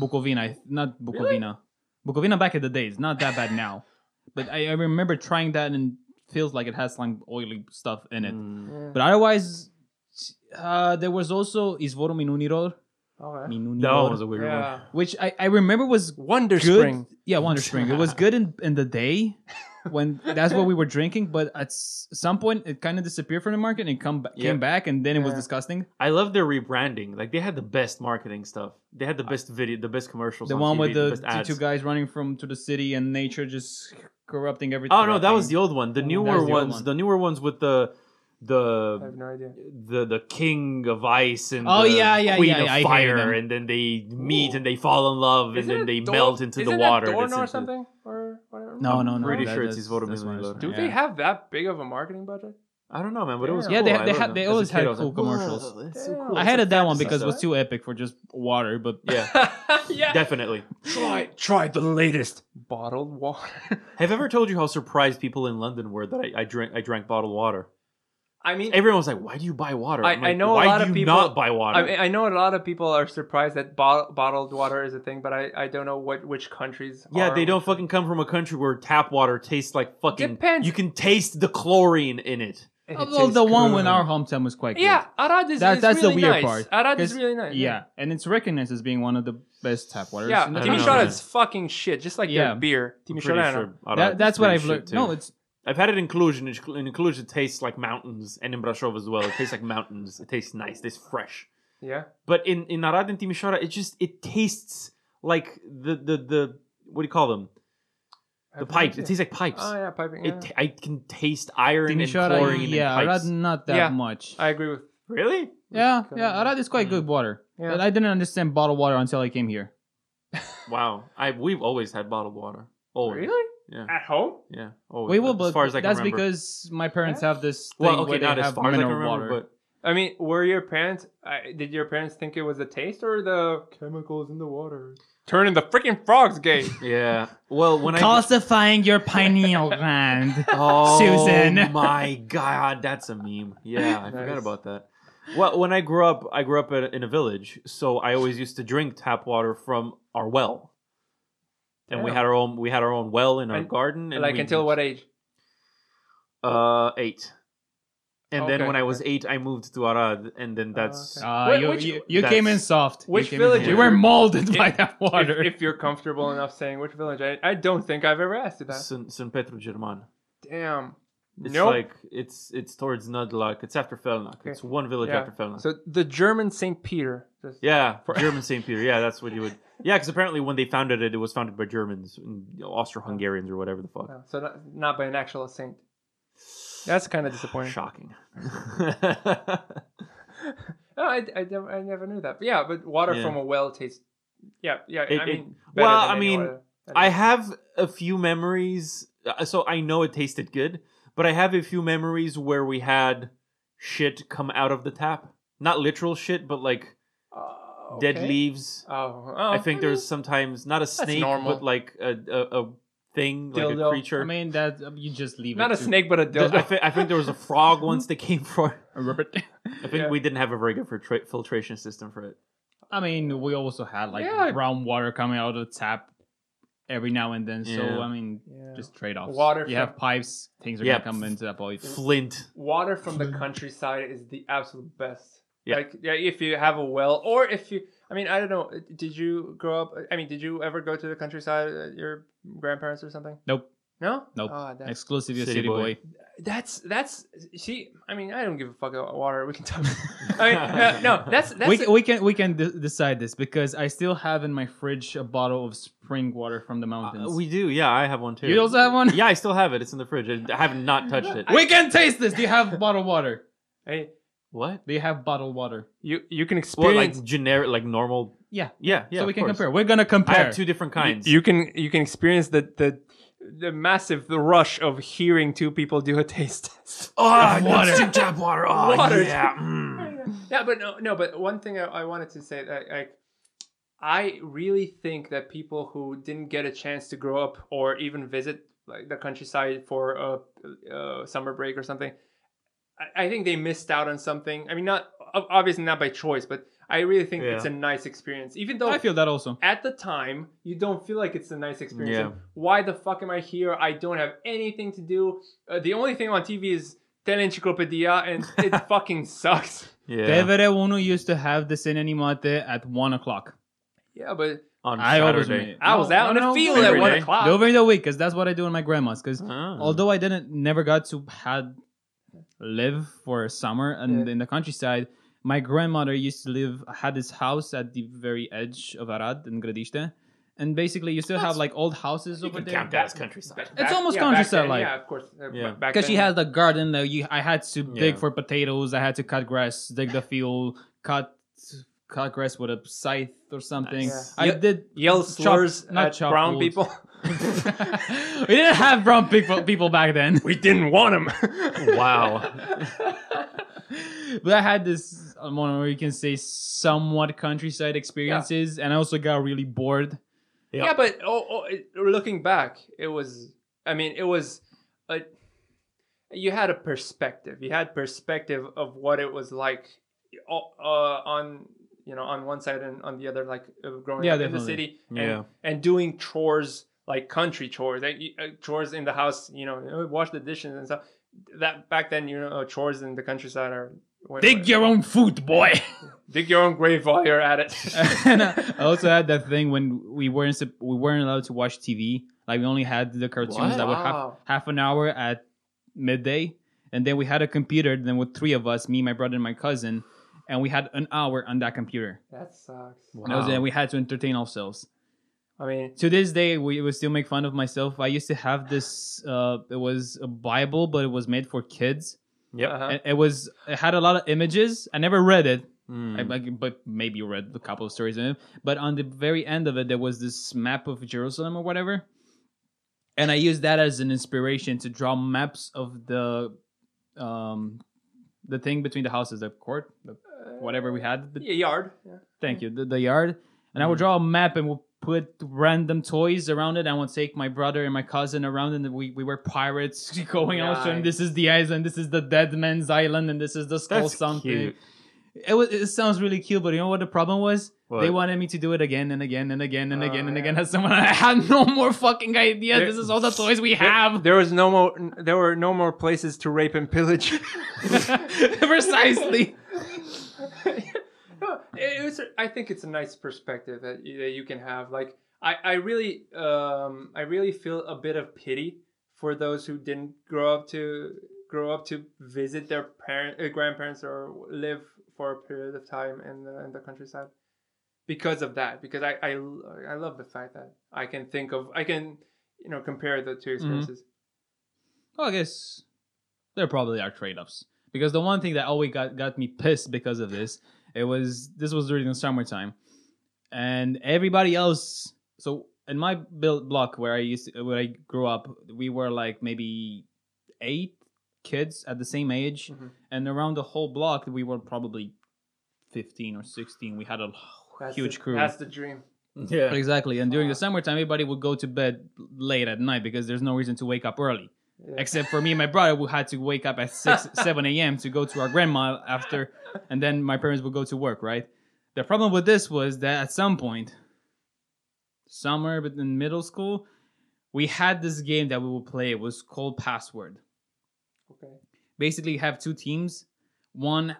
Speaker 2: Bukovina, I- not Bukovina. Bukovina back in the day. It's not that bad now. <laughs> but I, I remember trying that and feels like it has like oily stuff in it.
Speaker 1: Mm.
Speaker 2: But otherwise, uh, there was also Isvoro Minuniror.
Speaker 3: okay.
Speaker 1: That one was
Speaker 2: Minuniror.
Speaker 1: a weird
Speaker 3: yeah.
Speaker 1: one.
Speaker 2: Which I, I remember was
Speaker 3: Wonder
Speaker 2: good.
Speaker 3: Spring.
Speaker 2: Yeah, Wonder Spring. It was good in, in the
Speaker 1: <laughs>
Speaker 2: day when that's what we were drinking, but at s- some point it kind of disappeared from the market and it come ba-
Speaker 1: Yeah.
Speaker 2: came back, and then it was
Speaker 3: Yeah.
Speaker 2: disgusting.
Speaker 1: I love their rebranding. Like they had the best marketing stuff. They had the best video, the best commercials.
Speaker 2: The
Speaker 1: on
Speaker 2: one
Speaker 1: TV,
Speaker 2: with the,
Speaker 1: best
Speaker 2: the
Speaker 1: ads.
Speaker 2: two guys running from to the city and nature just corrupting everything.
Speaker 1: Oh no, that was the old one. The
Speaker 2: Mm,
Speaker 1: newer
Speaker 2: that was the old
Speaker 1: ones.
Speaker 2: one.
Speaker 1: The newer ones with the
Speaker 3: I have
Speaker 1: the
Speaker 3: no idea.
Speaker 1: the the king of ice and
Speaker 2: Oh,
Speaker 1: the
Speaker 2: yeah, yeah,
Speaker 1: queen
Speaker 2: yeah,
Speaker 1: of
Speaker 2: yeah, I hated
Speaker 1: fire,
Speaker 2: them.
Speaker 1: and then they meet
Speaker 3: Ooh.
Speaker 1: and they fall in love, and
Speaker 3: Isn't it
Speaker 1: then they
Speaker 3: Dor-
Speaker 1: melt into
Speaker 3: isn't
Speaker 1: the
Speaker 3: that
Speaker 1: water. that's
Speaker 3: Dorna or
Speaker 1: into-
Speaker 3: something or whatever.
Speaker 2: no, no, no.
Speaker 1: pretty
Speaker 2: that-
Speaker 1: sure it's
Speaker 2: that's-
Speaker 1: Isvoro
Speaker 2: that's what it
Speaker 1: Minuniror.
Speaker 2: was.
Speaker 3: Do
Speaker 2: yeah.
Speaker 3: they have that big of a marketing budget?
Speaker 1: I don't know, man, but it was
Speaker 2: Yeah, they
Speaker 1: cool. I
Speaker 2: had- they
Speaker 1: loved
Speaker 2: had-
Speaker 1: it.
Speaker 2: they
Speaker 1: As a
Speaker 2: always
Speaker 1: kid,
Speaker 2: had
Speaker 1: I was
Speaker 2: cool
Speaker 1: like,
Speaker 2: commercials.
Speaker 1: "Whoa, that's so
Speaker 3: Yeah.
Speaker 1: cool.
Speaker 2: I
Speaker 1: It's
Speaker 2: had
Speaker 1: a
Speaker 2: it that one
Speaker 1: fantasy
Speaker 2: because it was
Speaker 1: stuff."
Speaker 2: too epic for just water, but
Speaker 1: Yeah,
Speaker 3: <laughs> yeah.
Speaker 1: definitely.
Speaker 3: Try try the latest bottled water.
Speaker 1: Have I ever told you how surprised people in London were that I, I drank I drank bottled water?
Speaker 3: I mean,
Speaker 1: Everyone was like, "Why do you buy water?"
Speaker 3: I-
Speaker 1: I'm like,
Speaker 3: I know a
Speaker 1: Why
Speaker 3: lot
Speaker 1: do
Speaker 3: of
Speaker 1: you
Speaker 3: people-
Speaker 1: not buy water.
Speaker 3: I, mean, I know a lot of people are surprised that bo- bottled water is a thing, but I, I don't know what which countries.
Speaker 1: yeah,
Speaker 3: are.
Speaker 1: they don't fucking come from a country where tap water tastes like fucking.
Speaker 3: Depends.
Speaker 1: You can taste the chlorine in it.
Speaker 3: It
Speaker 2: although
Speaker 3: tastes
Speaker 2: the one in
Speaker 3: good.
Speaker 2: our hometown was quite good.
Speaker 3: Yeah, Arad is,
Speaker 2: That-
Speaker 3: is
Speaker 2: that's the
Speaker 3: really
Speaker 2: weird
Speaker 3: nice.
Speaker 2: part,
Speaker 3: Arad is
Speaker 2: 'cause-
Speaker 3: really nice.
Speaker 2: yeah, and it's recognized as being one of the best tap waters.
Speaker 3: yeah.
Speaker 2: in the
Speaker 1: I
Speaker 3: Timmy
Speaker 1: don't
Speaker 2: country.
Speaker 1: know.
Speaker 3: is fucking shit, just like
Speaker 2: Yeah.
Speaker 3: their beer.
Speaker 1: I'm
Speaker 3: Timmy
Speaker 1: pretty sure I don't know,
Speaker 2: That, that's what
Speaker 1: pretty
Speaker 2: I've
Speaker 1: shit,
Speaker 2: learned.
Speaker 1: too.
Speaker 2: No, it's
Speaker 1: I've had it in Cluj, and in Cluj it tastes like mountains, and in Brasov as well. It tastes like mountains. It tastes nice. It tastes fresh.
Speaker 3: Yeah.
Speaker 1: But in in Arad and Timișoara, it just it tastes like the the the what do you call them? The pipes. It tastes like pipes.
Speaker 3: Oh yeah, piping. Yeah.
Speaker 1: It, I can taste iron and
Speaker 2: Timișoara,
Speaker 1: chlorine
Speaker 2: yeah,
Speaker 1: and
Speaker 2: Arad
Speaker 1: pipes.
Speaker 2: not that
Speaker 3: Yeah.
Speaker 2: much.
Speaker 3: I agree with.
Speaker 1: Really?
Speaker 2: yeah,
Speaker 3: Kinda
Speaker 2: yeah, Arad is quite
Speaker 1: Mm.
Speaker 2: good water.
Speaker 3: Yeah.
Speaker 2: But I didn't understand bottled water until I came here.
Speaker 1: Wow. I we've always had bottled water. Always.
Speaker 3: Really?
Speaker 1: Yeah.
Speaker 3: At home?
Speaker 1: Yeah. Always.
Speaker 2: Wait, well,
Speaker 1: As
Speaker 2: but
Speaker 1: far as I can
Speaker 2: that's
Speaker 1: remember.
Speaker 2: because my parents
Speaker 3: Yeah.
Speaker 2: have this thing
Speaker 1: well, okay,
Speaker 2: where they
Speaker 1: not
Speaker 2: have
Speaker 1: as far as I
Speaker 2: mineral
Speaker 1: can remember,
Speaker 2: water.
Speaker 1: but
Speaker 3: I mean, were your parents? I did your parents think it was the taste or the chemicals in the water turning the freaking frogs gay?
Speaker 1: yeah. Well,
Speaker 2: <laughs>
Speaker 1: when I
Speaker 2: Calcifying
Speaker 3: <laughs>
Speaker 2: your pineal gland.
Speaker 1: Oh,
Speaker 2: Susan.
Speaker 1: my God, that's a meme. Yeah, I forgot
Speaker 3: Nice.
Speaker 1: about that. Well, when I grew up, I grew up at, in a village, so I always used to drink tap water from our well. And we
Speaker 3: Damn.
Speaker 1: had our own we had our own well in our
Speaker 3: And-
Speaker 1: garden. <laughs> And
Speaker 3: like
Speaker 1: we-
Speaker 3: until what age?
Speaker 1: Uh, eight. And then
Speaker 3: Okay. Oh,
Speaker 1: when I was eight, I moved to Arad, and then that's
Speaker 3: okay.
Speaker 2: Ah,
Speaker 3: Wait,
Speaker 2: you,
Speaker 3: which-
Speaker 2: you, you
Speaker 1: that's-
Speaker 2: came in soft. You
Speaker 3: which
Speaker 2: came in soft.
Speaker 1: village
Speaker 2: We
Speaker 1: is-
Speaker 2: were molded by
Speaker 3: if-
Speaker 2: that
Speaker 3: If,
Speaker 2: water.
Speaker 3: if you're comfortable enough saying which village, I, I don't think I've ever asked you that.
Speaker 1: San, San Pedro German.
Speaker 3: Damn.
Speaker 1: It's
Speaker 3: Nope.
Speaker 1: like it's it's towards Nudlak. It's after Felnak.
Speaker 3: Okay.
Speaker 1: It's one village
Speaker 3: Yeah.
Speaker 1: after Felnak.
Speaker 3: So the German Saint Peter. Just-
Speaker 1: Yeah,
Speaker 3: <laughs>
Speaker 1: German St. Peter. Yeah, that's what you would. Yeah, because apparently when they founded it, it was founded by Germans, and Austro-Hungarians, or whatever the fuck.
Speaker 3: Oh, So not, not by an actual saint. That's kind of disappointing.
Speaker 1: Shocking. <laughs>
Speaker 3: No, I, I, never, I never knew that. But yeah, but water
Speaker 1: Yeah.
Speaker 3: from a well tastes. Yeah, yeah.
Speaker 1: It-
Speaker 3: I
Speaker 1: it-
Speaker 3: mean, better
Speaker 1: well,
Speaker 3: than
Speaker 1: I
Speaker 3: any
Speaker 1: mean,
Speaker 3: water.
Speaker 1: I have a few memories, uh, so I know it tasted good, but I have a few memories where we had shit come out of the tap. Not literal shit, but like
Speaker 3: Oh,
Speaker 1: dead
Speaker 3: okay.
Speaker 1: leaves.
Speaker 3: Oh, oh,
Speaker 1: I think
Speaker 3: mean,
Speaker 1: there's sometimes not a snake,
Speaker 3: normal.
Speaker 1: but like a a, a thing, like
Speaker 3: Dildo.
Speaker 1: a creature.
Speaker 2: I mean, that um, you just leave
Speaker 3: not
Speaker 2: it
Speaker 3: a
Speaker 2: to-
Speaker 3: snake, but a
Speaker 1: Th- I,
Speaker 3: dildo.
Speaker 1: thi- I think there was a
Speaker 3: <laughs>
Speaker 1: frog once that came for.
Speaker 2: Robert.
Speaker 1: I think
Speaker 3: Yeah.
Speaker 1: we didn't have a very good filtra- filtration system for it.
Speaker 2: I mean, we also had like
Speaker 3: Yeah.
Speaker 2: brown water coming out of the tap every now and then. So
Speaker 1: Yeah.
Speaker 2: I mean,
Speaker 3: Yeah.
Speaker 2: just trade offs.
Speaker 3: Water
Speaker 2: You
Speaker 3: from-
Speaker 2: have pipes. Things are
Speaker 1: Yeah.
Speaker 2: gonna come into that boy.
Speaker 1: Flint.
Speaker 3: water from the countryside is the absolute best.
Speaker 1: Yeah.
Speaker 3: Like yeah, if you have a well, or if you, I mean, I don't know. Did you grow up? I mean, did you ever go to the countryside at your grandparents or something?
Speaker 2: Nope.
Speaker 3: No.
Speaker 2: Nope.
Speaker 3: Ah, that's,
Speaker 2: Exclusive to
Speaker 1: City
Speaker 2: City, boy. <laughs>
Speaker 1: Boy.
Speaker 3: that's that's. See, I mean, I don't give a fuck about water. We
Speaker 1: <laughs>
Speaker 3: can talk. I mean, uh, no, that's <laughs> that's.
Speaker 2: We, we can we can d- decide this because I still have in my fridge a bottle of spring water from the mountains.
Speaker 1: Uh, we do, yeah. I have one too.
Speaker 2: you also have one.
Speaker 1: <laughs> Yeah, I still have it. It's in the fridge. I have <laughs> not touched it.
Speaker 2: We can taste this. Do you have bottled water?
Speaker 3: hey,
Speaker 1: What?
Speaker 2: Do you have bottled water?
Speaker 3: you you can
Speaker 1: Well,
Speaker 3: experience.
Speaker 1: like generic, like normal.
Speaker 2: Yeah.
Speaker 1: Yeah, yeah.
Speaker 2: so we
Speaker 1: of
Speaker 2: can
Speaker 1: course.
Speaker 2: compare. We're gonna compare.
Speaker 1: I have two different kinds.
Speaker 3: You can you can experience the the the massive rush of hearing two people do a taste <laughs> test.
Speaker 1: oh,
Speaker 2: Water.
Speaker 1: water. tap water. Oh,
Speaker 3: Water.
Speaker 1: yeah. mm.
Speaker 3: yeah, but no, no. But one thing I, I wanted to say that like I really think that people who didn't get a chance to grow up or even visit like the countryside for a, a summer break or something, I, I think they missed out on something. I mean, not ob- obviously not by choice, but I really think
Speaker 1: Yeah.
Speaker 3: it's a nice experience. Even though
Speaker 2: I feel that also.
Speaker 3: at the time you don't feel like it's a nice experience
Speaker 1: Yeah.
Speaker 3: And why the fuck am i here i don't have anything to do uh, the only thing on tv is teleencyclopedia and
Speaker 1: <laughs>
Speaker 3: it fucking sucks
Speaker 1: Yeah.
Speaker 2: Devere Uno used to have the Seneni Mate at one o'clock.
Speaker 3: yeah but
Speaker 1: On
Speaker 2: I always
Speaker 1: Saturday.
Speaker 2: made-
Speaker 3: i was
Speaker 2: No,
Speaker 3: out in
Speaker 2: no,
Speaker 3: the
Speaker 2: no,
Speaker 3: field
Speaker 1: every
Speaker 3: at one
Speaker 1: day.
Speaker 3: o'clock
Speaker 2: During the week, because that's what I do in my grandma's. Because
Speaker 1: Ah.
Speaker 2: although I didn't never got to had live for a summer and
Speaker 3: Yeah.
Speaker 2: in the countryside, my grandmother used to live had this house at the very edge of Arad in Gradiste, and basically you still have like old houses
Speaker 1: you
Speaker 2: over
Speaker 1: can
Speaker 2: there.
Speaker 1: count that as countryside.
Speaker 2: It's almost
Speaker 3: yeah, back
Speaker 2: countryside,
Speaker 3: then,
Speaker 2: like-
Speaker 3: yeah of course uh,
Speaker 1: Yeah.
Speaker 3: b- back
Speaker 2: because she
Speaker 3: then.
Speaker 2: had the garden that you I had to dig
Speaker 1: Yeah.
Speaker 2: for potatoes, I had to cut grass, dig the field, cut cut grass with a scythe or something.
Speaker 3: Nice.
Speaker 2: I
Speaker 3: Yeah. <laughs>
Speaker 2: did <laughs>
Speaker 3: yell
Speaker 2: chop-
Speaker 3: slurs
Speaker 2: not
Speaker 3: at
Speaker 2: chop
Speaker 3: brown
Speaker 2: wood.
Speaker 3: people
Speaker 2: we didn't have brown people people back
Speaker 3: <laughs>
Speaker 2: then.
Speaker 3: <laughs> we didn't want them
Speaker 1: <laughs> Wow.
Speaker 2: but I had this um, one where you can say somewhat countryside experiences, and I also got really bored.
Speaker 1: Yeah.
Speaker 3: Yeah, but oh, oh, it- looking back, it was. I mean, it was. A, you had a perspective. You had perspective of what it was like, o- uh, on you know on one side and on the other, like uh, growing
Speaker 2: Yeah,
Speaker 3: up in the
Speaker 2: definitely.
Speaker 3: city and,
Speaker 1: Yeah.
Speaker 3: and doing chores like country chores, like, you- uh, chores in the house. You know, uh, wash the dishes and stuff. That back then, you know, chores in the countryside are
Speaker 2: Dig your own food, boy.
Speaker 3: dig your own grave while you're at
Speaker 2: <laughs>
Speaker 3: it.
Speaker 2: and
Speaker 3: <laughs>
Speaker 2: I also had that thing when we weren't sup- we weren't allowed to watch TV. Like we only had the
Speaker 1: What?
Speaker 2: cartoons that were half
Speaker 3: Wow.
Speaker 2: half an hour at midday, and then we had a computer. Then with three of us, me, my brother, and my cousin, and we had an hour on that computer.
Speaker 3: that sucks.
Speaker 2: And that was
Speaker 1: Wow.
Speaker 2: it. We had to entertain ourselves.
Speaker 3: I mean,
Speaker 2: to this day we would still make fun of myself i used to have this uh it was a bible but it was made for kids
Speaker 1: Yep.
Speaker 3: uh-huh.
Speaker 2: it, it was it had a lot of images i never read it
Speaker 4: Mm.
Speaker 2: I, I, but maybe you read a couple of stories in it. But on the very end of it, there was this map of Jerusalem or whatever, and I used that as an inspiration to draw maps of the, um, the thing between the houses, the court, the, whatever we had. The,
Speaker 3: Uh, Yeah, yard. Yeah.
Speaker 2: thank you, the, the yard. And I would
Speaker 4: Mm.
Speaker 2: draw a map and we'll put random toys around it. I would take my brother and my cousin around, and we, we were pirates <laughs> going out. And
Speaker 3: Nice.
Speaker 2: this is the island, this is the dead man's island, and this is the skull
Speaker 4: That's
Speaker 2: something
Speaker 4: cute.
Speaker 2: it was it sounds really cute, but you know what the problem was? They
Speaker 4: What?
Speaker 2: wanted me to do it again and again and again and
Speaker 3: Oh,
Speaker 2: again and
Speaker 3: yeah.
Speaker 2: again <laughs> as someone I had no more fucking idea.
Speaker 3: There-
Speaker 2: this is all
Speaker 3: <laughs>
Speaker 2: the toys we
Speaker 3: There-
Speaker 2: have.
Speaker 3: There was no more. There were no more places to rape and pillage. <laughs>
Speaker 2: <laughs> Precisely.
Speaker 3: No, it was, I think it's a nice perspective that you, that you can have. Like I, I really, um, I really feel a bit of pity for those who didn't grow up to grow up to visit their parent, uh, grandparents, or live for a period of time in the in the countryside because of that. Because I, I, I love the fact that I can think of, I can, you know, compare the two experiences.
Speaker 2: Well, I guess there probably are trade offs. Because the one thing that always got, got me pissed because of this, it was this was during the summertime. And everybody else so in my build block where I used to, where I grew up, we were like maybe eight kids at the same age.
Speaker 3: Mhm.
Speaker 2: and around the whole block we were probably 15 or 16 we had a
Speaker 3: That's
Speaker 2: Huge
Speaker 3: the,
Speaker 2: crew.
Speaker 3: That's the dream.
Speaker 1: Yeah.
Speaker 2: exactly and during the summertime everybody would go to bed late at night because there's no reason to wake up early
Speaker 3: Yeah.
Speaker 2: <laughs> except for me and my brother who had to wake up at 6 7 a.m to go to our grandma after and then my parents would go to work right the problem with this was that at some point somewhere but in middle school we had this game that we would play it was called password
Speaker 3: Okay.
Speaker 2: basically you have two teams. One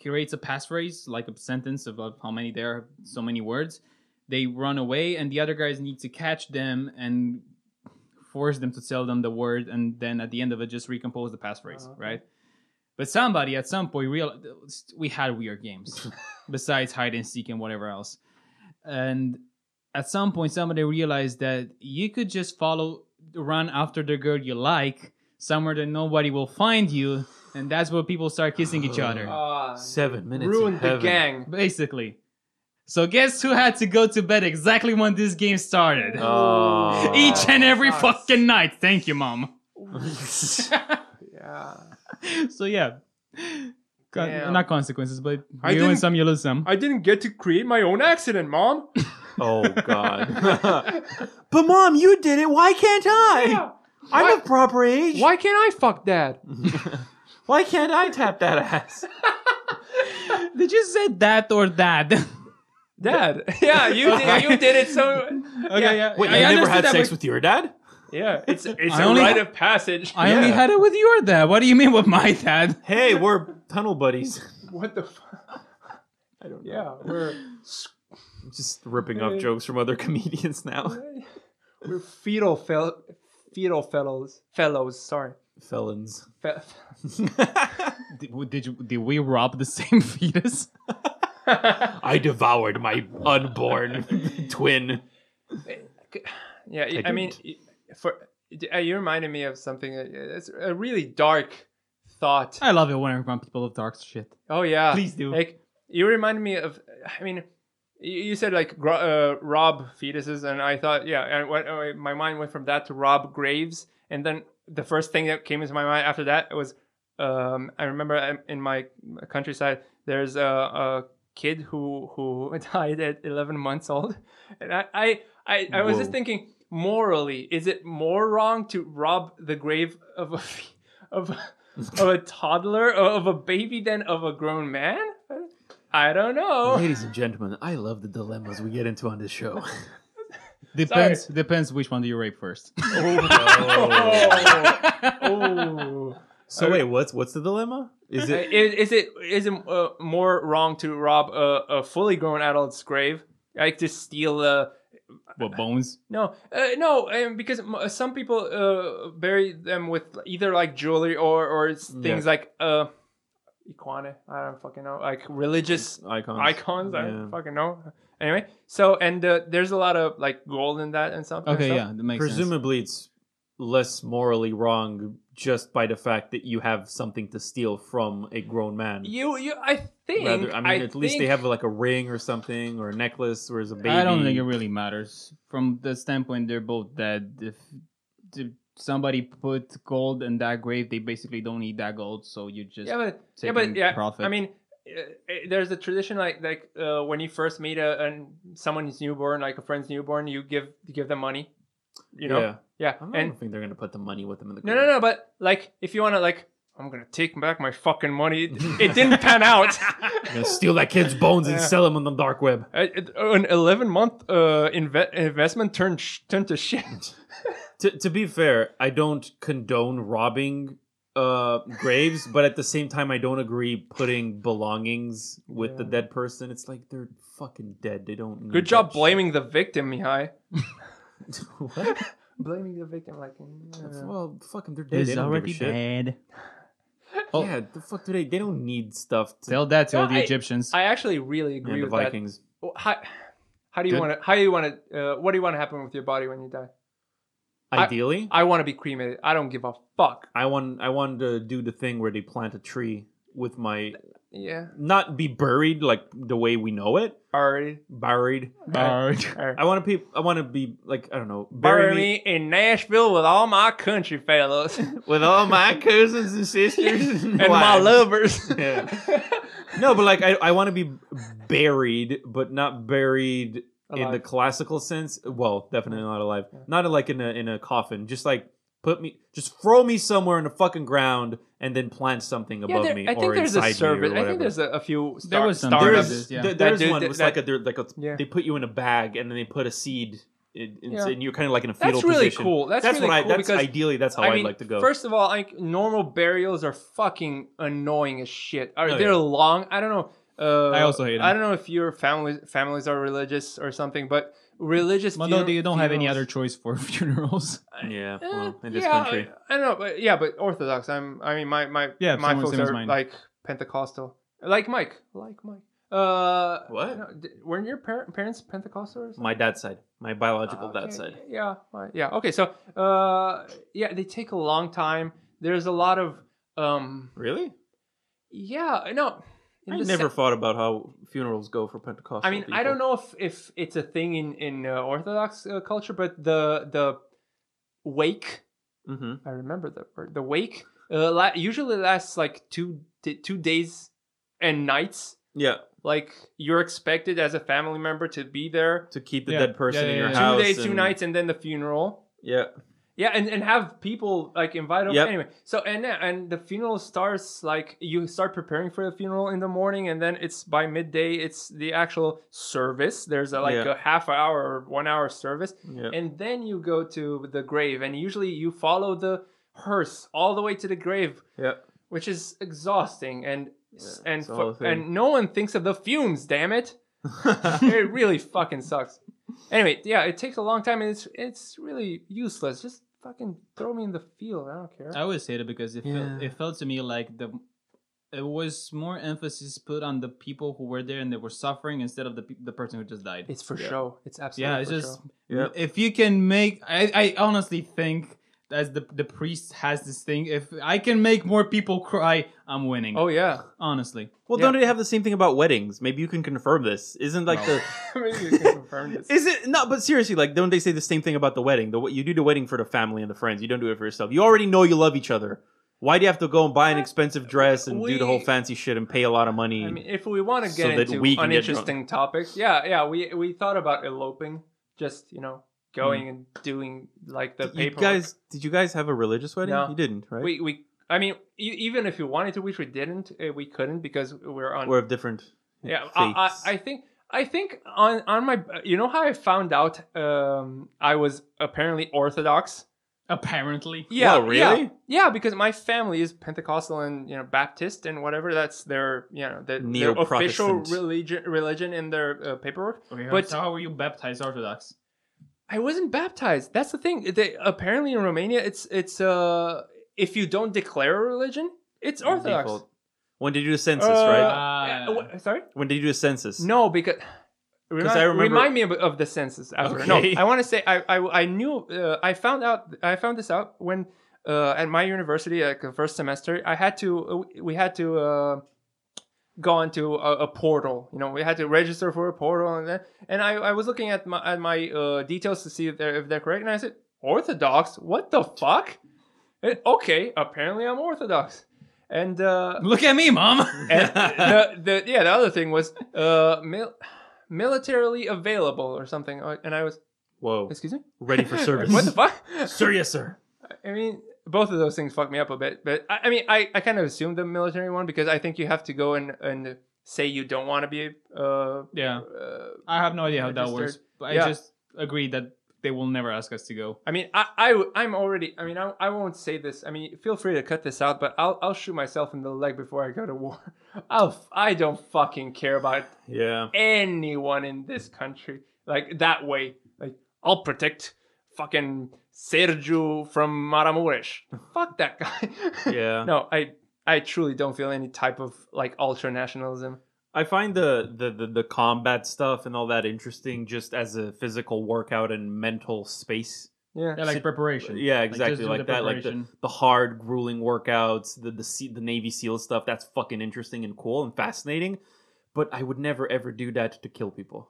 Speaker 2: creates a passphrase, like a sentence about how many there are, so many words. They run away, and the other guys need to catch them and force them to tell them the word, and then at the end of it, just recompose the passphrase,
Speaker 3: Uh-huh.
Speaker 2: right? But somebody at some point realized we had weird games besides hide and seek and whatever else. And at some point, somebody realized that you could just follow, run after the girl you like somewhere that nobody will find you, and that's where people start kissing each other,
Speaker 4: Uh.
Speaker 3: Ah,
Speaker 4: Seven minutes. of
Speaker 3: ruined the
Speaker 4: heaven.
Speaker 3: gang.
Speaker 2: basically. So guess who had to go to bed exactly when this game started?
Speaker 4: Oh.
Speaker 2: each and every
Speaker 3: Sucks.
Speaker 2: fucking night. Thank you, mom.
Speaker 1: <laughs>
Speaker 3: Yeah.
Speaker 2: so yeah, Con-
Speaker 3: Damn.
Speaker 2: not consequences, but
Speaker 3: I
Speaker 2: you win
Speaker 3: didn't-
Speaker 2: some, you lose some.
Speaker 3: I didn't get to create my own accident, <laughs> mom.
Speaker 4: Oh
Speaker 1: <laughs>
Speaker 4: God. but mom, you did it. Why can't I? I'm
Speaker 3: Why-
Speaker 4: of proper age.
Speaker 3: Why can't I fuck dad?
Speaker 4: Why can't I tap that ass?
Speaker 2: Did you say that or that? <laughs> okay,
Speaker 3: Dad. <laughs> Yeah, you did, you did it so.
Speaker 2: yeah.
Speaker 4: <laughs> Wait,
Speaker 2: I
Speaker 4: you never
Speaker 2: understood
Speaker 4: had
Speaker 2: that,
Speaker 4: sex
Speaker 2: but
Speaker 4: with your dad?
Speaker 3: Yeah, it's it's
Speaker 2: I
Speaker 3: a
Speaker 2: only-
Speaker 3: rite of passage.
Speaker 2: I only
Speaker 4: Yeah.
Speaker 2: had it with your dad. What do you mean with my dad?
Speaker 4: Hey, we're tunnel
Speaker 1: <laughs>
Speaker 4: buddies.
Speaker 3: <laughs> What the fuck? I don't know. Yeah, we're
Speaker 4: I'm just ripping off jokes from other <laughs> comedians now.
Speaker 1: <laughs>
Speaker 3: we're fetal fel- fetal fellows fellows. Sorry.
Speaker 4: Felons.
Speaker 3: Fe- <laughs>
Speaker 2: Did, w- did you? Did we rob the <laughs> same fetus?
Speaker 4: <laughs> I devoured my
Speaker 1: <laughs>
Speaker 4: unborn twin.
Speaker 3: yeah, I,
Speaker 4: I
Speaker 3: mean, for uh, you reminded me of something. uh, It's a really dark thought.
Speaker 2: I love it when I'm around people of dark shit.
Speaker 3: Oh yeah,
Speaker 2: Please do.
Speaker 3: Like you reminded me of. I mean, you you said like gro- uh, rob fetuses, and I thought yeah, and when, uh, my mind went from that to rob graves, and then the first thing that came into my mind after that was, um, I remember um, in my countryside there's a, a kid who who <laughs> died at 11 months old, and I I I, I was just
Speaker 4: Whoa.
Speaker 3: thinking morally, is it more wrong to rob the grave of a fe- of a- <laughs> of a toddler of a baby than of a grown man? I don't know.
Speaker 1: Ladies and gentlemen, I love the dilemmas we get into on this
Speaker 2: <laughs>
Speaker 1: show.
Speaker 2: Depends. Depends which one do you rape
Speaker 3: <laughs>
Speaker 2: first. <laughs>
Speaker 3: Oh. Oh.
Speaker 1: so wait, what's what's the dilemma? Is
Speaker 3: Uh,
Speaker 1: it
Speaker 3: Is, is it is it uh, more wrong to rob a, a fully grown adult's grave? Like to steal a
Speaker 2: what bones?
Speaker 3: no uh, no um, because m- some people uh, bury them with either like jewelry or or s- things like uh iguana. I don't fucking know like religious
Speaker 4: Icons.
Speaker 3: icons. I
Speaker 4: Yeah.
Speaker 3: don't fucking know. Anyway, so and uh, there's a lot of like gold in that and something.
Speaker 2: Okay, yeah, that makes sense.
Speaker 4: Presumably, it's less morally wrong
Speaker 1: just by the fact that you have something to steal from a grown man.
Speaker 3: You, you. I think.
Speaker 1: Rather, I mean, at least they
Speaker 3: think-
Speaker 1: have like a ring or something, or a necklace, or as a baby.
Speaker 2: I don't think it really matters. From the standpoint, they're both dead. If, if somebody put gold in that grave, they basically don't need that gold, so you just
Speaker 3: Yeah, but yeah,
Speaker 2: taking
Speaker 3: but yeah.
Speaker 2: profit.
Speaker 3: I mean, uh, uh, there's a tradition like like uh, when you first meet a an, someone's newborn, like a friend's newborn, you give you give them money. You know.
Speaker 1: Yeah.
Speaker 3: Yeah.
Speaker 1: I don't
Speaker 3: And
Speaker 1: think they're gonna put the money with them in the.
Speaker 3: no, no, no. But like, if you want to, like, I'm gonna take back my fucking
Speaker 1: <laughs>
Speaker 3: money. It, it didn't pan out.
Speaker 1: I'm gonna
Speaker 3: <laughs>
Speaker 1: steal that kid's bones and
Speaker 3: Yeah.
Speaker 1: sell them on the dark web.
Speaker 3: Uh, it- an 11 month uh, inve- investment turned sh- turned to shit.
Speaker 1: to, to be fair, I don't condone robbing uh graves, but at the same time I don't agree putting belongings with the
Speaker 3: Yeah.
Speaker 1: dead person. It's like they're fucking dead. They don't need
Speaker 3: Good job
Speaker 1: that
Speaker 3: blaming the victim, Mihai.
Speaker 1: shit. <laughs> What?
Speaker 3: Blaming the victim, like.
Speaker 1: Well, fuck them, they're dead. they
Speaker 2: it's
Speaker 1: don't
Speaker 2: already
Speaker 1: give a shit.
Speaker 2: dead. Oh.
Speaker 1: Yeah, the fuck do they they don't need stuff to
Speaker 2: Tell that to
Speaker 3: No,
Speaker 2: all the
Speaker 3: I-
Speaker 2: Egyptians.
Speaker 3: I actually really
Speaker 1: and
Speaker 3: agree
Speaker 1: the
Speaker 3: with that.
Speaker 1: Vikings.
Speaker 3: Well, How, how do you
Speaker 1: Good.
Speaker 3: want to? How do you want to? Uh, what do you want to happen with your body when you die? I-
Speaker 1: Ideally,
Speaker 3: I want to be cremated. I don't give a fuck.
Speaker 1: I, want I want to do the thing where they plant a tree with my
Speaker 3: Yeah,
Speaker 1: not be buried like the way we know it,
Speaker 3: already.
Speaker 1: buried.
Speaker 2: <laughs> Barred.
Speaker 1: I want to be I want to be like I don't know, bury,
Speaker 3: Bury me in Nashville with all my country fellows <laughs> and
Speaker 1: with all <laughs> my cousins and sisters and,
Speaker 3: my
Speaker 1: wives.
Speaker 3: lovers.
Speaker 1: <laughs>
Speaker 3: <laughs>
Speaker 1: Yeah. No, but like I, I want to be buried, but not buried in the
Speaker 3: Alive.
Speaker 1: classical sense. Well, definitely not alive.
Speaker 3: Yeah.
Speaker 1: Not like in a in a coffin. Just like put me, just throw me somewhere in the fucking ground, and then plant something
Speaker 3: Yeah,
Speaker 1: above
Speaker 3: there,
Speaker 1: me
Speaker 3: I
Speaker 1: or
Speaker 3: think there's
Speaker 1: inside
Speaker 3: a service.
Speaker 1: me or
Speaker 3: I
Speaker 1: whatever.
Speaker 3: think there's a, a few. Star,
Speaker 2: was some
Speaker 1: there
Speaker 3: startups.
Speaker 2: service,
Speaker 1: is
Speaker 2: yeah.
Speaker 1: there-
Speaker 3: That
Speaker 1: there is
Speaker 3: dude-
Speaker 1: one.
Speaker 3: that-
Speaker 1: It's like a, they're like a,
Speaker 3: Yeah.
Speaker 1: they put you in a bag and then they put a seed. In, in,
Speaker 3: Yeah.
Speaker 1: And you're kind of like in a fetal
Speaker 3: That's really
Speaker 1: position.
Speaker 3: cool. That's,
Speaker 1: That's,
Speaker 3: really
Speaker 1: what I.
Speaker 3: cool
Speaker 1: that's
Speaker 3: because
Speaker 1: ideally that's how
Speaker 3: I
Speaker 1: would
Speaker 3: mean,
Speaker 1: like to go.
Speaker 3: first of all, like normal burials are fucking annoying as shit. Are
Speaker 1: Oh,
Speaker 3: they're
Speaker 1: yeah.
Speaker 3: long? I don't know. Uh,
Speaker 2: I also hate 'em.
Speaker 3: I don't know if your family families are religious or something, but religious.
Speaker 2: Well, no,
Speaker 3: funer-
Speaker 2: you don't have any other
Speaker 3: funerals-
Speaker 2: choice for <laughs> funerals.
Speaker 1: yeah,
Speaker 3: Eh,
Speaker 1: well, in this
Speaker 3: yeah,
Speaker 1: country,
Speaker 3: I, I don't know, but yeah, but Orthodox. I'm. I mean, my my
Speaker 2: Yeah,
Speaker 3: my
Speaker 2: someone
Speaker 3: folks
Speaker 2: same as
Speaker 3: are
Speaker 2: mine.
Speaker 3: like Pentecostal, like Mike, like Mike. Uh,
Speaker 1: What?
Speaker 3: no, d- weren't your par- parents Pentecostal or something?
Speaker 1: my dad's side, my biological
Speaker 3: Uh, Oh, Okay,
Speaker 1: dad's side.
Speaker 3: Yeah, right, yeah. Okay, so uh, yeah, they take a long time. There's a lot of um,
Speaker 1: Really?
Speaker 3: yeah, no. in
Speaker 1: I
Speaker 3: the
Speaker 1: never
Speaker 3: se-
Speaker 1: thought about how funerals go for Pentecostal.
Speaker 3: I mean, I don't know if if it's a thing in in uh, Orthodox uh, culture, but the the wake.
Speaker 1: hmm
Speaker 3: I remember the word. The wake uh, la- usually lasts like two d- two days and nights.
Speaker 1: Yeah,
Speaker 3: Like you're expected as a family member to be there
Speaker 1: to keep the
Speaker 2: Yeah.
Speaker 1: dead person
Speaker 2: Yeah, yeah,
Speaker 1: in your
Speaker 2: yeah.
Speaker 1: house.
Speaker 3: two days, two
Speaker 1: and-
Speaker 3: nights, and then the funeral.
Speaker 1: Yeah,
Speaker 3: Yeah, and, and have people like invite over
Speaker 1: Yep.
Speaker 3: anyway. So and and the funeral starts like you start preparing for the funeral in the morning, and then it's by midday. It's the actual service. There's a, like
Speaker 1: Yeah.
Speaker 3: a half hour or one hour service,
Speaker 1: yeah.
Speaker 3: and then you go to the grave, and usually you follow the hearse all the way to the grave.
Speaker 1: Yep.
Speaker 3: which is exhausting and and
Speaker 1: it's a
Speaker 3: fu-
Speaker 1: whole thing.
Speaker 3: and no one thinks of the fumes. Damn
Speaker 1: <laughs>
Speaker 3: it it really fucking sucks. Anyway, yeah, it takes a long time and it's it's really useless. Just fucking throw me in the field. I don't care.
Speaker 2: I always hate it because it
Speaker 1: Yeah.
Speaker 2: felt, it felt to me like the it was more emphasis put on the people who were there and they were suffering instead of the pe- the person who just died.
Speaker 3: It's for
Speaker 1: Yeah.
Speaker 3: show. It's absolutely
Speaker 2: yeah, it's
Speaker 3: for
Speaker 2: just
Speaker 3: show.
Speaker 1: Yeah.
Speaker 2: if you can make. I, I honestly think as the the priest has this thing. If I can make more people cry, I'm winning.
Speaker 3: Oh
Speaker 1: <laughs>
Speaker 3: yeah. <laughs>
Speaker 2: honestly,
Speaker 1: well,
Speaker 3: Yeah.
Speaker 1: don't they have the same thing about weddings? Maybe you can confirm this. Isn't like
Speaker 2: No.
Speaker 1: the
Speaker 3: Maybe you can confirm this.
Speaker 1: is it no? But seriously, like don't they say the same thing about the wedding? The w- you do the wedding for the family and the friends. You don't do it for yourself. You already know you love each other. Why do you have to go and buy an expensive dress and do the whole
Speaker 3: We-
Speaker 1: fancy shit and pay a lot of money?
Speaker 3: I mean, if we want to
Speaker 1: So
Speaker 3: get
Speaker 1: that
Speaker 3: into
Speaker 1: we can get
Speaker 3: uninteresting topics, yeah, yeah, we we thought about eloping, just you know, going and doing like the
Speaker 1: Mm. you
Speaker 3: paper.
Speaker 1: guys, did you guys have a religious wedding?
Speaker 3: No.
Speaker 1: You didn't, right?
Speaker 3: we we. I mean, e- even if we wanted to, which we didn't, eh, we couldn't because we're on
Speaker 1: We're of different.
Speaker 3: yeah I,
Speaker 1: faiths.
Speaker 3: I, I think i think on on my you know how i found out um i was apparently orthodox
Speaker 2: apparently.
Speaker 3: yeah
Speaker 1: Whoa, really?
Speaker 3: yeah, yeah because my family is pentecostal and you know baptist and whatever that's their you know their, their official
Speaker 1: Neo-Protestant.
Speaker 3: religion religion in their uh, paperwork But-
Speaker 2: But how were you baptized Orthodox?
Speaker 3: i wasn't baptized that's the thing they apparently in romania it's it's uh if you don't declare a religion it's orthodox
Speaker 1: Default. When they do the census,
Speaker 3: Uh,
Speaker 1: right?
Speaker 2: right?
Speaker 3: uh, wha- sorry
Speaker 1: When they do the census.
Speaker 3: No, because remind,
Speaker 1: I remember-
Speaker 3: remind me of, of the census. After. No,
Speaker 1: Okay.
Speaker 3: I want to say I I, I knew uh, I found out I found this out when uh, at my university, like the first semester, I had to we had to uh, go onto a, a portal. You know, we had to register for a portal, and then, and I, I was looking at my at my uh, details to see if they're if they're correct, and I said Orthodox. What the fuck? Eh, okay, apparently I'm Orthodox, and uh,
Speaker 2: Look at me, mom.
Speaker 3: and the, the yeah the other thing was uh mil- militarily available or something, Uh, and I was
Speaker 5: Whoa.
Speaker 3: excuse me,
Speaker 5: Ready
Speaker 3: <laughs>
Speaker 5: for service.
Speaker 3: what the fuck?
Speaker 5: Sir, yes, sir.
Speaker 3: I mean, both of those things fucked me up a bit. But I, I mean, I, I kind of assumed the military one because I think you have to go and, and say you don't want to be. Uh,
Speaker 2: <laughs> yeah,
Speaker 3: uh,
Speaker 2: I have no idea how that works.
Speaker 3: Registered.
Speaker 2: But I
Speaker 3: Yeah.
Speaker 2: just agree that they will never ask us to go.
Speaker 3: I mean, I, I I'm already. I mean, I, I won't say this. I mean, feel free to cut this out, but I'll I'll shoot myself in the leg before I go to war. <laughs> I'll f- I don't fucking care about
Speaker 5: Yeah.
Speaker 3: anyone in this country like that way. Like I'll protect fucking Sergio from Maramures. Fuck that guy.
Speaker 1: Yeah.
Speaker 3: <laughs> no, I I truly don't feel any type of like ultra nationalism.
Speaker 1: I find the, the the the combat stuff and all that interesting just as a physical workout and mental space.
Speaker 3: Yeah.
Speaker 2: Yeah, like
Speaker 1: Sit-
Speaker 2: preparation.
Speaker 1: Yeah,
Speaker 2: just
Speaker 1: exactly.
Speaker 2: do
Speaker 1: Like,
Speaker 2: the
Speaker 1: that, like the,
Speaker 2: preparation.
Speaker 1: the hard, grueling workouts, the the, sea, the Navy SEAL stuff. That's fucking interesting and cool and fascinating. But I would never ever do that to kill people.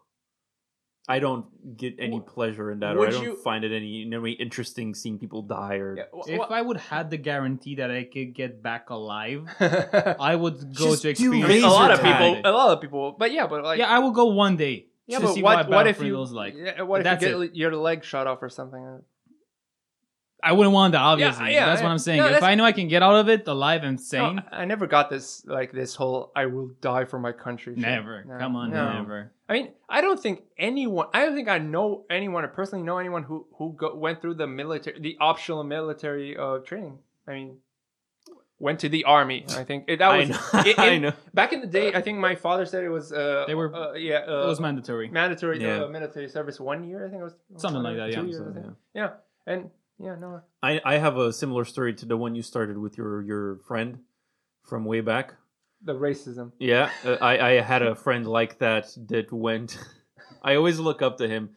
Speaker 1: I don't get any pleasure in that, or
Speaker 3: would
Speaker 1: I don't
Speaker 3: you-
Speaker 1: find it any in any interesting seeing people die. Or
Speaker 3: Yeah, wh-
Speaker 2: If
Speaker 3: wh-
Speaker 2: I would had the guarantee that I could get back alive,
Speaker 3: <laughs>
Speaker 2: I would go
Speaker 1: Just
Speaker 2: to
Speaker 1: do
Speaker 2: experience.
Speaker 3: I mean, a lot of
Speaker 2: that.
Speaker 1: tag.
Speaker 3: people, a lot of people, but yeah, but like,
Speaker 2: yeah, I will go one day.
Speaker 3: yeah,
Speaker 2: to
Speaker 3: but
Speaker 2: see
Speaker 3: what, what if
Speaker 2: Battlefront
Speaker 3: you,
Speaker 2: was like?
Speaker 3: yeah, what if
Speaker 2: That's
Speaker 3: you get
Speaker 2: it.
Speaker 3: li- your leg shot off or something?
Speaker 2: I wouldn't want that. Obviously,
Speaker 3: yeah,
Speaker 2: that's
Speaker 3: yeah.
Speaker 2: what I'm saying.
Speaker 3: No,
Speaker 2: if
Speaker 3: that's-
Speaker 2: I know I can get out of it alive and sane,
Speaker 3: No, I never got this, like this whole "I will die for my country." shit.
Speaker 2: never.
Speaker 3: No,
Speaker 2: Come on,
Speaker 3: no.
Speaker 2: never.
Speaker 3: I mean, I don't think anyone. I don't think I know anyone. I personally know anyone who who go, went through the military, the optional military uh, training. I mean, went to the army. I think It-
Speaker 1: <laughs>
Speaker 3: that
Speaker 1: I
Speaker 3: was
Speaker 1: know.
Speaker 3: it-
Speaker 1: I
Speaker 3: it-
Speaker 1: know.
Speaker 3: back in the day. I think my father said it was. Uh,
Speaker 2: They were-
Speaker 3: uh, yeah. Uh,
Speaker 2: it was mandatory.
Speaker 3: mandatory
Speaker 1: Yeah.
Speaker 3: uh, military service. One year, I think it was
Speaker 2: Something like that,
Speaker 3: two
Speaker 2: yeah.
Speaker 3: years, I
Speaker 1: So,
Speaker 3: think.
Speaker 1: yeah.
Speaker 3: yeah. and yeah, no.
Speaker 1: I I have a similar story to the one you started with your your friend from way back.
Speaker 3: The racism.
Speaker 1: Yeah, uh, I I <laughs> had a friend like that that went. <laughs> I always look up to him.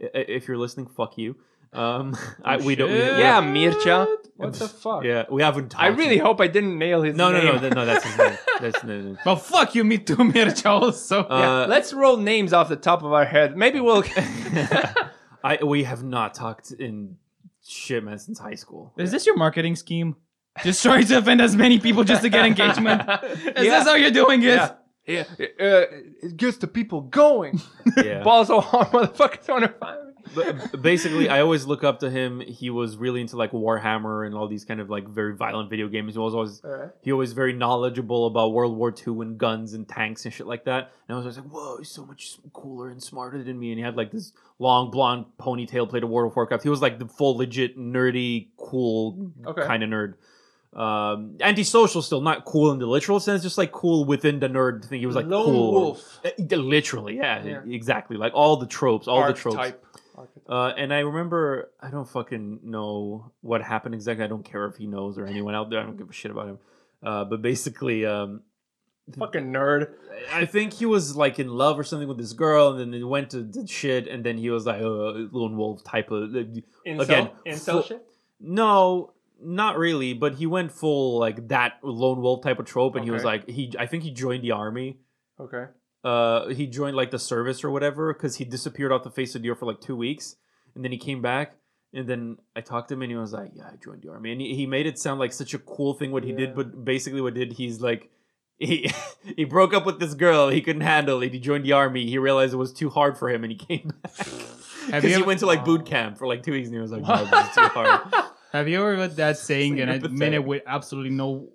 Speaker 1: I- I- If you're listening, fuck you. Um, <laughs> I, we don't. We, we
Speaker 3: Yeah,
Speaker 1: have-
Speaker 3: Mircha. What the fuck?
Speaker 1: yeah, we haven't. Talked
Speaker 3: I really hope I didn't nail his
Speaker 1: No, no,
Speaker 3: name.
Speaker 1: no, no, no. That's his name. That's no, <laughs> no.
Speaker 2: But fuck you, me too, <laughs> Mircha. So
Speaker 3: Yeah,
Speaker 1: Uh,
Speaker 3: let's roll names off the top of our head. Maybe
Speaker 1: <laughs>
Speaker 3: we'll.
Speaker 1: I we have not talked in shit man since high <laughs> school.
Speaker 2: is this your marketing scheme? Just trying to offend as many people
Speaker 1: <laughs>
Speaker 2: just to get engagement. Is
Speaker 3: Yeah.
Speaker 2: this how you're doing it?
Speaker 3: Yeah. Yeah, uh, it gets the people going.
Speaker 1: Yeah.
Speaker 3: Balls all hard, <laughs> motherfuckers on fire.
Speaker 1: But basically, I always look up to him. He was really into like Warhammer and all these kind of like very violent video games. He was always
Speaker 3: All right.
Speaker 1: he always very knowledgeable about World War II and guns and tanks and shit like that. And I was always like, whoa, he's so much cooler and smarter than me. And he had like this long blonde ponytail, played a World of Warcraft. He was like the full legit nerdy, cool
Speaker 3: Okay.
Speaker 1: kind of nerd. Um, antisocial still, not cool in the literal sense, just like cool within the nerd thing. He was like
Speaker 3: Lone
Speaker 1: cool.
Speaker 3: wolf.
Speaker 1: Uh, Literally, yeah,
Speaker 3: Yeah.
Speaker 1: exactly. Like all the tropes, all the tropes.
Speaker 3: Archetype. Archetype.
Speaker 1: Uh, and I remember, I don't fucking know what happened exactly. I don't care if he knows or anyone out there. I don't give a shit about him. Uh, but basically, um,
Speaker 3: Fucking nerd.
Speaker 1: I think he was like in love or something with this girl, and then they went to did shit, and then he was like "Oh, a lone wolf type of.
Speaker 3: Incel,
Speaker 1: Again, full-
Speaker 3: incel shit.
Speaker 1: No, not really. But he went full like that lone wolf type of trope, and he was
Speaker 3: Okay.
Speaker 1: like he. I think he joined the army.
Speaker 3: Okay.
Speaker 1: Uh, he joined like the service or whatever because he disappeared off the face of the earth for like two weeks, and then he came back. And then I talked to him, and he was like, "Yeah, I joined the army." And he, he made it sound like such a cool thing what he
Speaker 3: Yeah.
Speaker 1: did, but basically what did he's like. <laughs> He, he broke up with this girl he couldn't handle and he joined the army he realized it was too hard for him and he came
Speaker 2: <laughs>
Speaker 1: back because
Speaker 2: you
Speaker 1: he
Speaker 2: ever-
Speaker 1: went to like boot camp for like two weeks and he was like no this is
Speaker 2: <laughs>
Speaker 1: too hard
Speaker 2: Have you ever heard
Speaker 3: <laughs>
Speaker 2: that saying? And I mean it
Speaker 1: Sympathetic.
Speaker 2: with absolutely no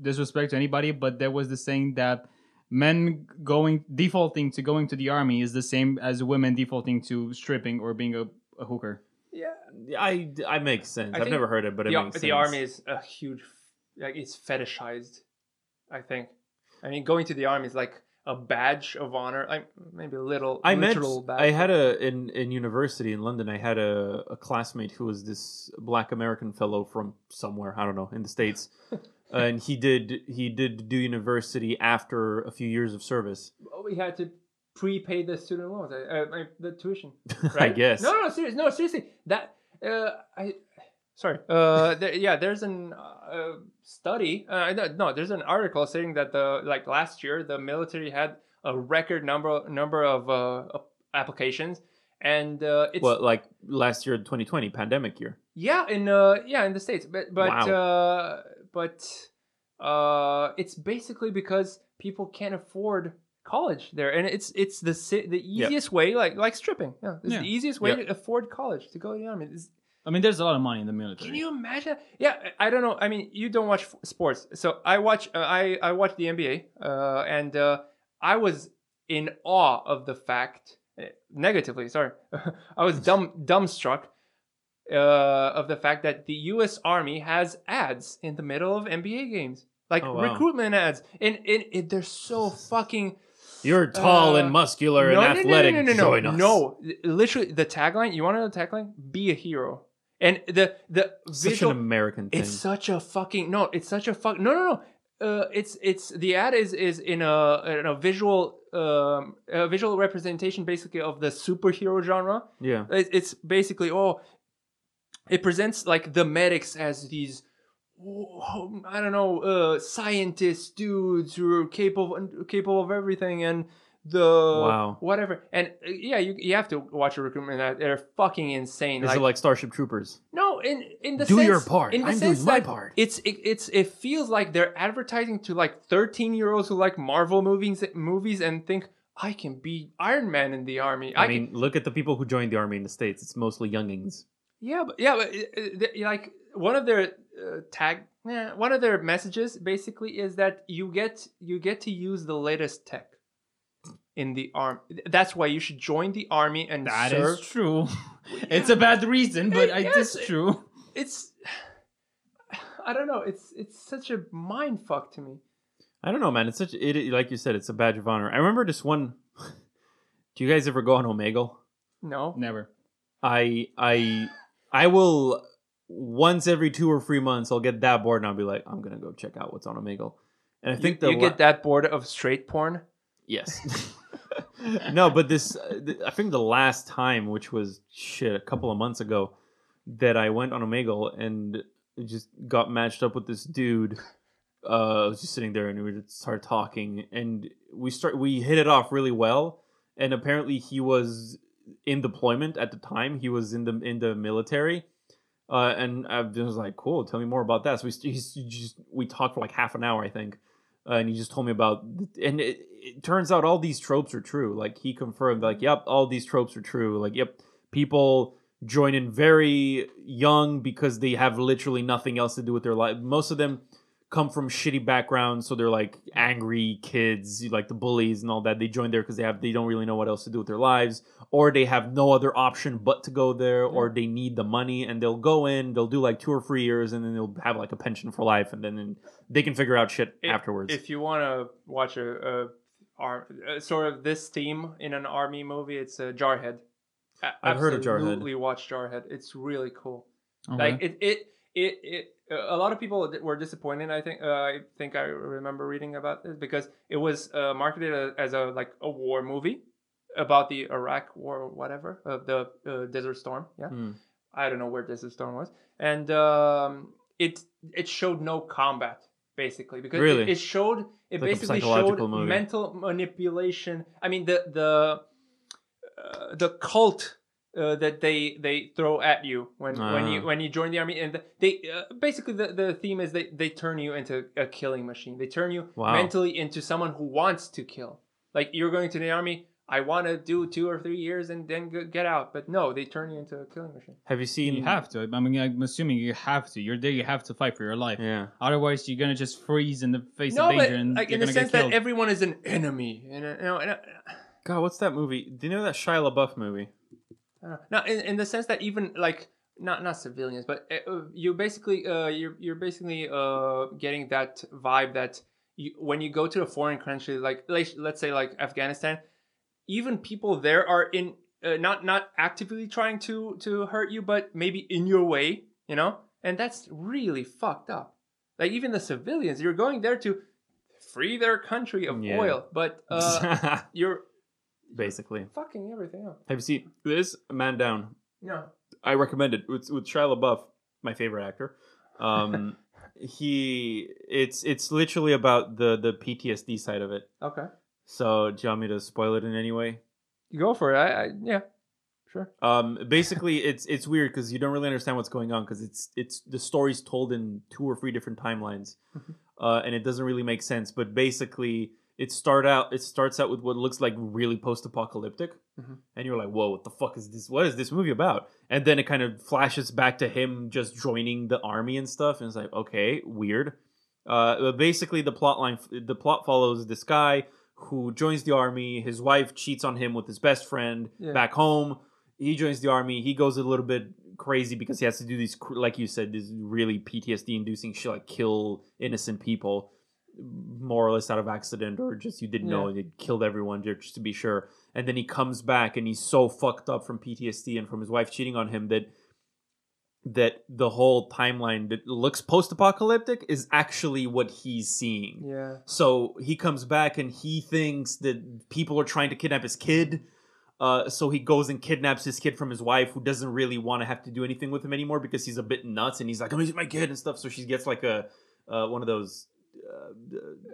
Speaker 2: disrespect to anybody, but there was the saying that men going defaulting to going to the army is the same as women defaulting to stripping or being a, a hooker.
Speaker 3: Yeah.
Speaker 1: I, I makes sense.
Speaker 3: I
Speaker 1: I've
Speaker 3: think
Speaker 1: never heard it, but it
Speaker 3: the,
Speaker 1: makes sense.
Speaker 3: the army is a huge like it's fetishized i think i mean going to the army is like a badge of honor i maybe a little
Speaker 1: I met.
Speaker 3: literal badge
Speaker 1: I had a in in university in London. I had a, a classmate who was this black American fellow from somewhere I don't know in the
Speaker 3: <laughs>
Speaker 1: states, and he did he did do university after a few years of service.
Speaker 3: we had to prepay the student loans uh, uh, my- the tuition
Speaker 1: <laughs> I
Speaker 3: right
Speaker 1: guess.
Speaker 3: no no seriously no seriously that uh, i sorry. Uh, there, yeah, there's an uh, study. Uh, no, no, there's an article saying that the like last year the military had a record number number of uh, applications, and uh, it's
Speaker 1: well, like last year, 2020, pandemic year.
Speaker 3: yeah in uh yeah in the states, but but
Speaker 1: Wow.
Speaker 3: uh, but uh, it's basically because people can't afford college there, and it's it's the si- the
Speaker 1: Yeah.
Speaker 3: easiest way like like stripping. Yeah, it's
Speaker 2: Yeah.
Speaker 3: the easiest way
Speaker 1: Yeah.
Speaker 3: to afford college to go to the army. It's-
Speaker 2: I mean, there's a lot of money in the military.
Speaker 3: Can you imagine? Yeah, I I don't know. I mean, you don't watch f- sports, so I watch. Uh, I I watch the NBA, uh, and uh, I was in awe of the fact, eh, negatively. Sorry, <laughs> I was dumb dumbstruck uh, of the fact that the U.S. Army has ads in the middle of NBA games, like
Speaker 1: Oh, wow.
Speaker 3: recruitment ads, and, and, and they're so
Speaker 1: <laughs>
Speaker 3: fucking
Speaker 1: You're
Speaker 3: tall and Uh,
Speaker 1: muscular
Speaker 3: no, no, no, no, no. Literally, the tagline. You want to know the tagline? Be a hero. And the the
Speaker 1: Such
Speaker 3: visual
Speaker 1: an American thing.
Speaker 3: it's such a fucking no. It's such a fuck. No, no, no. Uh, it's it's the ad is is in a in a visual um a visual representation basically of the superhero genre.
Speaker 1: yeah.
Speaker 3: It, it's basically oh, it presents like the medics as these. whoa, I don't know, uh, scientist dudes who are capable capable of everything, and the
Speaker 1: Wow.
Speaker 3: whatever. And uh, yeah, you you have to watch a recruitment ad. They're fucking insane.
Speaker 1: Is
Speaker 3: like,
Speaker 1: it like Starship Troopers?
Speaker 3: no, in in the
Speaker 1: Do
Speaker 3: sense,
Speaker 1: your part.
Speaker 3: In the
Speaker 1: I'm
Speaker 3: sense
Speaker 1: doing my
Speaker 3: that
Speaker 1: part.
Speaker 3: It's it, it's it feels like they're advertising to like thirteen year olds who like Marvel movies movies and think I can be Iron Man in the army. I,
Speaker 1: I mean, look at the people who joined the army in the states. It's mostly youngings.
Speaker 3: can, yeah, but yeah, but uh, uh, they- like one of their uh, tag, yeah, one of their messages basically is that you get you get to use the latest tech in the army. That's why you should join the army and
Speaker 2: That is
Speaker 3: serve.
Speaker 2: <laughs> true. it's a bad
Speaker 3: <laughs>
Speaker 2: reason, but
Speaker 3: It-
Speaker 2: it
Speaker 3: yes,
Speaker 2: is true.
Speaker 3: It's <sighs> I don't know. It's it's such a mind fuck to me.
Speaker 1: I don't know, man. It's such it, it- like you said. It's a badge of honor. I remember this one. <laughs> Do you guys ever go on Omegle?
Speaker 3: No.
Speaker 2: Never.
Speaker 1: I I I will once every two or three months. I'll get that bored and I'll be like, I'm gonna go check out what's on Omegle. And I
Speaker 3: You-
Speaker 1: think
Speaker 3: you,
Speaker 1: the la-
Speaker 3: get that bored of straight porn.
Speaker 1: Yes. <laughs> no, but this, uh, th- I think the last time, which was shit, a couple of months ago, that I went on Omegle and just got matched up with this dude. Uh, I was just sitting there and we just started talking, and we start we hit it off really well. And apparently, he was in deployment at the time. He was in the in the military. Uh, and I was like, "Cool, tell me more about that." So we st- he's just we talked for like half an hour, I think, uh, and he just told me about. And it, it turns out all these tropes are true. Like he confirmed, like, "Yep, all these tropes are true." Like, "Yep, people join in very young because they have literally nothing else to do with their life. Most of them come from shitty backgrounds, so they're like angry kids, like the bullies and all that. They join there because they have they don't really know what else to do with their lives, or they have no other option but to go there, or they need the money and they'll go in, they'll do like two or three years, and then they'll have like a pension for life, and then then they can figure out shit
Speaker 3: If-
Speaker 1: afterwards.
Speaker 3: If you want to watch a, a, ar- uh sort of this theme in an army movie, it's uh, Jarhead. A-
Speaker 1: I've heard of Jarhead.
Speaker 3: Absolutely watch Jarhead. It's really cool.
Speaker 2: Okay.
Speaker 3: Like it, it, it, it. uh, A lot of people d- were disappointed. I think. Uh, I think I remember reading about this because it was uh, marketed a- as a like a war movie about the Iraq War or whatever, uh, the uh, Desert Storm. Yeah.
Speaker 1: Hmm.
Speaker 3: I don't know where Desert Storm was, and um, it it showed no combat basically because it-
Speaker 1: Really?
Speaker 3: it, showed it
Speaker 1: Like a
Speaker 3: basically showed
Speaker 1: psychological movie.
Speaker 3: mental manipulation. I mean the the uh, the cult. Uh, that they they throw at you when when you
Speaker 1: Ah.
Speaker 3: when you join the army and the, they uh, basically the, the theme is they they turn you into a killing machine they turn you
Speaker 1: Wow.
Speaker 3: mentally into someone who wants to kill like you're going to the army i want to do two or three years and then g- get out but no they turn you into a killing machine
Speaker 1: have you seen?
Speaker 2: you have to. I mean, I'm assuming you have to. You're there. You have to fight for your life.
Speaker 1: yeah.
Speaker 2: Otherwise, you're gonna just freeze in the face of
Speaker 3: no,
Speaker 2: danger,
Speaker 3: but
Speaker 2: and
Speaker 3: like
Speaker 2: you're
Speaker 3: in
Speaker 2: gonna
Speaker 3: the
Speaker 2: get
Speaker 3: sense that
Speaker 2: killed.
Speaker 3: everyone is an enemy. And uh, you know, and, uh,
Speaker 1: God, what's that movie? Do you know that Shia LaBeouf movie?
Speaker 3: uh, no, in, in the sense that even like not not civilians, but uh, uh, you basically uh, you're you're basically uh, getting that vibe that you, when you go to a foreign country, like like let's say like Afghanistan, even people there are in uh, not not actively trying to to hurt you, but maybe in your way, you know, and that's really fucked up. Like even the civilians, you're going there to free their country of
Speaker 1: Yeah.
Speaker 3: oil, but uh,
Speaker 1: <laughs>
Speaker 3: you're
Speaker 1: Basically,
Speaker 3: fucking everything up.
Speaker 1: have you seen this Man Down?
Speaker 3: No.
Speaker 1: I recommend it. It's with Shia LaBeouf. my favorite actor. <laughs> Um, he it's it's literally about the the PTSD side of it.
Speaker 3: Okay.
Speaker 1: So do you want me to spoil it in any way?
Speaker 3: You go for it. I, I yeah. Sure.
Speaker 1: Um, <laughs> basically, it's it's weird because you don't really understand what's going on because it's it's the story's told in two or three different timelines,
Speaker 3: Mhm.
Speaker 1: uh, and it doesn't really make sense. But basically, it start out it starts out with what looks like really post apocalyptic,
Speaker 3: Mhm.
Speaker 1: and you're like, whoa, what the fuck is this? What is this movie about? And then it kind of flashes back to him just joining the army and stuff, and it's like, okay, weird. Uh, but basically, the plot line the plot follows this guy who joins the army. His wife cheats on him with his best friend
Speaker 3: Yeah.
Speaker 1: back home. He joins the army. He goes a little bit crazy because he has to do these, cr- like you said, this really PTSD inducing shit, like kill innocent people, more or less out of accident or just you didn't know and it killed everyone ju- just to be sure. And then he comes back and he's so fucked up from PTSD and from his wife cheating on him that that the whole timeline that looks post-apocalyptic is actually what he's seeing.
Speaker 3: Yeah.
Speaker 1: So he comes back and he thinks that people are trying to kidnap his kid. Uh, so he goes and kidnaps his kid from his wife, who doesn't really want to have to do anything with him anymore because he's a bit nuts and he's like, "I'm gonna eat my kid" and stuff. So she gets like a uh, one of those. Uh,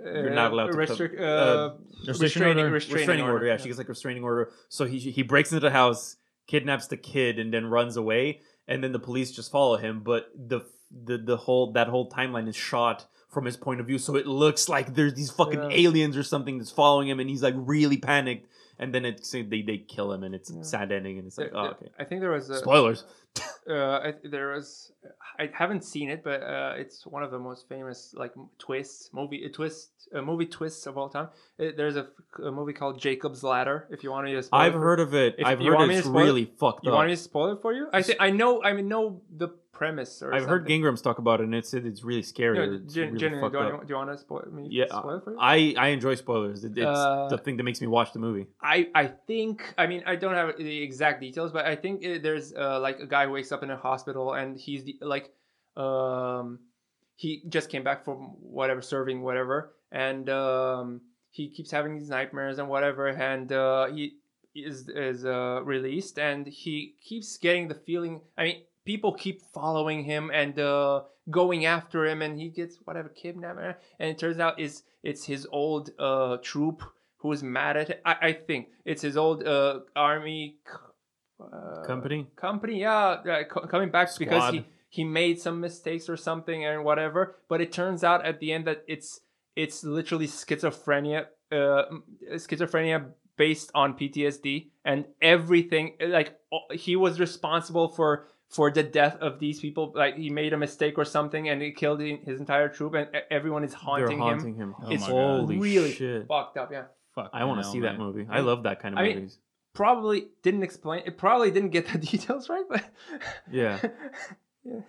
Speaker 1: You're not allowed to
Speaker 3: restrict.
Speaker 1: come-
Speaker 3: uh,
Speaker 1: uh,
Speaker 2: Restraining order.
Speaker 3: restraining,
Speaker 1: restraining order. Yeah, she gets like a restraining order. So he he breaks into the house, kidnaps the kid, and then runs away. And then the police just follow him. But the the the whole that whole timeline is shot from his point of view, so it looks like there's these fucking
Speaker 3: Yeah.
Speaker 1: aliens or something that's following him, and he's like really panicked. And then it's they they kill him, and it's
Speaker 3: Yeah.
Speaker 1: a sad ending, and it's like
Speaker 3: There-
Speaker 1: oh
Speaker 3: there-
Speaker 1: okay.
Speaker 3: I think there was a,
Speaker 1: Spoilers.
Speaker 3: uh, I, there was I haven't seen it, but uh, it's one of the most famous like m- twists movie uh, twist uh, movie twists of all time. Uh, there's a, f- a movie called Jacob's Ladder. If you want me to, spoil
Speaker 1: I've
Speaker 3: it for-
Speaker 1: heard of it.
Speaker 3: If
Speaker 1: I've
Speaker 3: you
Speaker 1: heard
Speaker 3: want me to
Speaker 1: it's
Speaker 3: spoil it-
Speaker 1: really fucked
Speaker 3: You
Speaker 1: up.
Speaker 3: want me to spoil it for you? I think I know. I mean, know the premise. Or
Speaker 1: I've heard
Speaker 3: something.
Speaker 1: Gingram's talk about it, and it's it's really scary.
Speaker 3: No,
Speaker 1: It's
Speaker 3: gen-
Speaker 1: really
Speaker 3: genuinely,
Speaker 1: fucked
Speaker 3: do,
Speaker 1: up.
Speaker 3: I, do you want to spoil me?
Speaker 1: Yeah,
Speaker 3: spoil it for you?
Speaker 1: I I enjoy spoilers. It, it's
Speaker 3: Uh,
Speaker 1: the thing that makes me watch the movie.
Speaker 3: I I think I mean I don't have the exact details, but I think uh, there's uh, like a guy wakes up in a hospital and he's the, like, um, he just came back from whatever serving whatever, and um, he keeps having these nightmares and whatever, and uh, he is is uh, released and he keeps getting the feeling. I mean, people keep following him and uh, going after him, and he gets whatever kidnapped, eh, and it turns out it's it's his old uh, troop who's mad at I, I think it's his old uh, army c- uh,
Speaker 1: Company.
Speaker 3: company yeah uh, co- coming back because he
Speaker 1: Squad.
Speaker 3: he made some mistakes or something and whatever but it turns out at the end that it's it's literally schizophrenia uh, m- schizophrenia based on PTSD and everything like all- he was responsible for for the death of these people like he made a mistake or something and it killed the- his entire troop and e- everyone is haunting,
Speaker 1: They're
Speaker 3: him
Speaker 1: haunting him.
Speaker 2: Oh
Speaker 3: It's
Speaker 2: my God.
Speaker 1: Holy
Speaker 3: really
Speaker 1: shit!
Speaker 3: fucked up yeah
Speaker 2: Fuck.
Speaker 1: I want to
Speaker 2: know,
Speaker 1: see
Speaker 2: man.
Speaker 1: that movie. I love that kind of
Speaker 3: I mean-
Speaker 1: movies.
Speaker 3: probably didn't explain it probably didn't get the <laughs> details right but
Speaker 1: Yeah,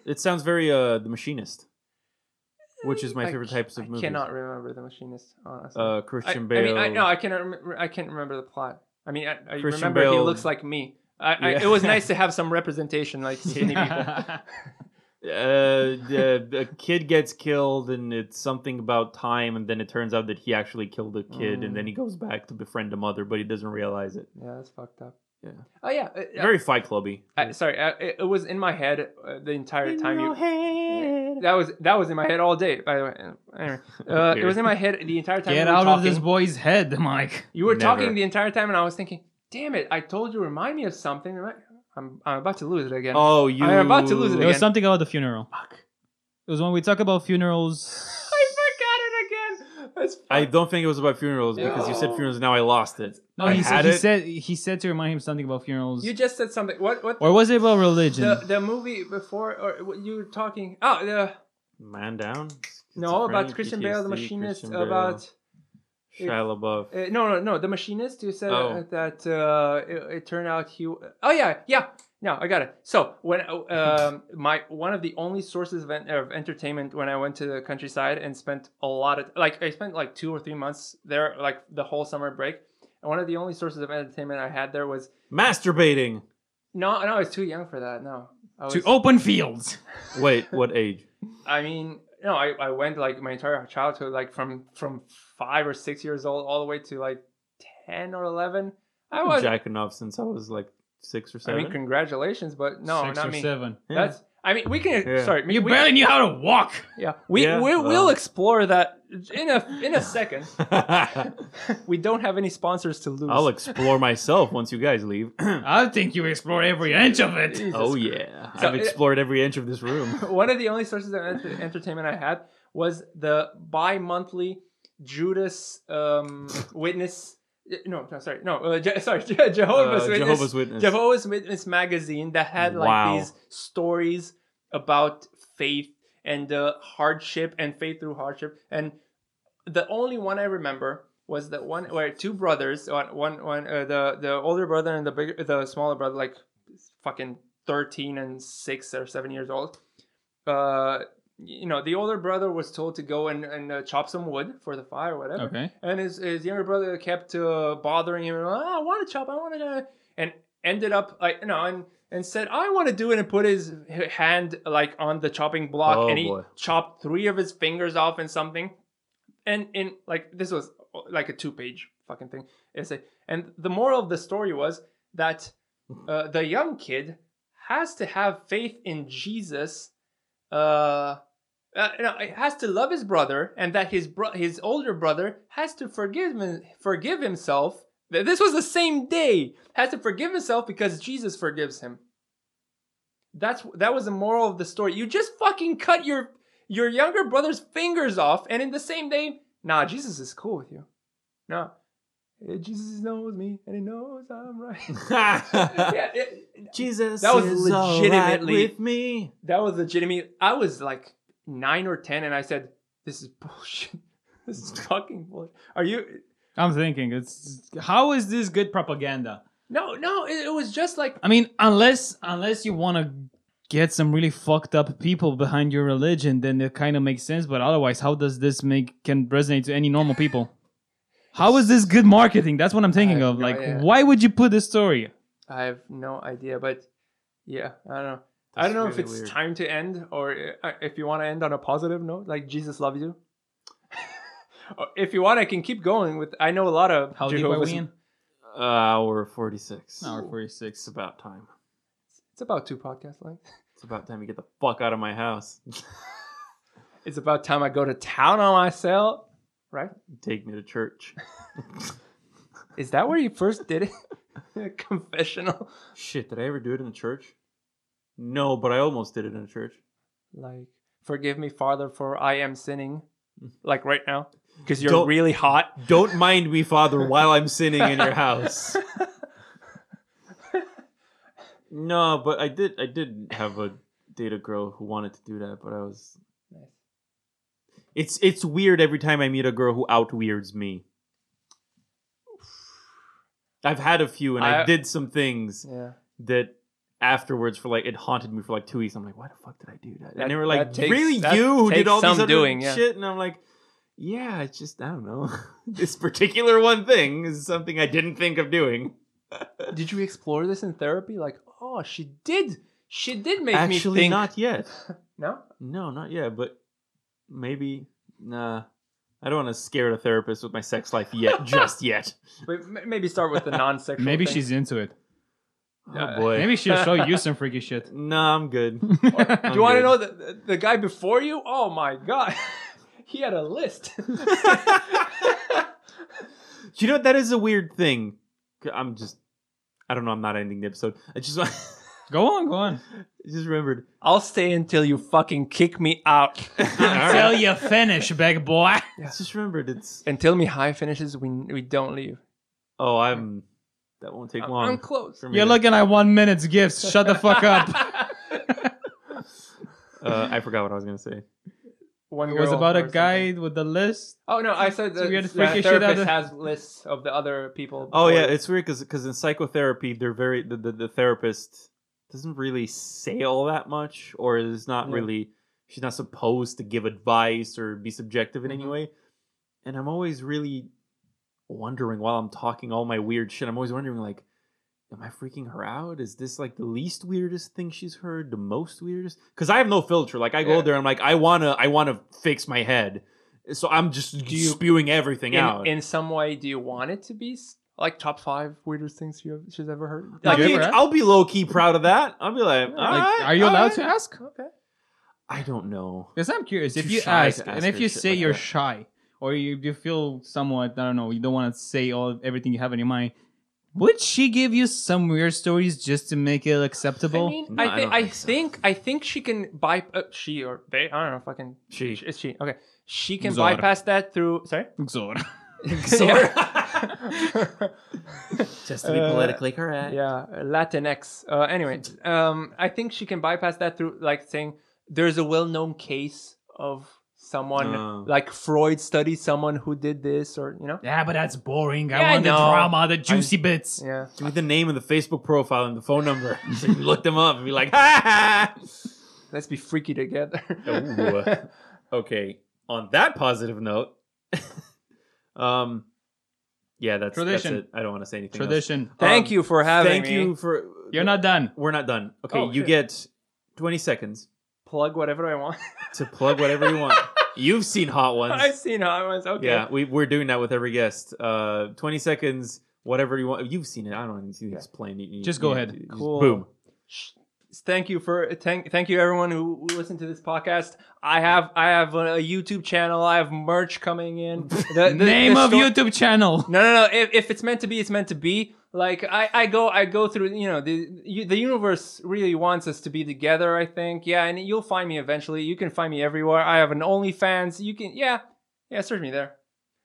Speaker 1: it sounds very uh The Machinist, which is my
Speaker 3: I
Speaker 1: favorite
Speaker 3: ca-
Speaker 1: types of
Speaker 3: I
Speaker 1: movies.
Speaker 3: cannot remember the machinist, honestly.
Speaker 1: Uh,
Speaker 3: I, I
Speaker 1: Christian Bale.
Speaker 3: mean, I no, I cannot. Rem- I can't remember the plot. I mean, I, I
Speaker 1: Christian
Speaker 3: remember he
Speaker 1: Bale-
Speaker 3: looks like me. I, I,
Speaker 1: Yeah.
Speaker 3: it
Speaker 1: <laughs>
Speaker 3: was nice to have some representation, like
Speaker 2: <laughs>
Speaker 3: skinny people.
Speaker 1: Uh, the, the kid gets killed, and it's something about time, and then it turns out that he actually killed the kid,
Speaker 3: Mm.
Speaker 1: and then he goes back to befriend the mother, but he doesn't realize it.
Speaker 3: Yeah, that's fucked up.
Speaker 1: Yeah.
Speaker 3: Oh yeah. uh, uh,
Speaker 1: Very Fight Clubby.
Speaker 3: I, sorry, I, it, it was in my head uh, the entire time. You
Speaker 1: head.
Speaker 3: that was that was in my head all day. By the way, anyway, uh, it was
Speaker 1: Weird.
Speaker 3: in my head the entire time.
Speaker 2: Get
Speaker 3: we were
Speaker 2: out of this
Speaker 3: talking.
Speaker 2: boy's head, Mike.
Speaker 3: You were talking
Speaker 1: Never.
Speaker 3: the entire time, and I was thinking, "Damn it! I told you, remind me of something." I'm I'm about to lose it again.
Speaker 1: Oh, you.
Speaker 3: I'm about to lose it
Speaker 2: There was
Speaker 3: Again.
Speaker 2: something about the funeral.
Speaker 3: Fuck.
Speaker 2: It was when we talk about
Speaker 3: <sighs>
Speaker 2: funerals.
Speaker 3: I forgot it again. That's
Speaker 1: I don't think it was about funerals because you said
Speaker 3: No.
Speaker 1: funerals. Now I lost it.
Speaker 2: No,
Speaker 1: I
Speaker 2: he, said,
Speaker 1: had
Speaker 2: he
Speaker 1: it.
Speaker 2: said he said to remind him something about funerals.
Speaker 3: You just said something. What? What?
Speaker 2: or was it about religion?
Speaker 3: the the movie before, or what you were talking? Oh, the
Speaker 1: Man down.
Speaker 3: no about
Speaker 1: Schizophrenia,
Speaker 3: Christian Bale, the
Speaker 1: PTSD,
Speaker 3: machinist,
Speaker 1: Christian Bale,
Speaker 3: about
Speaker 1: Shia LaBeouf.
Speaker 3: uh, no, no, no, the machinist. You said
Speaker 1: Oh.
Speaker 3: uh, that uh, it, it turned out he. Oh yeah, yeah. No, I got it. So when um, <laughs> my one of the only sources of, en- of entertainment when I went to the countryside and spent a lot of like I spent like two or three months there, like the whole summer break. And one of the only sources of entertainment I had there was
Speaker 1: Masturbating.
Speaker 3: no, no, I was too young for that. No, I was,
Speaker 2: to open fields.
Speaker 1: Wait,
Speaker 3: <laughs>
Speaker 1: what age?
Speaker 3: I mean, no, I, I went like my entire childhood, like from from five or six years old all the way to like ten or eleven. I was.
Speaker 1: Jacking off since I was like six or
Speaker 3: I
Speaker 1: seven.
Speaker 3: mean, congratulations, but no,
Speaker 2: Six
Speaker 3: not
Speaker 2: or
Speaker 3: me.
Speaker 2: seven.
Speaker 1: Yeah.
Speaker 3: That's I mean, we can.
Speaker 1: Yeah.
Speaker 3: Sorry,
Speaker 2: You
Speaker 3: we,
Speaker 2: barely knew how to walk.
Speaker 3: Yeah, we,
Speaker 1: Yeah,
Speaker 3: we we'll
Speaker 1: well.
Speaker 3: explore that in a in
Speaker 1: <laughs>
Speaker 3: a second.
Speaker 1: I'll
Speaker 3: We don't have any sponsors to lose.
Speaker 1: explore myself once you guys leave. <clears throat>
Speaker 2: I think you explored every inch of it.
Speaker 3: Jesus
Speaker 1: oh
Speaker 3: Christ.
Speaker 1: yeah,
Speaker 3: So
Speaker 1: I've
Speaker 3: it-
Speaker 1: explored every inch of this
Speaker 3: <laughs>
Speaker 1: room. <laughs>
Speaker 3: One of the only sources of ent- entertainment I had was the bi-monthly Judas um, Witness. No, no, sorry, no, uh, Je- sorry, <laughs> Je- Jehovah's
Speaker 1: Uh,
Speaker 3: Witness.
Speaker 1: Jehovah's Witness.
Speaker 3: Jehovah's Witness magazine that had like
Speaker 1: Wow.
Speaker 3: these stories about faith and uh, hardship and faith through hardship. And the only one I remember was that one where two brothers, one one, one uh, the the older brother and the bigger, the smaller brother, like fucking thirteen and six or seven years old. Uh, you know, the older brother was told to go and, and uh, chop some wood for the fire or whatever.
Speaker 2: Okay.
Speaker 3: <laughs> And his, his younger brother kept uh, bothering him. "Ah, I want to chop. I want to. And ended up like you know, and and said I want to do it, and put his h- hand like on the chopping block,
Speaker 1: Oh,
Speaker 3: and he
Speaker 1: boy.
Speaker 3: chopped three of his fingers off and something. And in like this was uh, like a two page fucking thing essay. And the moral of the story was
Speaker 1: <laughs>
Speaker 3: that uh, the young kid has to have faith in Jesus. Uh, uh, no, he has to love his brother, and that his bro- his older brother has to forgive him- forgive himself. Th- This was the same day. Has to forgive himself because Jesus forgives him. That's that was the moral of the story. You just fucking cut your your younger brother's fingers off, and in the same day, nah, Jesus is cool with you. No, Eh, Jesus knows me, and he knows I'm right. yeah, it-
Speaker 1: Jesus,
Speaker 3: That was
Speaker 1: is all right
Speaker 3: legitimately-
Speaker 1: with me.
Speaker 3: that was legitimate. I was like nine or ten, and I said, "This is bullshit. <laughs> This is fucking bullshit." Are you?
Speaker 2: I'm thinking it's how is this good propaganda?
Speaker 3: No, no. It, it was just like
Speaker 2: I mean, unless unless you want to get some really fucked up people behind your religion, then it kind of makes sense. But otherwise, how does this make can resonate to any normal people? How is this good marketing? That's what I'm thinking
Speaker 3: I-
Speaker 2: of.
Speaker 3: no,
Speaker 2: Like,
Speaker 3: yeah.
Speaker 2: why would you put this story?
Speaker 3: I have no idea, but yeah, I don't know. I
Speaker 1: That's
Speaker 3: don't know if
Speaker 1: really
Speaker 3: it's
Speaker 1: weird.
Speaker 3: time to end or uh, if you want to end on a positive note, like Jesus loves you. <laughs> Or if you want, I can keep going with. I know a lot of
Speaker 2: How deep are
Speaker 3: Jehovah's.
Speaker 2: we in?
Speaker 1: Uh, Hour forty-six.
Speaker 2: Hour
Speaker 1: It's
Speaker 2: 46.
Speaker 1: about time.
Speaker 3: It's about two podcasts length.
Speaker 1: It's about time you get the fuck out of my house. <laughs>
Speaker 3: It's about time I go to town on myself. Right?
Speaker 1: Take me to church.
Speaker 3: Is that where you first did it? <laughs> Confessional.
Speaker 1: Shit, did I ever do it in a church? No, but I almost did it in a church.
Speaker 3: like forgive me father for i am sinning like right now because you're
Speaker 1: Don't-
Speaker 3: really hot
Speaker 1: Don't mind me, Father, while I'm sinning in your house. <laughs> no, but I did. I did have a date a girl who wanted to do that, but I was. It's it's weird every time I meet a girl who out weirds me. I've had a few, and I,
Speaker 3: I-
Speaker 1: did some things
Speaker 3: yeah
Speaker 1: that afterwards for like it haunted me for like two weeks. I'm like, why the fuck did I do that?
Speaker 3: That-
Speaker 1: and they were like,
Speaker 3: that takes-
Speaker 1: really,
Speaker 3: that
Speaker 1: you who did
Speaker 3: takes
Speaker 1: all these
Speaker 3: some
Speaker 1: other
Speaker 3: doing, yeah.
Speaker 1: shit? And I'm like, yeah, it's just I don't know. <laughs> this particular one thing is something I didn't think of doing.
Speaker 3: did you explore this in therapy like oh she did she did make me
Speaker 1: Actually,
Speaker 3: think
Speaker 1: not
Speaker 3: <laughs>
Speaker 1: yet.
Speaker 3: no
Speaker 1: No, not yet. But maybe, nah. I don't want to scare the therapist with my sex life
Speaker 3: <laughs>
Speaker 1: yet, just yet.
Speaker 3: but m- maybe start with the non-sexual
Speaker 2: Maybe
Speaker 3: thing.
Speaker 2: she's into it.
Speaker 3: Uh,
Speaker 1: Oh boy.
Speaker 2: Maybe she'll show you some freaky shit.
Speaker 1: Nah, I'm
Speaker 3: <laughs>
Speaker 1: good.
Speaker 3: do you want to know the, the guy before you oh my god <laughs> he had a list <laughs>
Speaker 1: Do you know that is a weird thing? I'm just, I don't know. I'm not ending the episode. <laughs> I just, want-
Speaker 2: Go on, go
Speaker 3: <laughs>
Speaker 2: on.
Speaker 1: I just remembered.
Speaker 3: i'll stay until you fucking kick me out
Speaker 2: Until you finish, big boy.
Speaker 1: I just remembered. It's
Speaker 3: until mihai finishes we we don't leave
Speaker 1: oh, I'm. That won't take
Speaker 3: I'm-
Speaker 1: long.
Speaker 3: Uh, i'm close
Speaker 1: for me
Speaker 2: You're
Speaker 1: to-
Speaker 2: looking at one minute's gifts. Shut the fuck up.
Speaker 1: Uh, I forgot what I was gonna say.
Speaker 3: <laughs> One
Speaker 2: It was
Speaker 3: girl
Speaker 2: about a
Speaker 3: or
Speaker 2: guy with the list.
Speaker 3: Oh no, I said
Speaker 2: So
Speaker 3: that
Speaker 2: we had
Speaker 3: the
Speaker 2: to freak your shit out
Speaker 3: therapist
Speaker 2: of-
Speaker 3: has lists of the other people.
Speaker 1: Oh yeah,
Speaker 3: before-
Speaker 1: it's weird because in psychotherapy they're very the, the the therapist doesn't really say all that much, or is not
Speaker 3: Yeah.
Speaker 1: really. She's not supposed to give advice or be subjective in any
Speaker 3: Mhm.
Speaker 1: way. And I'm always really wondering while I'm talking all my weird shit. I'm always wondering like. Am I freaking her out? Is this like the least weirdest thing she's heard? The most weirdest? Because I have no filter. Like I go
Speaker 3: Yeah.
Speaker 1: there, I'm like, I wanna, I wanna fix my head, so I'm just
Speaker 3: you-
Speaker 1: spewing everything out.
Speaker 3: in, in some way, do you want it to be s- Like top five weirdest things you have, she's ever heard.
Speaker 1: I
Speaker 2: Like,
Speaker 1: mean,
Speaker 2: ever-
Speaker 1: I'll be low key proud of that. I'll be like,
Speaker 2: Like, are you allowed to ask?
Speaker 3: Okay.
Speaker 1: I don't know.
Speaker 2: Because I'm curious. If
Speaker 1: Too
Speaker 2: you
Speaker 1: shy
Speaker 2: ask,
Speaker 1: to
Speaker 2: and
Speaker 1: ask
Speaker 2: if
Speaker 1: her
Speaker 2: you
Speaker 1: shit
Speaker 2: say
Speaker 1: like
Speaker 2: you're
Speaker 1: that.
Speaker 2: shy, or you, you feel somewhat, I don't know, you don't want to say all everything you have in your mind, would she give you some weird stories just to make it acceptable?
Speaker 3: I mean,
Speaker 1: No,
Speaker 3: I,
Speaker 1: I
Speaker 3: thi-
Speaker 1: don't
Speaker 3: I
Speaker 1: think so.
Speaker 3: think I think she can by uh, she or they. I don't know. Fucking
Speaker 1: <laughs> She.
Speaker 3: It's she. Okay. She can
Speaker 2: Zora.
Speaker 3: bypass
Speaker 2: <laughs>
Speaker 3: that through. <laughs> Sorry.
Speaker 2: Zor.
Speaker 1: <laughs> Just
Speaker 3: to be politically
Speaker 1: correct.
Speaker 3: yeah latinx uh,
Speaker 1: <laughs>
Speaker 3: anyway um i think she can bypass that through like saying there's a well-known case of someone
Speaker 1: Oh.
Speaker 3: like freud studied someone who did this or you know
Speaker 2: yeah, but that's boring. I
Speaker 3: Yeah, I
Speaker 2: want the
Speaker 3: know.
Speaker 2: drama, the juicy bits.
Speaker 3: yeah
Speaker 1: Give me the name and the Facebook profile and the phone <laughs> number. so you look them up and be like, <laughs> ha ha.
Speaker 3: let's be freaky together <laughs>
Speaker 1: Ooh. Um, Okay. On that positive note, <laughs> um, yeah, that's, that's
Speaker 2: Tradition.
Speaker 1: it. I don't want to say anything. else.
Speaker 2: Tradition.
Speaker 3: thank
Speaker 1: Um,
Speaker 3: you for having
Speaker 1: Thank
Speaker 3: me.
Speaker 1: you for.
Speaker 2: You're not done.
Speaker 1: We're not done. Okay,
Speaker 3: Oh,
Speaker 1: you
Speaker 3: shit.
Speaker 1: get 20 seconds
Speaker 3: plug whatever i want
Speaker 1: to plug whatever you <laughs> want. You've seen Hot Ones.
Speaker 3: <laughs> i've seen how i was okay
Speaker 1: Yeah, we, we're doing that with every guest. Uh, 20 seconds, whatever you want. You've seen it. I don't even need to explain. You- you-
Speaker 2: Just go
Speaker 1: you-
Speaker 2: ahead.
Speaker 1: just
Speaker 3: Cool.
Speaker 1: Boom.
Speaker 3: thank you for thank thank you everyone who listened to this podcast. I have I have a YouTube channel. I have merch coming
Speaker 1: <laughs>
Speaker 3: in. The, the-
Speaker 2: Name
Speaker 3: the
Speaker 2: of
Speaker 3: sto-
Speaker 2: YouTube channel.
Speaker 3: No, no, no. If, if it's meant to be, it's meant to be. Like I, I go I go through. You know the you, the universe really wants us to be together. I think yeah, and you'll find me eventually. You can find me everywhere. I have an OnlyFans. You can yeah yeah search me there.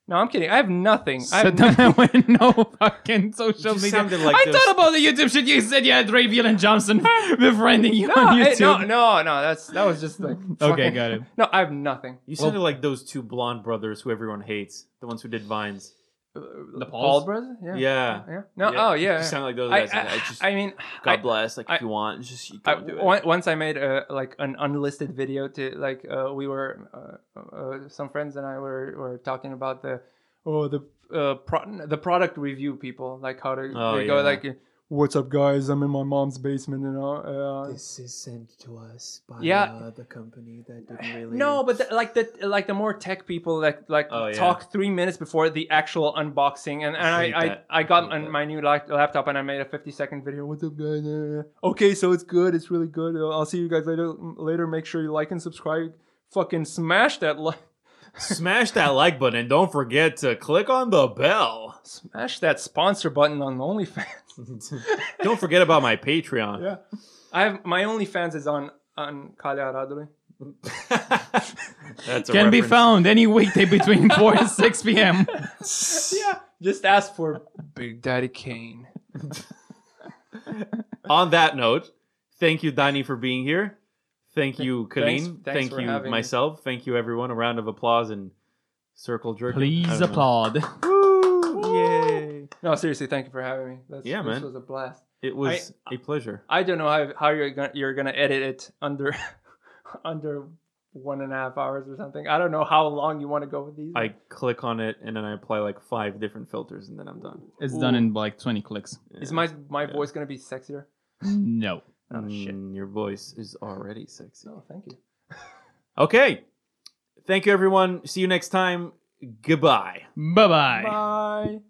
Speaker 3: No, I'm kidding. I have
Speaker 2: <laughs>
Speaker 3: nothing. I
Speaker 2: Sit
Speaker 3: have
Speaker 2: down
Speaker 3: nothing.
Speaker 2: and went no fucking social
Speaker 1: just
Speaker 2: media.
Speaker 1: sounded like
Speaker 2: I
Speaker 1: those-
Speaker 2: thought about the YouTube shit you said you had Raviel and Johnson <laughs> befriending you on
Speaker 3: I-
Speaker 2: YouTube.
Speaker 3: <laughs> no, no, no. That's that was
Speaker 2: <laughs>
Speaker 3: just like
Speaker 2: Okay,
Speaker 3: fucking-
Speaker 2: got it.
Speaker 3: No, I have nothing.
Speaker 1: You sounded like those two blonde brothers who everyone hates, the ones who did Vines.
Speaker 3: The
Speaker 2: Pauls?
Speaker 3: brothers? Yeah.
Speaker 1: Yeah.
Speaker 3: Yeah. No. Oh, yeah.
Speaker 1: You sound like those
Speaker 3: I,
Speaker 1: guys. I,
Speaker 3: I,
Speaker 1: just,
Speaker 3: I mean,
Speaker 1: God
Speaker 3: I,
Speaker 1: bless. Like,
Speaker 3: I-
Speaker 1: if you want, just you
Speaker 3: I,
Speaker 1: don't do it.
Speaker 3: on- once I made a like an unlisted video to like uh, we were uh, uh, some friends and I were were talking about the oh the uh, pro- the product review people like how to
Speaker 1: Oh,
Speaker 3: they go
Speaker 1: yeah.
Speaker 3: like what's up guys I'm in my mom's basement and all. Uh,
Speaker 6: This is sent to us by
Speaker 3: Yeah. Uh,
Speaker 6: uh, the company that didn't really.
Speaker 3: No, but the, like the like the more tech people that like
Speaker 1: Oh, yeah.
Speaker 3: talk three minutes before the actual unboxing, and, and
Speaker 1: I hate
Speaker 3: I I,
Speaker 1: that.
Speaker 3: I
Speaker 1: I
Speaker 3: got
Speaker 1: hate
Speaker 3: on
Speaker 1: that.
Speaker 3: my new lap- laptop and I made a fifty second video. What's up, guys? Uh, Okay, so it's good. It's really good. Uh, I'll see you guys later. Later, make sure you like and subscribe. Fucking smash that like,
Speaker 1: Smash that like button and don't forget to click on the bell. <laughs>
Speaker 3: <laughs> smash that sponsor button on OnlyFans. <laughs>
Speaker 1: don't forget about my Patreon.
Speaker 3: yeah, I have my OnlyFans is on on Kalia Radre.
Speaker 1: <laughs> That's a
Speaker 2: Can be
Speaker 1: reference.
Speaker 2: found any weekday between 4 and 6 p.m.
Speaker 3: Yeah, Ah, just ask for Big Daddy Kane.
Speaker 1: on that note, thank you, Dani, for being here. Thank you,
Speaker 3: thanks-
Speaker 1: Colleen.
Speaker 3: thanks
Speaker 1: thank
Speaker 3: for
Speaker 1: you,
Speaker 3: having me.
Speaker 1: myself. Thank you, everyone. A round of applause and circle jerk.
Speaker 2: Please applaud.
Speaker 1: Yay!
Speaker 3: No, seriously, thank you for having me. That's,
Speaker 1: Yeah,
Speaker 3: this
Speaker 1: man.
Speaker 3: was a blast.
Speaker 1: It was a pleasure.
Speaker 3: I don't know how, how you're gonna you're gonna edit it under <laughs> under one and a half hours or something. I don't know how long you want to go with these.
Speaker 1: I click on it and then I apply like five different filters and then I'm done.
Speaker 2: It's done in like 20 clicks.
Speaker 3: is my my voice gonna be sexier?
Speaker 2: No.
Speaker 3: Oh shit!
Speaker 1: Mm, your voice is already sexy.
Speaker 3: No, thank you.
Speaker 1: Okay. Thank you, everyone. See you next time. Goodbye.
Speaker 2: Bye-bye.
Speaker 3: Bye.